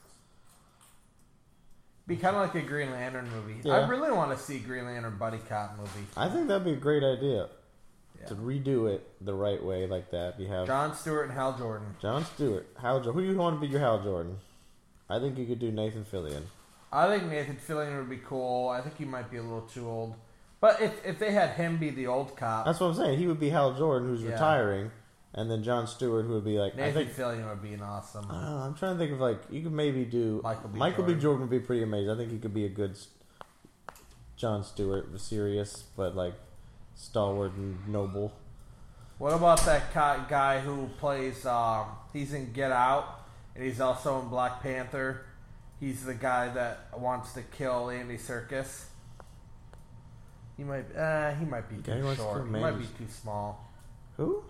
Speaker 2: be kind of like a Green Lantern movie. I
Speaker 3: Yeah.
Speaker 2: really want to see Green Lantern buddy cop movie.
Speaker 3: I think that'd be a great idea to
Speaker 2: Yeah.
Speaker 3: redo it the right way like that. You have John,
Speaker 2: John Stewart and Hal Jordan.
Speaker 3: Stewart, Hal. Jo- Who do you want to be your Hal Jordan? I think you could do Nathan Fillion.
Speaker 2: I think Nathan Fillion would be cool. I think he might be a little too old. But if, if they had him be the old cop,
Speaker 3: That's what I'm saying. He would be Hal Jordan, who's
Speaker 2: Yeah.
Speaker 3: retiring, and then John Stewart, who would be like, I
Speaker 2: Nathan
Speaker 3: think.
Speaker 2: Fillion would be an awesome.
Speaker 3: I don't know, I'm trying to think of like you could maybe do
Speaker 2: Michael
Speaker 3: B.
Speaker 2: B. Jordan.
Speaker 3: Jordan would be pretty amazing. I think he could be a good s- John Stewart, serious but like stalwart and noble.
Speaker 2: What about that co- guy who plays? Um, he's in Get Out, and he's also in Black Panther. He's the guy that wants to kill Andy Circus. He might, uh, he might be
Speaker 3: guy who
Speaker 2: too
Speaker 3: wants to
Speaker 2: short.
Speaker 3: kill
Speaker 2: He might be
Speaker 3: Mandy's-
Speaker 2: too small.
Speaker 3: Who?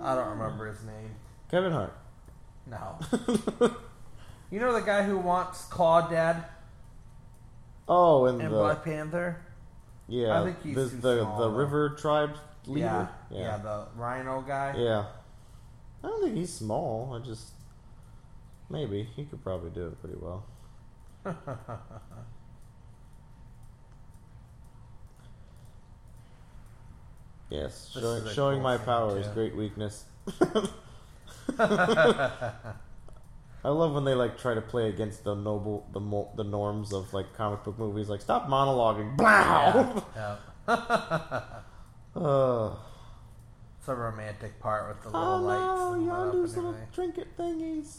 Speaker 2: I don't remember his name.
Speaker 3: Uh, Kevin Hart.
Speaker 2: No. you know the guy who wants Clawdad
Speaker 3: Oh, and,
Speaker 2: in
Speaker 3: the
Speaker 2: Black Panther?
Speaker 3: Yeah,
Speaker 2: I think he's
Speaker 3: the,
Speaker 2: too
Speaker 3: the,
Speaker 2: small,
Speaker 3: the
Speaker 2: though.
Speaker 3: river tribe
Speaker 2: Yeah.
Speaker 3: leader.
Speaker 2: yeah, the Rhino guy.
Speaker 3: Yeah. I don't think he's small. I just maybe he could probably do it pretty well. yes,
Speaker 2: This
Speaker 3: showing,
Speaker 2: is a
Speaker 3: showing
Speaker 2: cool
Speaker 3: my
Speaker 2: scene,
Speaker 3: power is
Speaker 2: too.
Speaker 3: great weakness. I love when they like try to play against the noble the mo- the norms of like comic book movies. Like stop monologuing, blow.
Speaker 2: Yeah.
Speaker 3: Uh,
Speaker 2: It's a romantic part with the little lights.
Speaker 3: oh
Speaker 2: and
Speaker 3: no,
Speaker 2: lit up and
Speaker 3: Yondu's little
Speaker 2: everything.
Speaker 3: trinket thingies.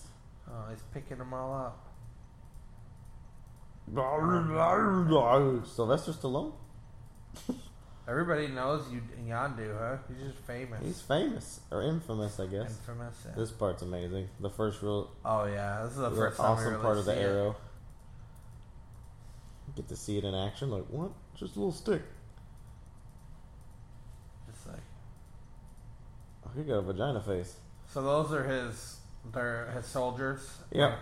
Speaker 2: Oh, he's picking them all up.
Speaker 3: Sylvester Stallone?
Speaker 2: Everybody knows you, Yondu, huh? He's just famous.
Speaker 3: He's famous or infamous, I guess.
Speaker 2: infamous. yeah.
Speaker 3: This part's amazing. The first real,
Speaker 2: oh yeah, this is the
Speaker 3: real
Speaker 2: first time we
Speaker 3: awesome
Speaker 2: really
Speaker 3: part of the
Speaker 2: see it.
Speaker 3: arrow. Get to see it in action. Like what? Just a little stick.
Speaker 2: Just like-
Speaker 3: Oh, he got a vagina face.
Speaker 2: so those are his, they're his soldiers.
Speaker 3: Yeah,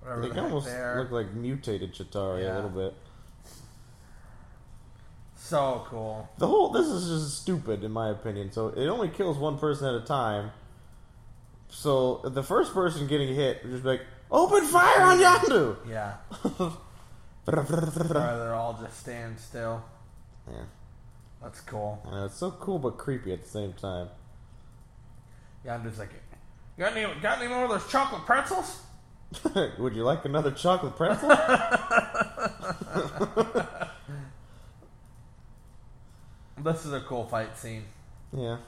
Speaker 2: Whatever
Speaker 3: they
Speaker 2: the
Speaker 3: can
Speaker 2: heck
Speaker 3: almost
Speaker 2: they are.
Speaker 3: look like mutated Chitari
Speaker 2: Yeah.
Speaker 3: a little bit.
Speaker 2: so cool.
Speaker 3: The whole this is just stupid in my opinion. So it only kills one person at a time. So the first person getting hit, just be like open fire on Yandu.
Speaker 2: Yeah.
Speaker 3: yeah,
Speaker 2: Or they're all just stand still. That's cool.
Speaker 3: I know Uh, it's so cool but creepy at the same time.
Speaker 2: Yondu's like, got any, got any more of those chocolate pretzels?
Speaker 3: Would you like another chocolate pretzel?
Speaker 2: This is a cool fight scene.
Speaker 3: yeah.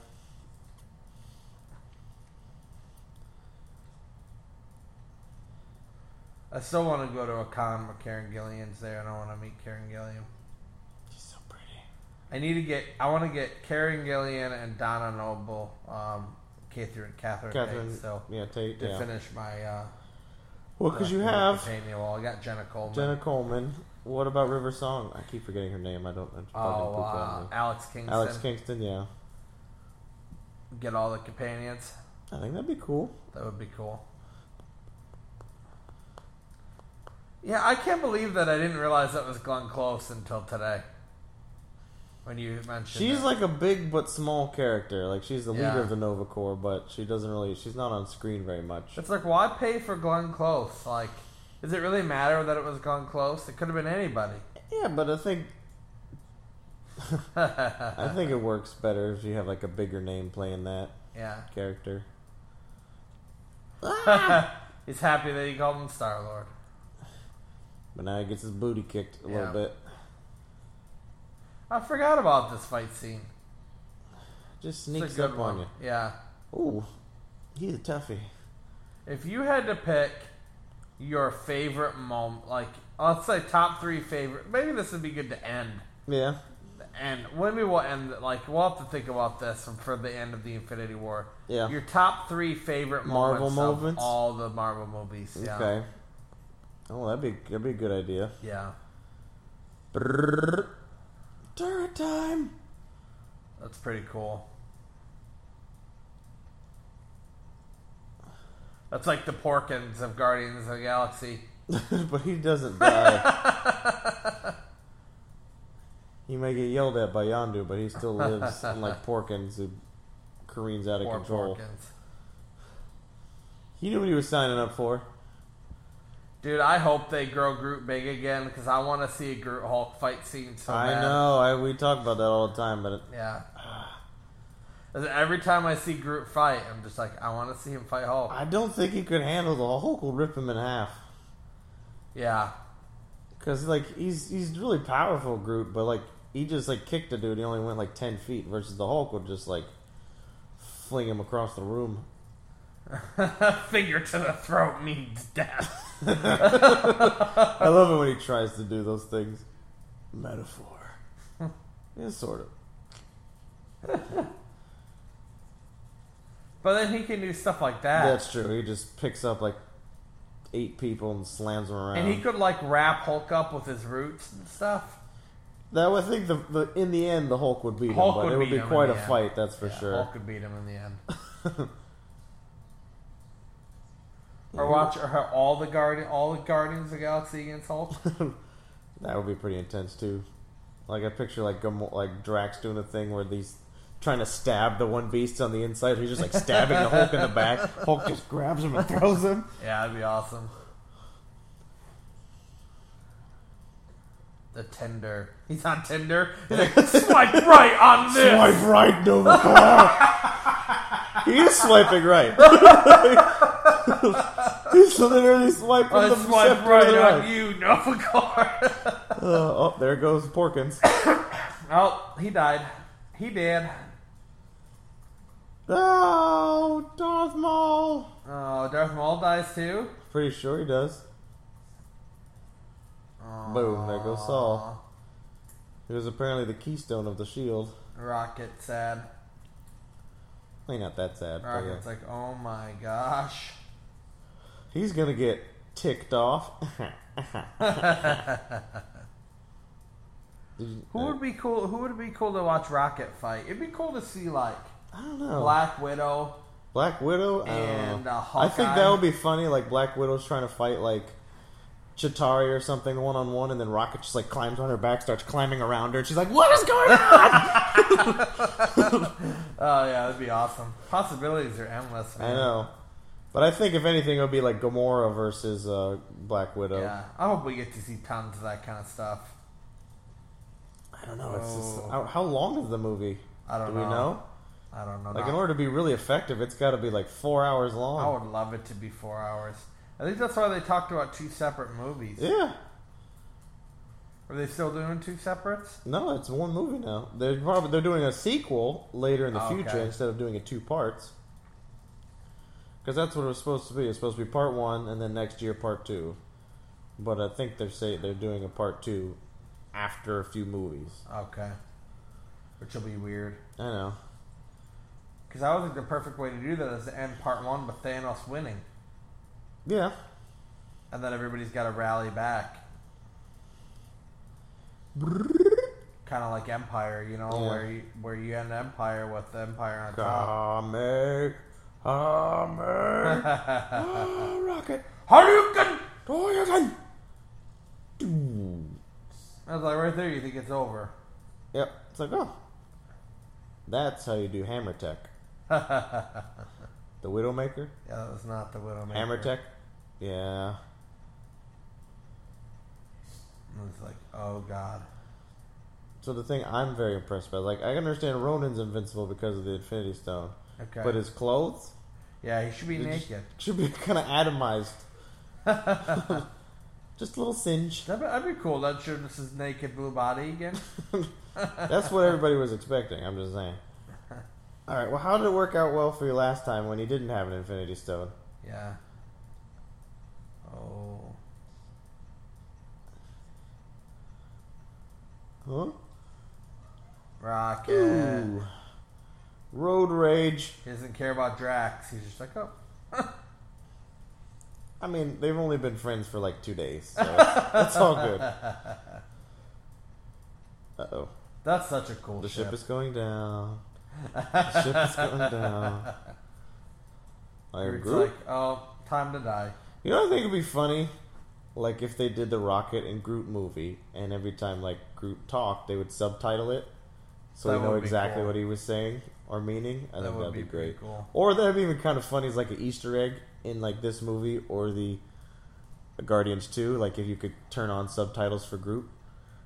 Speaker 2: I still want to go to a con where Karen Gillian's there, and I want to meet Karen Gillian.
Speaker 3: She's so pretty.
Speaker 2: I need to get. I want to get Karen Gillian and Donna Noble, um, Catherine Catherine,
Speaker 3: Catherine.
Speaker 2: Tate, so
Speaker 3: yeah, Tate.
Speaker 2: to
Speaker 3: Yeah.
Speaker 2: finish my. Uh,
Speaker 3: Well, because you
Speaker 2: my
Speaker 3: have
Speaker 2: companion wall. I got Jenna Coleman.
Speaker 3: Jenna Coleman. What about River Song? I keep forgetting her name. I don't. I fucking
Speaker 2: oh,
Speaker 3: pooped on
Speaker 2: uh,
Speaker 3: me.
Speaker 2: Alex Kingston.
Speaker 3: Alex Kingston. Yeah.
Speaker 2: Get all the companions.
Speaker 3: I think that'd be cool.
Speaker 2: That would be cool. Yeah, I can't believe that I didn't realize that was Glenn Close until today. When you mentioned
Speaker 3: She's
Speaker 2: it.
Speaker 3: like a big but small character. Like she's the
Speaker 2: Yeah.
Speaker 3: leader of the Nova Corps, but she doesn't really. She's not on screen very much.
Speaker 2: It's like, why pay for Glenn Close? Like, does it really matter that it was Glenn Close? It could have been anybody.
Speaker 3: Yeah, but I think.
Speaker 2: Uh,
Speaker 3: I think it works better if you have like a bigger name playing that
Speaker 2: Yeah.
Speaker 3: character.
Speaker 2: He's happy that he called him Star Lord.
Speaker 3: But now he gets his booty kicked a
Speaker 2: Yeah.
Speaker 3: little bit.
Speaker 2: I forgot about this fight scene.
Speaker 3: Just
Speaker 2: It's a
Speaker 3: sneaks
Speaker 2: good
Speaker 3: up
Speaker 2: one.
Speaker 3: on you.
Speaker 2: Yeah.
Speaker 3: Ooh, he's a toughie.
Speaker 2: If you had to pick your favorite moment, like, let's say top three favorite, maybe this would be good to end.
Speaker 3: Yeah,
Speaker 2: And maybe we'll end, like, we'll have to think about this for the end of the Infinity War.
Speaker 3: Yeah.
Speaker 2: Your top three favorite
Speaker 3: Marvel
Speaker 2: moments,
Speaker 3: moments?
Speaker 2: Of all the Marvel movies. Yeah.
Speaker 3: Okay. Oh, that'd be that'd be a good idea.
Speaker 2: Yeah.
Speaker 3: Brrrr. Turret time.
Speaker 2: That's pretty cool. That's like the Porkins of Guardians of the Galaxy.
Speaker 3: but he doesn't die. he may get yelled at by Yandu, but he still lives, unlike Porkins, who careens out of
Speaker 2: Poor
Speaker 3: control.
Speaker 2: Porkins.
Speaker 3: He knew what he was signing up for.
Speaker 2: Dude, I hope they grow Groot big again because I want to see a Groot Hulk fight scene so
Speaker 3: I
Speaker 2: bad.
Speaker 3: know. I we talk about that all the time, but it,
Speaker 2: Yeah. 'Cause Every time I see Groot fight, I'm just like, I want to see him fight Hulk.
Speaker 3: I don't think he could handle the Hulk. Will rip him in half
Speaker 2: Yeah.
Speaker 3: because like he's he's really powerful, Groot, but like he just like kicked a dude. He only went like ten feet versus the Hulk would just like fling him across the room.
Speaker 2: Finger to the throat means death.
Speaker 3: I love it when he tries to do those things. Metaphor. yeah, sort of.
Speaker 2: But then he can do stuff like that.
Speaker 3: That's true. He just picks up like eight people and slams them around.
Speaker 2: and he could, like, wrap Hulk up with his roots and stuff.
Speaker 3: that I think the, the in the end the Hulk would beat
Speaker 2: Hulk
Speaker 3: him, but
Speaker 2: would
Speaker 3: it would
Speaker 2: beat
Speaker 3: be
Speaker 2: him in
Speaker 3: quite
Speaker 2: the
Speaker 3: a
Speaker 2: end.
Speaker 3: fight, that's for
Speaker 2: Yeah,
Speaker 3: sure.
Speaker 2: Hulk could beat him in the end. or watch or her- all the guard all the Guardians of the Galaxy against Hulk.
Speaker 3: That would be pretty intense too. Like I picture like Gamo- like Drax doing a thing where these trying to stab the one beast on the inside. He's just like stabbing the Hulk in the back. Hulk just grabs him and throws him.
Speaker 2: yeah, that'd be awesome. The Tinder. He's on Tinder. He's like, swipe right on this.
Speaker 3: Swipe right, Nova Corps. he is swiping right. He's literally swiping
Speaker 2: I
Speaker 3: the
Speaker 2: Oh, swipe
Speaker 3: swipe
Speaker 2: right
Speaker 3: right.
Speaker 2: on you, Nova Corps.
Speaker 3: Uh, oh, there goes Porkins.
Speaker 2: oh, he died. He did.
Speaker 3: oh, Darth Maul.
Speaker 2: Oh, Darth Maul dies too.
Speaker 3: Pretty sure he does. Boom, there goes Saul. It was apparently the keystone of the shield.
Speaker 2: Rocket sad.
Speaker 3: Well, not that sad. but, yeah.
Speaker 2: Rocket's like, oh my gosh.
Speaker 3: He's gonna get ticked off. Did you-
Speaker 2: Who would be cool? Who would be cool to watch Rocket fight? It'd be cool to see like
Speaker 3: I don't know.
Speaker 2: Black Widow.
Speaker 3: Black Widow I don't
Speaker 2: And,
Speaker 3: know.
Speaker 2: uh,
Speaker 3: I think
Speaker 2: Hawkeye.
Speaker 3: that would be funny. Like Black Widow's trying to fight like Chitari or something one on one, and then Rocket just like climbs on her back, starts climbing around her, and she's like, "What is going on?"
Speaker 2: Oh yeah, that'd be awesome. Possibilities are endless. Man.
Speaker 3: I know, but I think if anything, it would be like Gamora versus uh, Black Widow.
Speaker 2: Yeah, I hope we get to see tons of that kind of stuff.
Speaker 3: I don't know. It's just,
Speaker 2: Oh.
Speaker 3: how, how long is the movie?
Speaker 2: I don't
Speaker 3: Do we
Speaker 2: know.
Speaker 3: know?
Speaker 2: I don't know.
Speaker 3: Like
Speaker 2: Not-
Speaker 3: in order to be really effective, it's got to be like four hours
Speaker 2: I
Speaker 3: long.
Speaker 2: would love it to be four hours. I think that's why they talked about two separate movies.
Speaker 3: Yeah.
Speaker 2: Are they still doing two separates?
Speaker 3: No, it's one movie now. They're probably they're doing a sequel later in the
Speaker 2: Okay.
Speaker 3: future instead of doing it two parts. Because that's what it was supposed to be. It's supposed to be part one, and then next year part two. But I think they're say they're doing a part two after a few movies.
Speaker 2: Okay, which will be weird.
Speaker 3: I know.
Speaker 2: Because I would think the perfect way to do that is to end part one with Thanos winning,
Speaker 3: Yeah,
Speaker 2: and then everybody's got to rally back. kind of like Empire, you know,
Speaker 3: Yeah.
Speaker 2: where you, where you end Empire with the Empire on top.
Speaker 3: comic, comic, Ah, rocket,
Speaker 2: Hadouken!
Speaker 3: Hadouken! Doo.
Speaker 2: I was like, right there, you think it's over.
Speaker 3: Yep. It's like, oh, that's how you do hammer tech. the Widowmaker,
Speaker 2: Yeah, that was not the Widowmaker.
Speaker 3: hammer tech. Yeah.
Speaker 2: I was like, oh god.
Speaker 3: So the thing I'm very impressed by, like, I can understand Ronan's invincible because of the Infinity Stone,
Speaker 2: Okay.
Speaker 3: but his clothes
Speaker 2: yeah, he should be
Speaker 3: they
Speaker 2: naked.
Speaker 3: just should be kind of atomized. just a little singe.
Speaker 2: That'd, be, that'd be cool. That sure this is naked blue body again.
Speaker 3: That's what everybody was expecting. I'm just saying. All right. Well, how did it work out well for you last time when you didn't have an Infinity Stone?
Speaker 2: yeah. Oh.
Speaker 3: Huh?
Speaker 2: Rocket.
Speaker 3: Ooh. Road rage.
Speaker 2: He doesn't care about Drax. He's just like, oh.
Speaker 3: I mean, they've only been friends for like two days, so that's all good. Uh oh.
Speaker 2: That's such a cool
Speaker 3: The
Speaker 2: ship.
Speaker 3: ship is going down. The ship is going down. I
Speaker 2: It's
Speaker 3: Groot.
Speaker 2: like, oh, time to die.
Speaker 3: you know, I think it'd be funny, like if they did the Rocket and Groot movie, and every time like Groot talked, they would subtitle it, so
Speaker 2: That
Speaker 3: we know
Speaker 2: would be
Speaker 3: exactly
Speaker 2: cool.
Speaker 3: what he was saying or meaning. I
Speaker 2: That
Speaker 3: think
Speaker 2: would
Speaker 3: that'd be,
Speaker 2: be pretty
Speaker 3: great.
Speaker 2: cool.
Speaker 3: Or that'd be even kind of funny as like an Easter egg in like this movie or the Guardians Two. Like if you could turn on subtitles for Groot,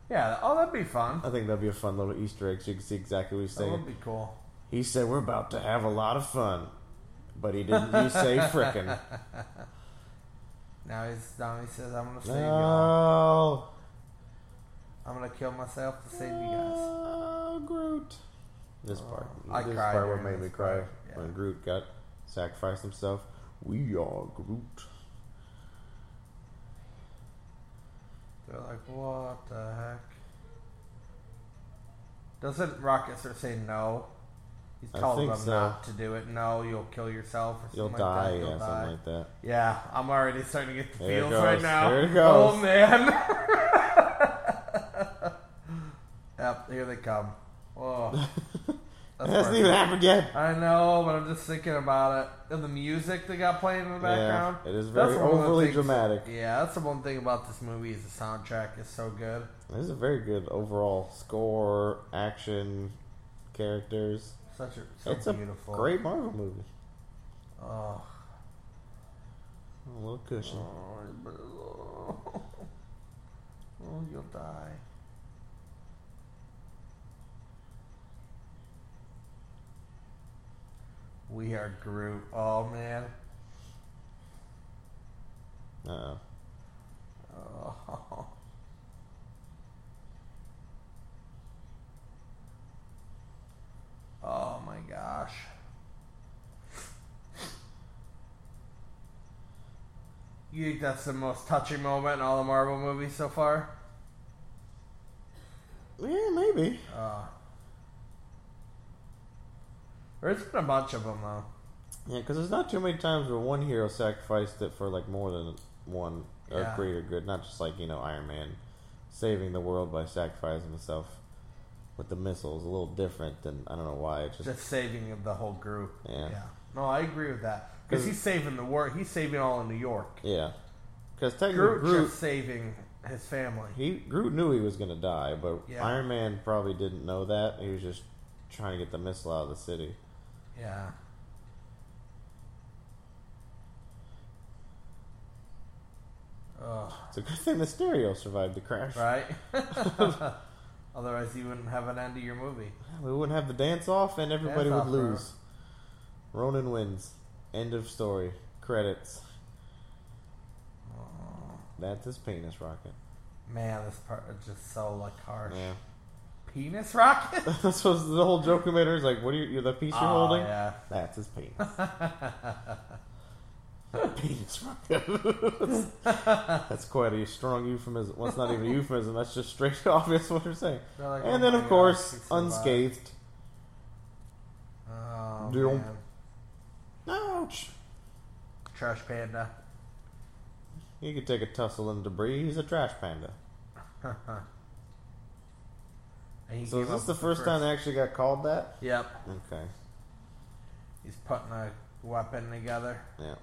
Speaker 2: Yeah, oh, that'd be fun.
Speaker 3: I think that'd be a fun little Easter egg. So you can see exactly what he's
Speaker 2: That
Speaker 3: saying.
Speaker 2: would be cool.
Speaker 3: He said, "We're about to have a lot of fun," but he didn't. You say frickin'.
Speaker 2: Now he's now he says, I'm gonna save you.
Speaker 3: No.
Speaker 2: I'm gonna kill myself to save you guys. Oh,
Speaker 3: Oh, Groot. This part.
Speaker 2: I
Speaker 3: this
Speaker 2: cried
Speaker 3: part what
Speaker 2: during
Speaker 3: made me
Speaker 2: this
Speaker 3: cry
Speaker 2: part, yeah.
Speaker 3: when Groot got sacrificed himself. We are Groot.
Speaker 2: They're like, what the heck? Doesn't Rocket sort of say no? He's
Speaker 3: I
Speaker 2: told
Speaker 3: think
Speaker 2: them
Speaker 3: so.
Speaker 2: not to do it. No, you'll kill yourself or something
Speaker 3: You'll
Speaker 2: like
Speaker 3: die.
Speaker 2: that. You'll
Speaker 3: yeah,
Speaker 2: die.
Speaker 3: something like that.
Speaker 2: Yeah, I'm already starting to get the
Speaker 3: There it
Speaker 2: feels
Speaker 3: goes,
Speaker 2: right now.
Speaker 3: there it goes.
Speaker 2: Oh man. yep, here they come. Whoa.
Speaker 3: It hasn't even happened yet.
Speaker 2: I know, but I'm just thinking about it. And the music they got playing in the background.
Speaker 3: it is
Speaker 2: That's
Speaker 3: very
Speaker 2: the one of the
Speaker 3: overly
Speaker 2: things-
Speaker 3: dramatic.
Speaker 2: Yeah, that's the one thing about this movie is the soundtrack is so good.
Speaker 3: There's a very good overall score, action, characters.
Speaker 2: Such a so
Speaker 3: it's
Speaker 2: beautiful.
Speaker 3: a great Marvel movie.
Speaker 2: Oh.
Speaker 3: A little cushion.
Speaker 2: Oh, you'll die. We are Groot. Oh man.
Speaker 3: Uh,
Speaker 2: Oh. Oh my gosh. You think that's the most touching moment in all the Marvel movies so far?
Speaker 3: Yeah, maybe.
Speaker 2: Uh, There's been a bunch of them though.
Speaker 3: Yeah, because there's not too many times where one hero sacrificed it for like more than one or
Speaker 2: Yeah.
Speaker 3: greater good. Not just like you know Iron Man saving the world by sacrificing himself with the missiles. A little different than I don't know why. It just,
Speaker 2: Just saving of the whole group.
Speaker 3: Yeah.
Speaker 2: No, I agree with that because
Speaker 3: 'Cause-
Speaker 2: he's saving the world. He's saving all of New York.
Speaker 3: yeah, because technically
Speaker 2: Groot,
Speaker 3: Groot,
Speaker 2: just saving his family.
Speaker 3: he Groot knew he was gonna die, but
Speaker 2: Yeah.
Speaker 3: Iron Man probably didn't know that. He was just trying to get the missile out of the city.
Speaker 2: Yeah. Ugh.
Speaker 3: It's a good thing the stereo survived the crash.
Speaker 2: right? Otherwise, you wouldn't have an end to your movie.
Speaker 3: We wouldn't have the dance off, and everybody
Speaker 2: Dance off,
Speaker 3: would
Speaker 2: bro.
Speaker 3: lose. Ronan wins. End of story. Credits. That's his penis rocket.
Speaker 2: Man, this part is just so like harsh.
Speaker 3: Yeah,
Speaker 2: Penis rocket.
Speaker 3: that's what the whole joke we made. Is like, what are you? You're the piece you're
Speaker 2: Oh,
Speaker 3: holding.
Speaker 2: yeah.
Speaker 3: That's his penis. penis rocket. that's quite a strong euphemism. Well, it's not even a euphemism. That's just straight obvious what you're saying.
Speaker 2: They're like,
Speaker 3: and
Speaker 2: oh
Speaker 3: then,
Speaker 2: my
Speaker 3: of
Speaker 2: God,
Speaker 3: course,
Speaker 2: she's so
Speaker 3: unscathed.
Speaker 2: Oh,
Speaker 3: Doom.
Speaker 2: man.
Speaker 3: Ouch.
Speaker 2: Trash panda.
Speaker 3: You could take a tussle in debris. He's a trash panda.
Speaker 2: And he
Speaker 3: So is
Speaker 2: came up
Speaker 3: this
Speaker 2: with
Speaker 3: the first time they actually got called that?
Speaker 2: Yep.
Speaker 3: Okay.
Speaker 2: He's putting a weapon together.
Speaker 3: Yeah.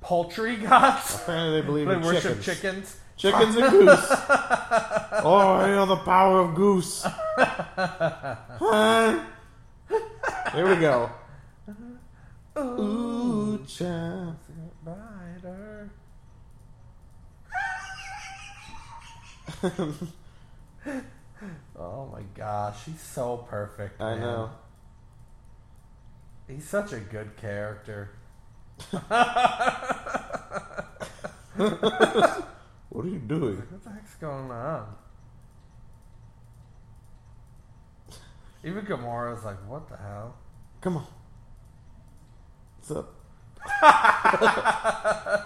Speaker 2: Poultry gods.
Speaker 3: Apparently they believe
Speaker 2: They
Speaker 3: in
Speaker 2: worship
Speaker 3: chickens.
Speaker 2: chickens.
Speaker 3: Chickens and goose. oh, I know the power of goose. Huh? Here we go. Ooh, child.
Speaker 2: Rider. oh my gosh, he's so perfect.
Speaker 3: I
Speaker 2: man.
Speaker 3: know.
Speaker 2: He's such a good character.
Speaker 3: What are you doing?
Speaker 2: What the heck's going on? Even Gamora's like, what the hell?
Speaker 3: Come on. What's up?
Speaker 2: Uh-huh.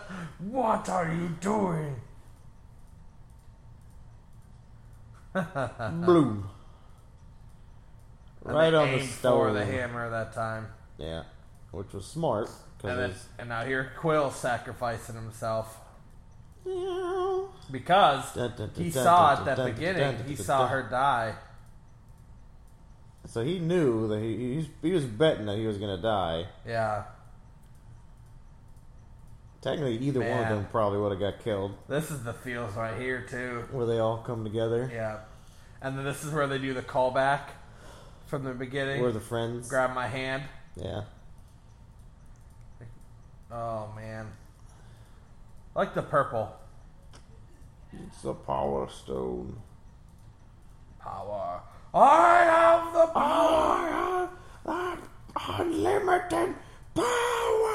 Speaker 2: What are you doing?
Speaker 3: Bloom.
Speaker 2: And
Speaker 3: Right
Speaker 2: they
Speaker 3: on the
Speaker 2: aimed for
Speaker 3: stone.
Speaker 2: the hammer that time.
Speaker 3: yeah. Which was smart.
Speaker 2: And, then,
Speaker 3: Because
Speaker 2: and now here Quill sacrificing himself. Because
Speaker 3: Dun, dun, dun,
Speaker 2: he
Speaker 3: dun,
Speaker 2: saw
Speaker 3: dun,
Speaker 2: at that
Speaker 3: dun, dun, dun,
Speaker 2: beginning,
Speaker 3: dun,
Speaker 2: he
Speaker 3: dun,
Speaker 2: saw
Speaker 3: dun.
Speaker 2: her die.
Speaker 3: So he knew that he, he he was betting that he was gonna die.
Speaker 2: Yeah.
Speaker 3: Technically, either one of
Speaker 2: Man.
Speaker 3: them probably would have got killed.
Speaker 2: This is the feels right here, too.
Speaker 3: Where they all come together.
Speaker 2: Yeah. And then this is where they do the callback from the beginning.
Speaker 3: Where the friends.
Speaker 2: Grab my hand.
Speaker 3: yeah.
Speaker 2: Oh, man. I like the purple.
Speaker 3: It's the power stone.
Speaker 2: Power. I have the
Speaker 3: I have Uh, unlimited power.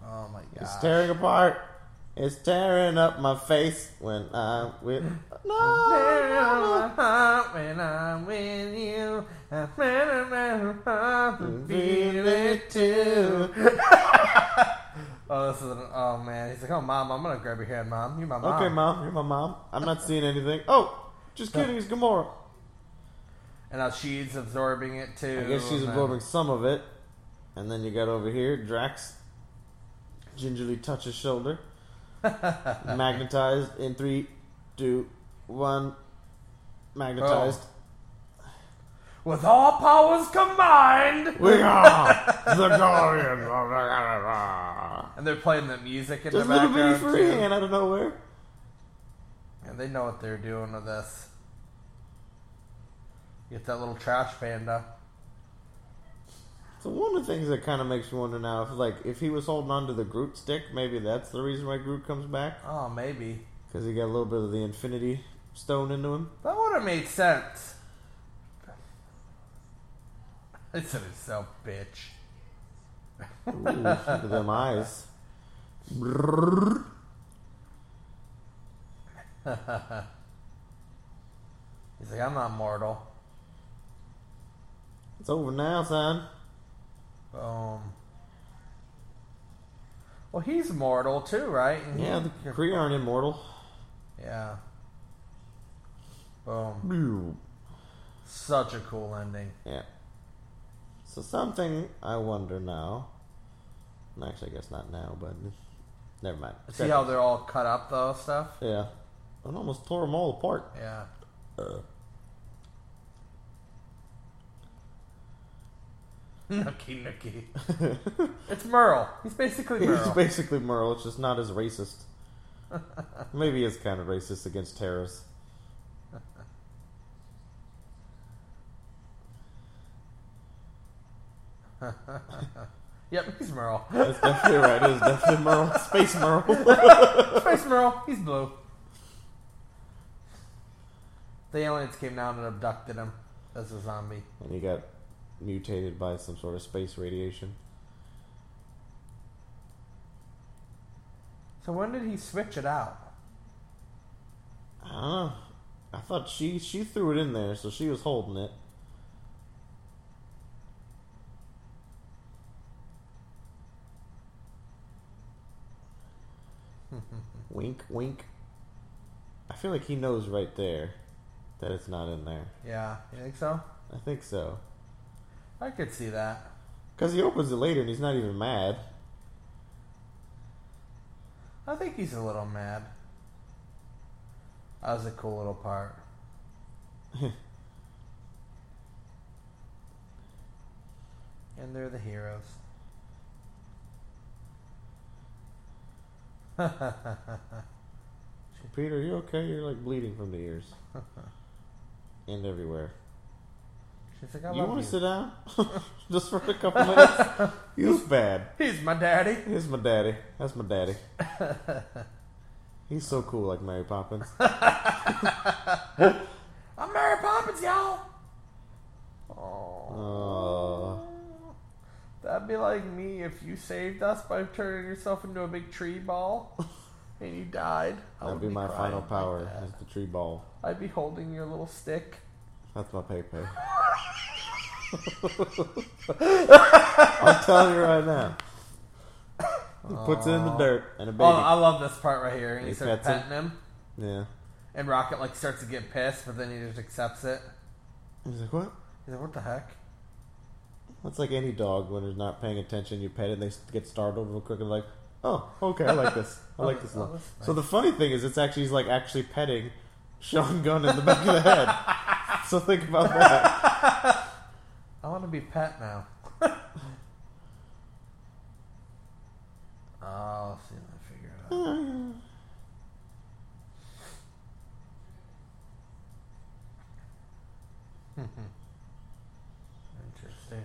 Speaker 2: Oh, my God.
Speaker 3: it's tearing apart. It's tearing up my face when I'm with. No.
Speaker 2: When I'm with you, I'm feel it too. Oh, this is an, oh man. He's like, oh mom, I'm gonna grab your hand, mom. You're my mom.
Speaker 3: Okay, mom. You're my mom. I'm not seeing anything. Oh, just kidding. It's Gamora.
Speaker 2: And now she's absorbing it too.
Speaker 3: I guess she's
Speaker 2: and
Speaker 3: absorbing some of it. And then you got over here, Drax gingerly touches shoulder. magnetized in three, two, one. Magnetized.
Speaker 2: Oh. then- With all powers combined,
Speaker 3: We are the Guardians of the
Speaker 2: and they're playing the music in
Speaker 3: There's a
Speaker 2: the
Speaker 3: little
Speaker 2: background
Speaker 3: bitty free
Speaker 2: too.
Speaker 3: hand out of nowhere.
Speaker 2: And they know what they're doing with this. Get that little trash panda.
Speaker 3: So one of the things that kind of makes me wonder now, if like if he was holding on to the Groot stick, maybe that's the reason why Groot comes back
Speaker 2: Oh, maybe
Speaker 3: because he got a little bit of the Infinity Stone into him.
Speaker 2: that would have made sense. It's an himself, bitch.
Speaker 3: Ooh, look at them eyes.
Speaker 2: He's like, I'm not mortal.
Speaker 3: It's over now, son.
Speaker 2: Um. Well, he's mortal too, right? And he-
Speaker 3: Yeah, the Kree aren't immortal.
Speaker 2: Yeah. Boom.
Speaker 3: Yeah.
Speaker 2: Such a cool ending.
Speaker 3: So something I wonder now. Actually, I guess not now, but never mind.
Speaker 2: See how they're all cut up though, stuff.
Speaker 3: Yeah. I almost tore them all apart.
Speaker 2: Yeah.
Speaker 3: Uh.
Speaker 2: Nookie, nookie. it's Merle. He's basically
Speaker 3: He's
Speaker 2: Merle.
Speaker 3: basically Merle, it's just not as racist. Maybe he is kind of racist against terrorists.
Speaker 2: yep, he's Merle.
Speaker 3: That's definitely right. It is definitely Merle. Space Merle.
Speaker 2: Space Merle. He's blue. The aliens came down and abducted him as a zombie.
Speaker 3: And he got mutated by some sort of space radiation.
Speaker 2: So when did he switch it out?
Speaker 3: I don't know. Ah, I thought she she threw it in there, so she was holding it. wink, wink. I feel like he knows right there that it's not in there.
Speaker 2: Yeah, you think so?
Speaker 3: I think so.
Speaker 2: I could see that.
Speaker 3: Because he opens it later and he's not even mad.
Speaker 2: I think he's a little mad. That was a cool little part. and they're the heroes.
Speaker 3: Peter, you okay? You're like bleeding from the ears. and everywhere.
Speaker 2: She's like, I
Speaker 3: You
Speaker 2: love
Speaker 3: want
Speaker 2: you.
Speaker 3: to sit down? Just for a couple minutes? He was bad.
Speaker 2: he's my daddy.
Speaker 3: Here's my daddy. That's my daddy. He's so cool, like Mary Poppins.
Speaker 2: I'm Mary Poppins, y'all. Oh,
Speaker 3: Uh,
Speaker 2: that'd be like me if you saved us by turning yourself into a big tree ball and you died. I
Speaker 3: that'd
Speaker 2: would
Speaker 3: be my
Speaker 2: crying
Speaker 3: final
Speaker 2: like
Speaker 3: power.
Speaker 2: that.
Speaker 3: Is the tree ball.
Speaker 2: I'd be holding your little stick.
Speaker 3: That's my Pepe. I'm telling you right now. He puts it in the dirt and a baby.
Speaker 2: Oh, I love this part right here. And he
Speaker 3: He
Speaker 2: starts
Speaker 3: pets him.
Speaker 2: petting him,
Speaker 3: yeah.
Speaker 2: and Rocket like starts to get pissed, but then he just accepts it.
Speaker 3: He's like, what?
Speaker 2: He's like, "What the heck?"
Speaker 3: That's like any dog when they're not paying attention. You pet it, they get startled real quick and like, oh, okay, I like this. I like this a lot.
Speaker 2: Oh, that's
Speaker 3: So the funny thing is, it's actually he's like actually petting Sean Gunn in the back of the head. so think about that.
Speaker 2: I want to be pet now. I'll see if I figure it out. Interesting.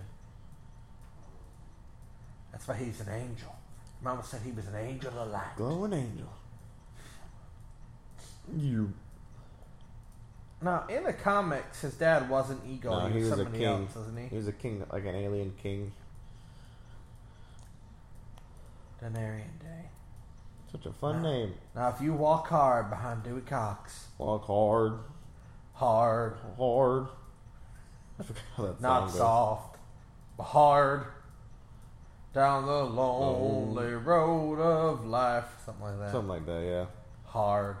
Speaker 2: That's why he's an angel. Mama said he was an angel of light.
Speaker 3: Glowing angel. You.
Speaker 2: Now, in the comics, his dad wasn't Ego.
Speaker 3: No,
Speaker 2: he, was,
Speaker 3: a
Speaker 2: somebody
Speaker 3: king.
Speaker 2: else, wasn't he?
Speaker 3: He was a king, like an alien king.
Speaker 2: Denarian Day.
Speaker 3: Such a fun name.
Speaker 2: Now, if you walk hard behind Dewey Cox,
Speaker 3: Walk hard,
Speaker 2: hard,
Speaker 3: hard. I forgot how that
Speaker 2: not
Speaker 3: song goes.
Speaker 2: soft, but hard, down the
Speaker 3: Oh.
Speaker 2: lonely road of life, something like that.
Speaker 3: Something like that, yeah.
Speaker 2: Hard.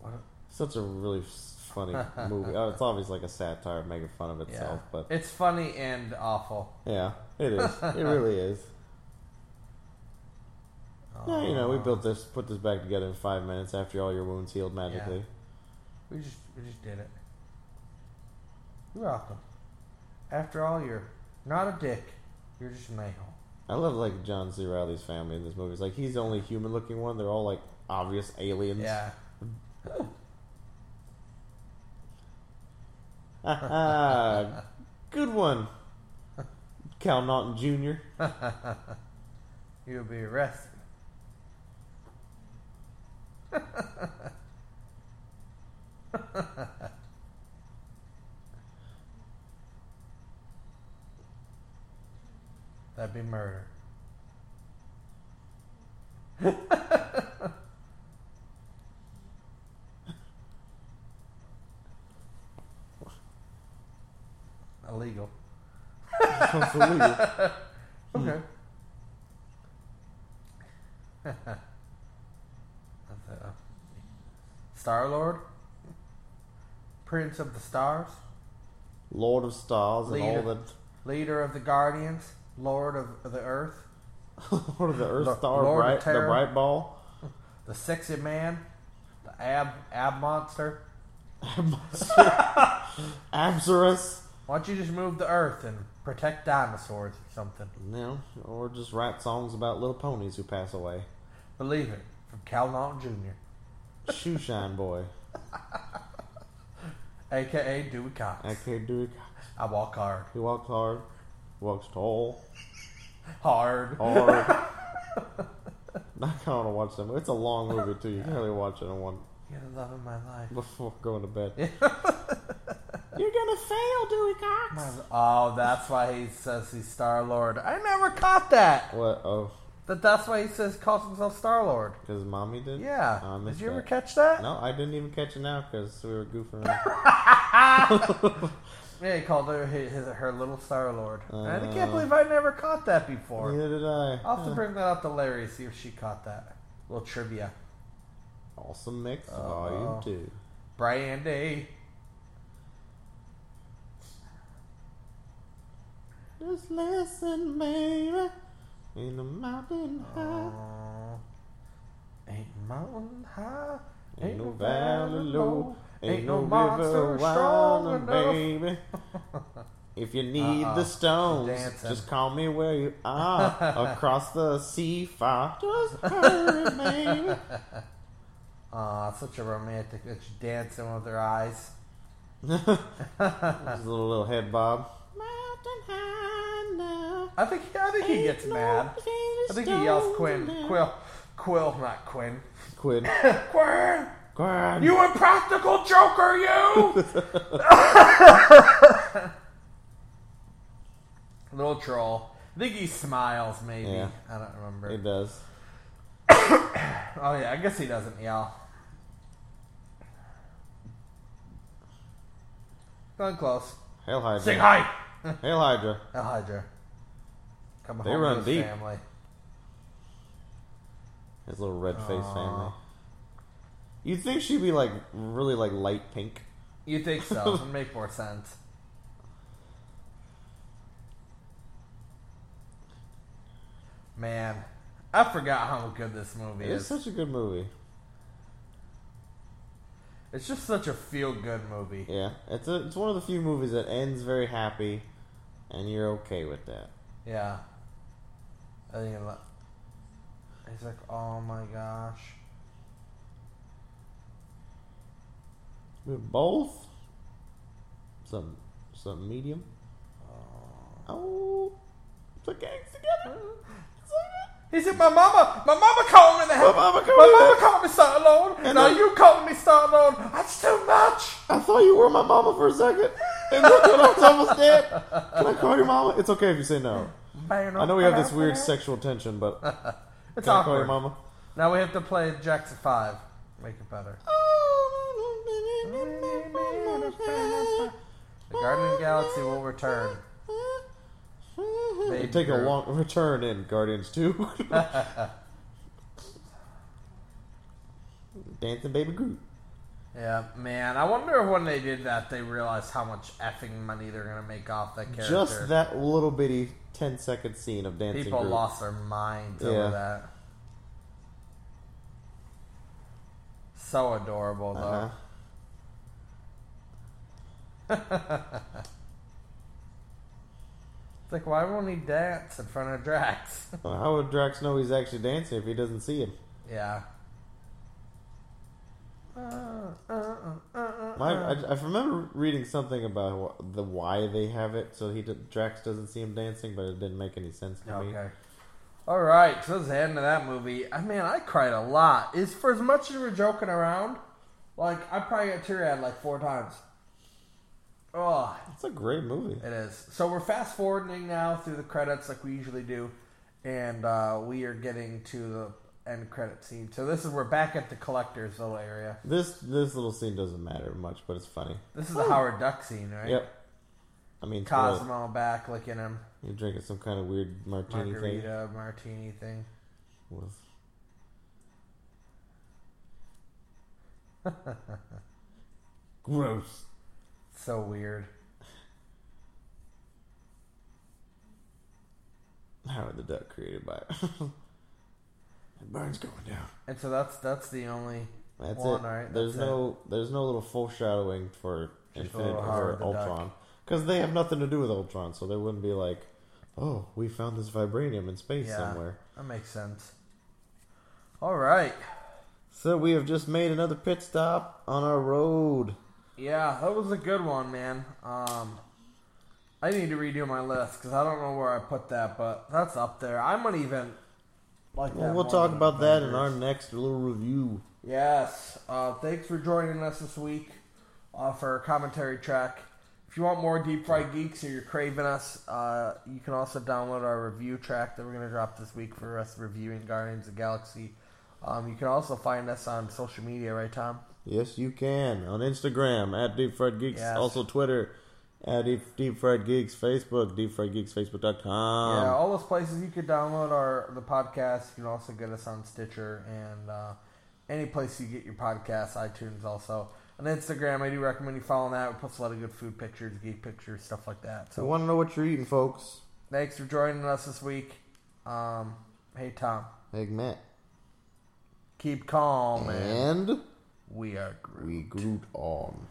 Speaker 2: What?
Speaker 3: Such a really s- funny movie. Oh, it's obviously like a satire making fun of
Speaker 2: Yeah.
Speaker 3: itself, but
Speaker 2: It's funny and awful.
Speaker 3: Yeah, it is. It really is. Yeah, you know,
Speaker 2: Uh,
Speaker 3: we built this, put this back together in five minutes after all your wounds healed magically.
Speaker 2: We just we just did it. You're welcome. After all, you're not a dick. You're just an a-hole.
Speaker 3: I love like John C. Riley's family in this movie. It's like he's the only human-looking one. They're all like obvious aliens.
Speaker 2: Yeah.
Speaker 3: Ah, good one, Cal Naughton Jr.
Speaker 2: You'll be arrested. That'd be murder. illegal.
Speaker 3: okay.
Speaker 2: Star Lord, Prince of the Stars,
Speaker 3: Lord of Stars
Speaker 2: Leader.
Speaker 3: and all the
Speaker 2: Leader of the Guardians, Lord of the Earth,
Speaker 3: Lord of the Earth
Speaker 2: Lo-
Speaker 3: Star,
Speaker 2: Lord of
Speaker 3: bright, the
Speaker 2: Terror.
Speaker 3: bright ball.
Speaker 2: the Sexy Man, the Ab Ab Monster.
Speaker 3: Absurus.
Speaker 2: Why don't you just move the Earth and protect dinosaurs or something?
Speaker 3: No, or just write songs about little ponies who pass away.
Speaker 2: Believe it, from Cal Naughton Jr.,
Speaker 3: Shoeshine Boy.
Speaker 2: aka Dewey Cox.
Speaker 3: I can't do it.
Speaker 2: I walk hard,
Speaker 3: He walks hard, walks tall,
Speaker 2: hard.
Speaker 3: hard. I kind of want to watch that movie. It's a long movie, too. You can really watch it in one
Speaker 2: You're the love of my life.
Speaker 3: before going to bed. You're going to fail, Dewey Cox.
Speaker 2: Oh, that's why he says he's Star Lord. I never caught that.
Speaker 3: What? Oh,
Speaker 2: That that's why he says calls himself Star Lord.
Speaker 3: because mommy did?
Speaker 2: Yeah.
Speaker 3: I
Speaker 2: Did
Speaker 3: missed
Speaker 2: you ever
Speaker 3: Um, that.
Speaker 2: catch that?
Speaker 3: No, I didn't even catch it now because we were goofing around.
Speaker 2: Yeah, he called her his, his- her little Star Lord. and I can't
Speaker 3: Uh.
Speaker 2: believe I never caught that before.
Speaker 3: Neither did I.
Speaker 2: I'll have to bring that up to Larry see if she caught that. little trivia.
Speaker 3: Awesome Mix,
Speaker 2: Uh-oh.
Speaker 3: Volume 2.
Speaker 2: Brandy.
Speaker 3: Just listen, baby. In the mountain high,
Speaker 2: Uh, ain't mountain high,
Speaker 3: ain't no valley low, ain't no river
Speaker 2: monster strong
Speaker 3: wide,
Speaker 2: enough.
Speaker 3: baby. If you need
Speaker 2: Uh-uh.
Speaker 3: the stones,
Speaker 2: Dancing.
Speaker 3: just call me where you are across the sea far. Just hurry, baby.
Speaker 2: Aw, such a romantic. It's dancing with her eyes.
Speaker 3: Just a little, little head bob. Mountain high now.
Speaker 2: I think I think he gets mad. I think he yells Quinn. Quill. Quill, not Quinn.
Speaker 3: Quinn.
Speaker 2: Quinn!
Speaker 3: Quinn.
Speaker 2: You impractical joker, you! Little troll. I think he smiles, maybe.
Speaker 3: Yeah.
Speaker 2: I don't remember.
Speaker 3: It does.
Speaker 2: Oh, yeah, I guess he doesn't yell. Going close. Oh,
Speaker 3: Hail Hydra.
Speaker 2: Sing hi!
Speaker 3: Hail Hydra.
Speaker 2: El Hydra. Coming
Speaker 3: They
Speaker 2: home
Speaker 3: run
Speaker 2: to his
Speaker 3: deep.
Speaker 2: family.
Speaker 3: His little red faced family. You'd think she'd be like really like light pink.
Speaker 2: You think so? It'd make more sense. Man, I forgot how good this movie
Speaker 3: It's
Speaker 2: is.
Speaker 3: such a good movie.
Speaker 2: It's just such a feel-good movie.
Speaker 3: Yeah, it's a, it's one of the few movies that ends very happy, and you're okay with that.
Speaker 2: Yeah. And he lo- he's like, "Oh my gosh,
Speaker 3: We're both some some medium. Oh, put gangs together.
Speaker 2: he's like my mama. My mama called me the
Speaker 3: My
Speaker 2: hell. My
Speaker 3: mama called me
Speaker 2: mama
Speaker 3: that.
Speaker 2: called me Star Lord.
Speaker 3: And
Speaker 2: now
Speaker 3: I-
Speaker 2: you calling me Star Lord. That's too much."
Speaker 3: I thought you were my mama for a second, and look what I was almost dead. Can I call your mama? It's okay if you say no. I know we have this weird sexual tension, but can
Speaker 2: It's
Speaker 3: I call your
Speaker 2: awkward.
Speaker 3: mama?
Speaker 2: Now we have to play Jackson Five. Make it better. The Guardian of the Galaxy will return.
Speaker 3: They take a
Speaker 2: Groot.
Speaker 3: long return in Guardians 2. Dancing Baby Groot.
Speaker 2: Yeah, man. I wonder if when they did that, they realized how much effing money they're gonna make off that character.
Speaker 3: Just that little bitty 10 second scene of Dancing
Speaker 2: People
Speaker 3: Groot.
Speaker 2: lost their minds
Speaker 3: Yeah.
Speaker 2: over that. So adorable, though.
Speaker 3: Uh-huh.
Speaker 2: It's like, why won't he dance in front of Drax?
Speaker 3: Well, How would Drax know he's actually dancing if he doesn't see him?
Speaker 2: yeah.
Speaker 3: My, I,
Speaker 2: Uh-uh.
Speaker 3: I remember reading something about wh- the why they have it, so he d- Drax doesn't see him dancing, but it didn't make any sense to me.
Speaker 2: Okay. All right, so that's the end of that movie. I mean, I cried a lot. Is for as much as we're joking around, like I probably got teary eyed like four times. Oh,
Speaker 3: It's a great movie.
Speaker 2: it is. So we're fast forwarding now through the credits like we usually do, and uh, we are getting to the end credit scene. So this is we're back at the collector's little area.
Speaker 3: This this little scene doesn't matter much, but it's funny.
Speaker 2: This is the Howard Duck scene, right?
Speaker 3: Yep. I mean, Cosmo.
Speaker 2: Cosmo back licking him.
Speaker 3: You're drinking some kind of weird martini thing
Speaker 2: Margarita martini thing.
Speaker 3: with. Gross.
Speaker 2: So weird.
Speaker 3: Howard the Duck created by.
Speaker 7: That burn's going down.
Speaker 2: And so that's that's the only
Speaker 3: That's
Speaker 2: one,
Speaker 3: it.
Speaker 2: right?
Speaker 3: There's
Speaker 2: That's it.
Speaker 3: no there's no little foreshadowing for
Speaker 2: Just a
Speaker 3: Infinity
Speaker 2: little Howard
Speaker 3: or
Speaker 2: the
Speaker 3: Ultron because they have nothing to do with Ultron, so there wouldn't be like, oh, we found this vibranium in space
Speaker 2: yeah,
Speaker 3: somewhere.
Speaker 2: That makes sense. All right.
Speaker 3: So we have just made another pit stop on our road.
Speaker 2: Yeah, that was a good one, man. Um, I need to redo my list because I don't know where I put that, but that's up there. I might even like
Speaker 3: Well,
Speaker 2: that
Speaker 3: we'll
Speaker 2: more
Speaker 3: talk
Speaker 2: than
Speaker 3: about that in our
Speaker 2: Avengers.
Speaker 3: next little review.
Speaker 2: Yes. Uh, thanks for joining us this week uh, for our commentary track. If you want more Deep Fried Geeks or you're craving us, uh, you can also download our review track that we're going to drop this week for us reviewing Guardians of the Galaxy. Um, you can also find us on social media, right, Tom?
Speaker 3: Yes, you can on Instagram at Deep Fried Geeks,
Speaker 2: Yes.
Speaker 3: also Twitter at Deep, Deep Fried Geeks, Facebook Deep Fried Geeks, Facebook.com.
Speaker 2: yeah, all those places you could download our the podcast. You can also get us on Stitcher and uh, any place you get your podcasts, iTunes also. On Instagram, I do recommend you follow that. We post a lot of good food pictures, geek pictures, stuff like that.
Speaker 3: We
Speaker 2: So
Speaker 3: want to know what you're eating, folks.
Speaker 2: thanks for joining us this week. Um, hey Tom,
Speaker 3: Egg Matt.
Speaker 2: keep calm, man.
Speaker 3: And
Speaker 2: We are Groot.
Speaker 3: we Groot on.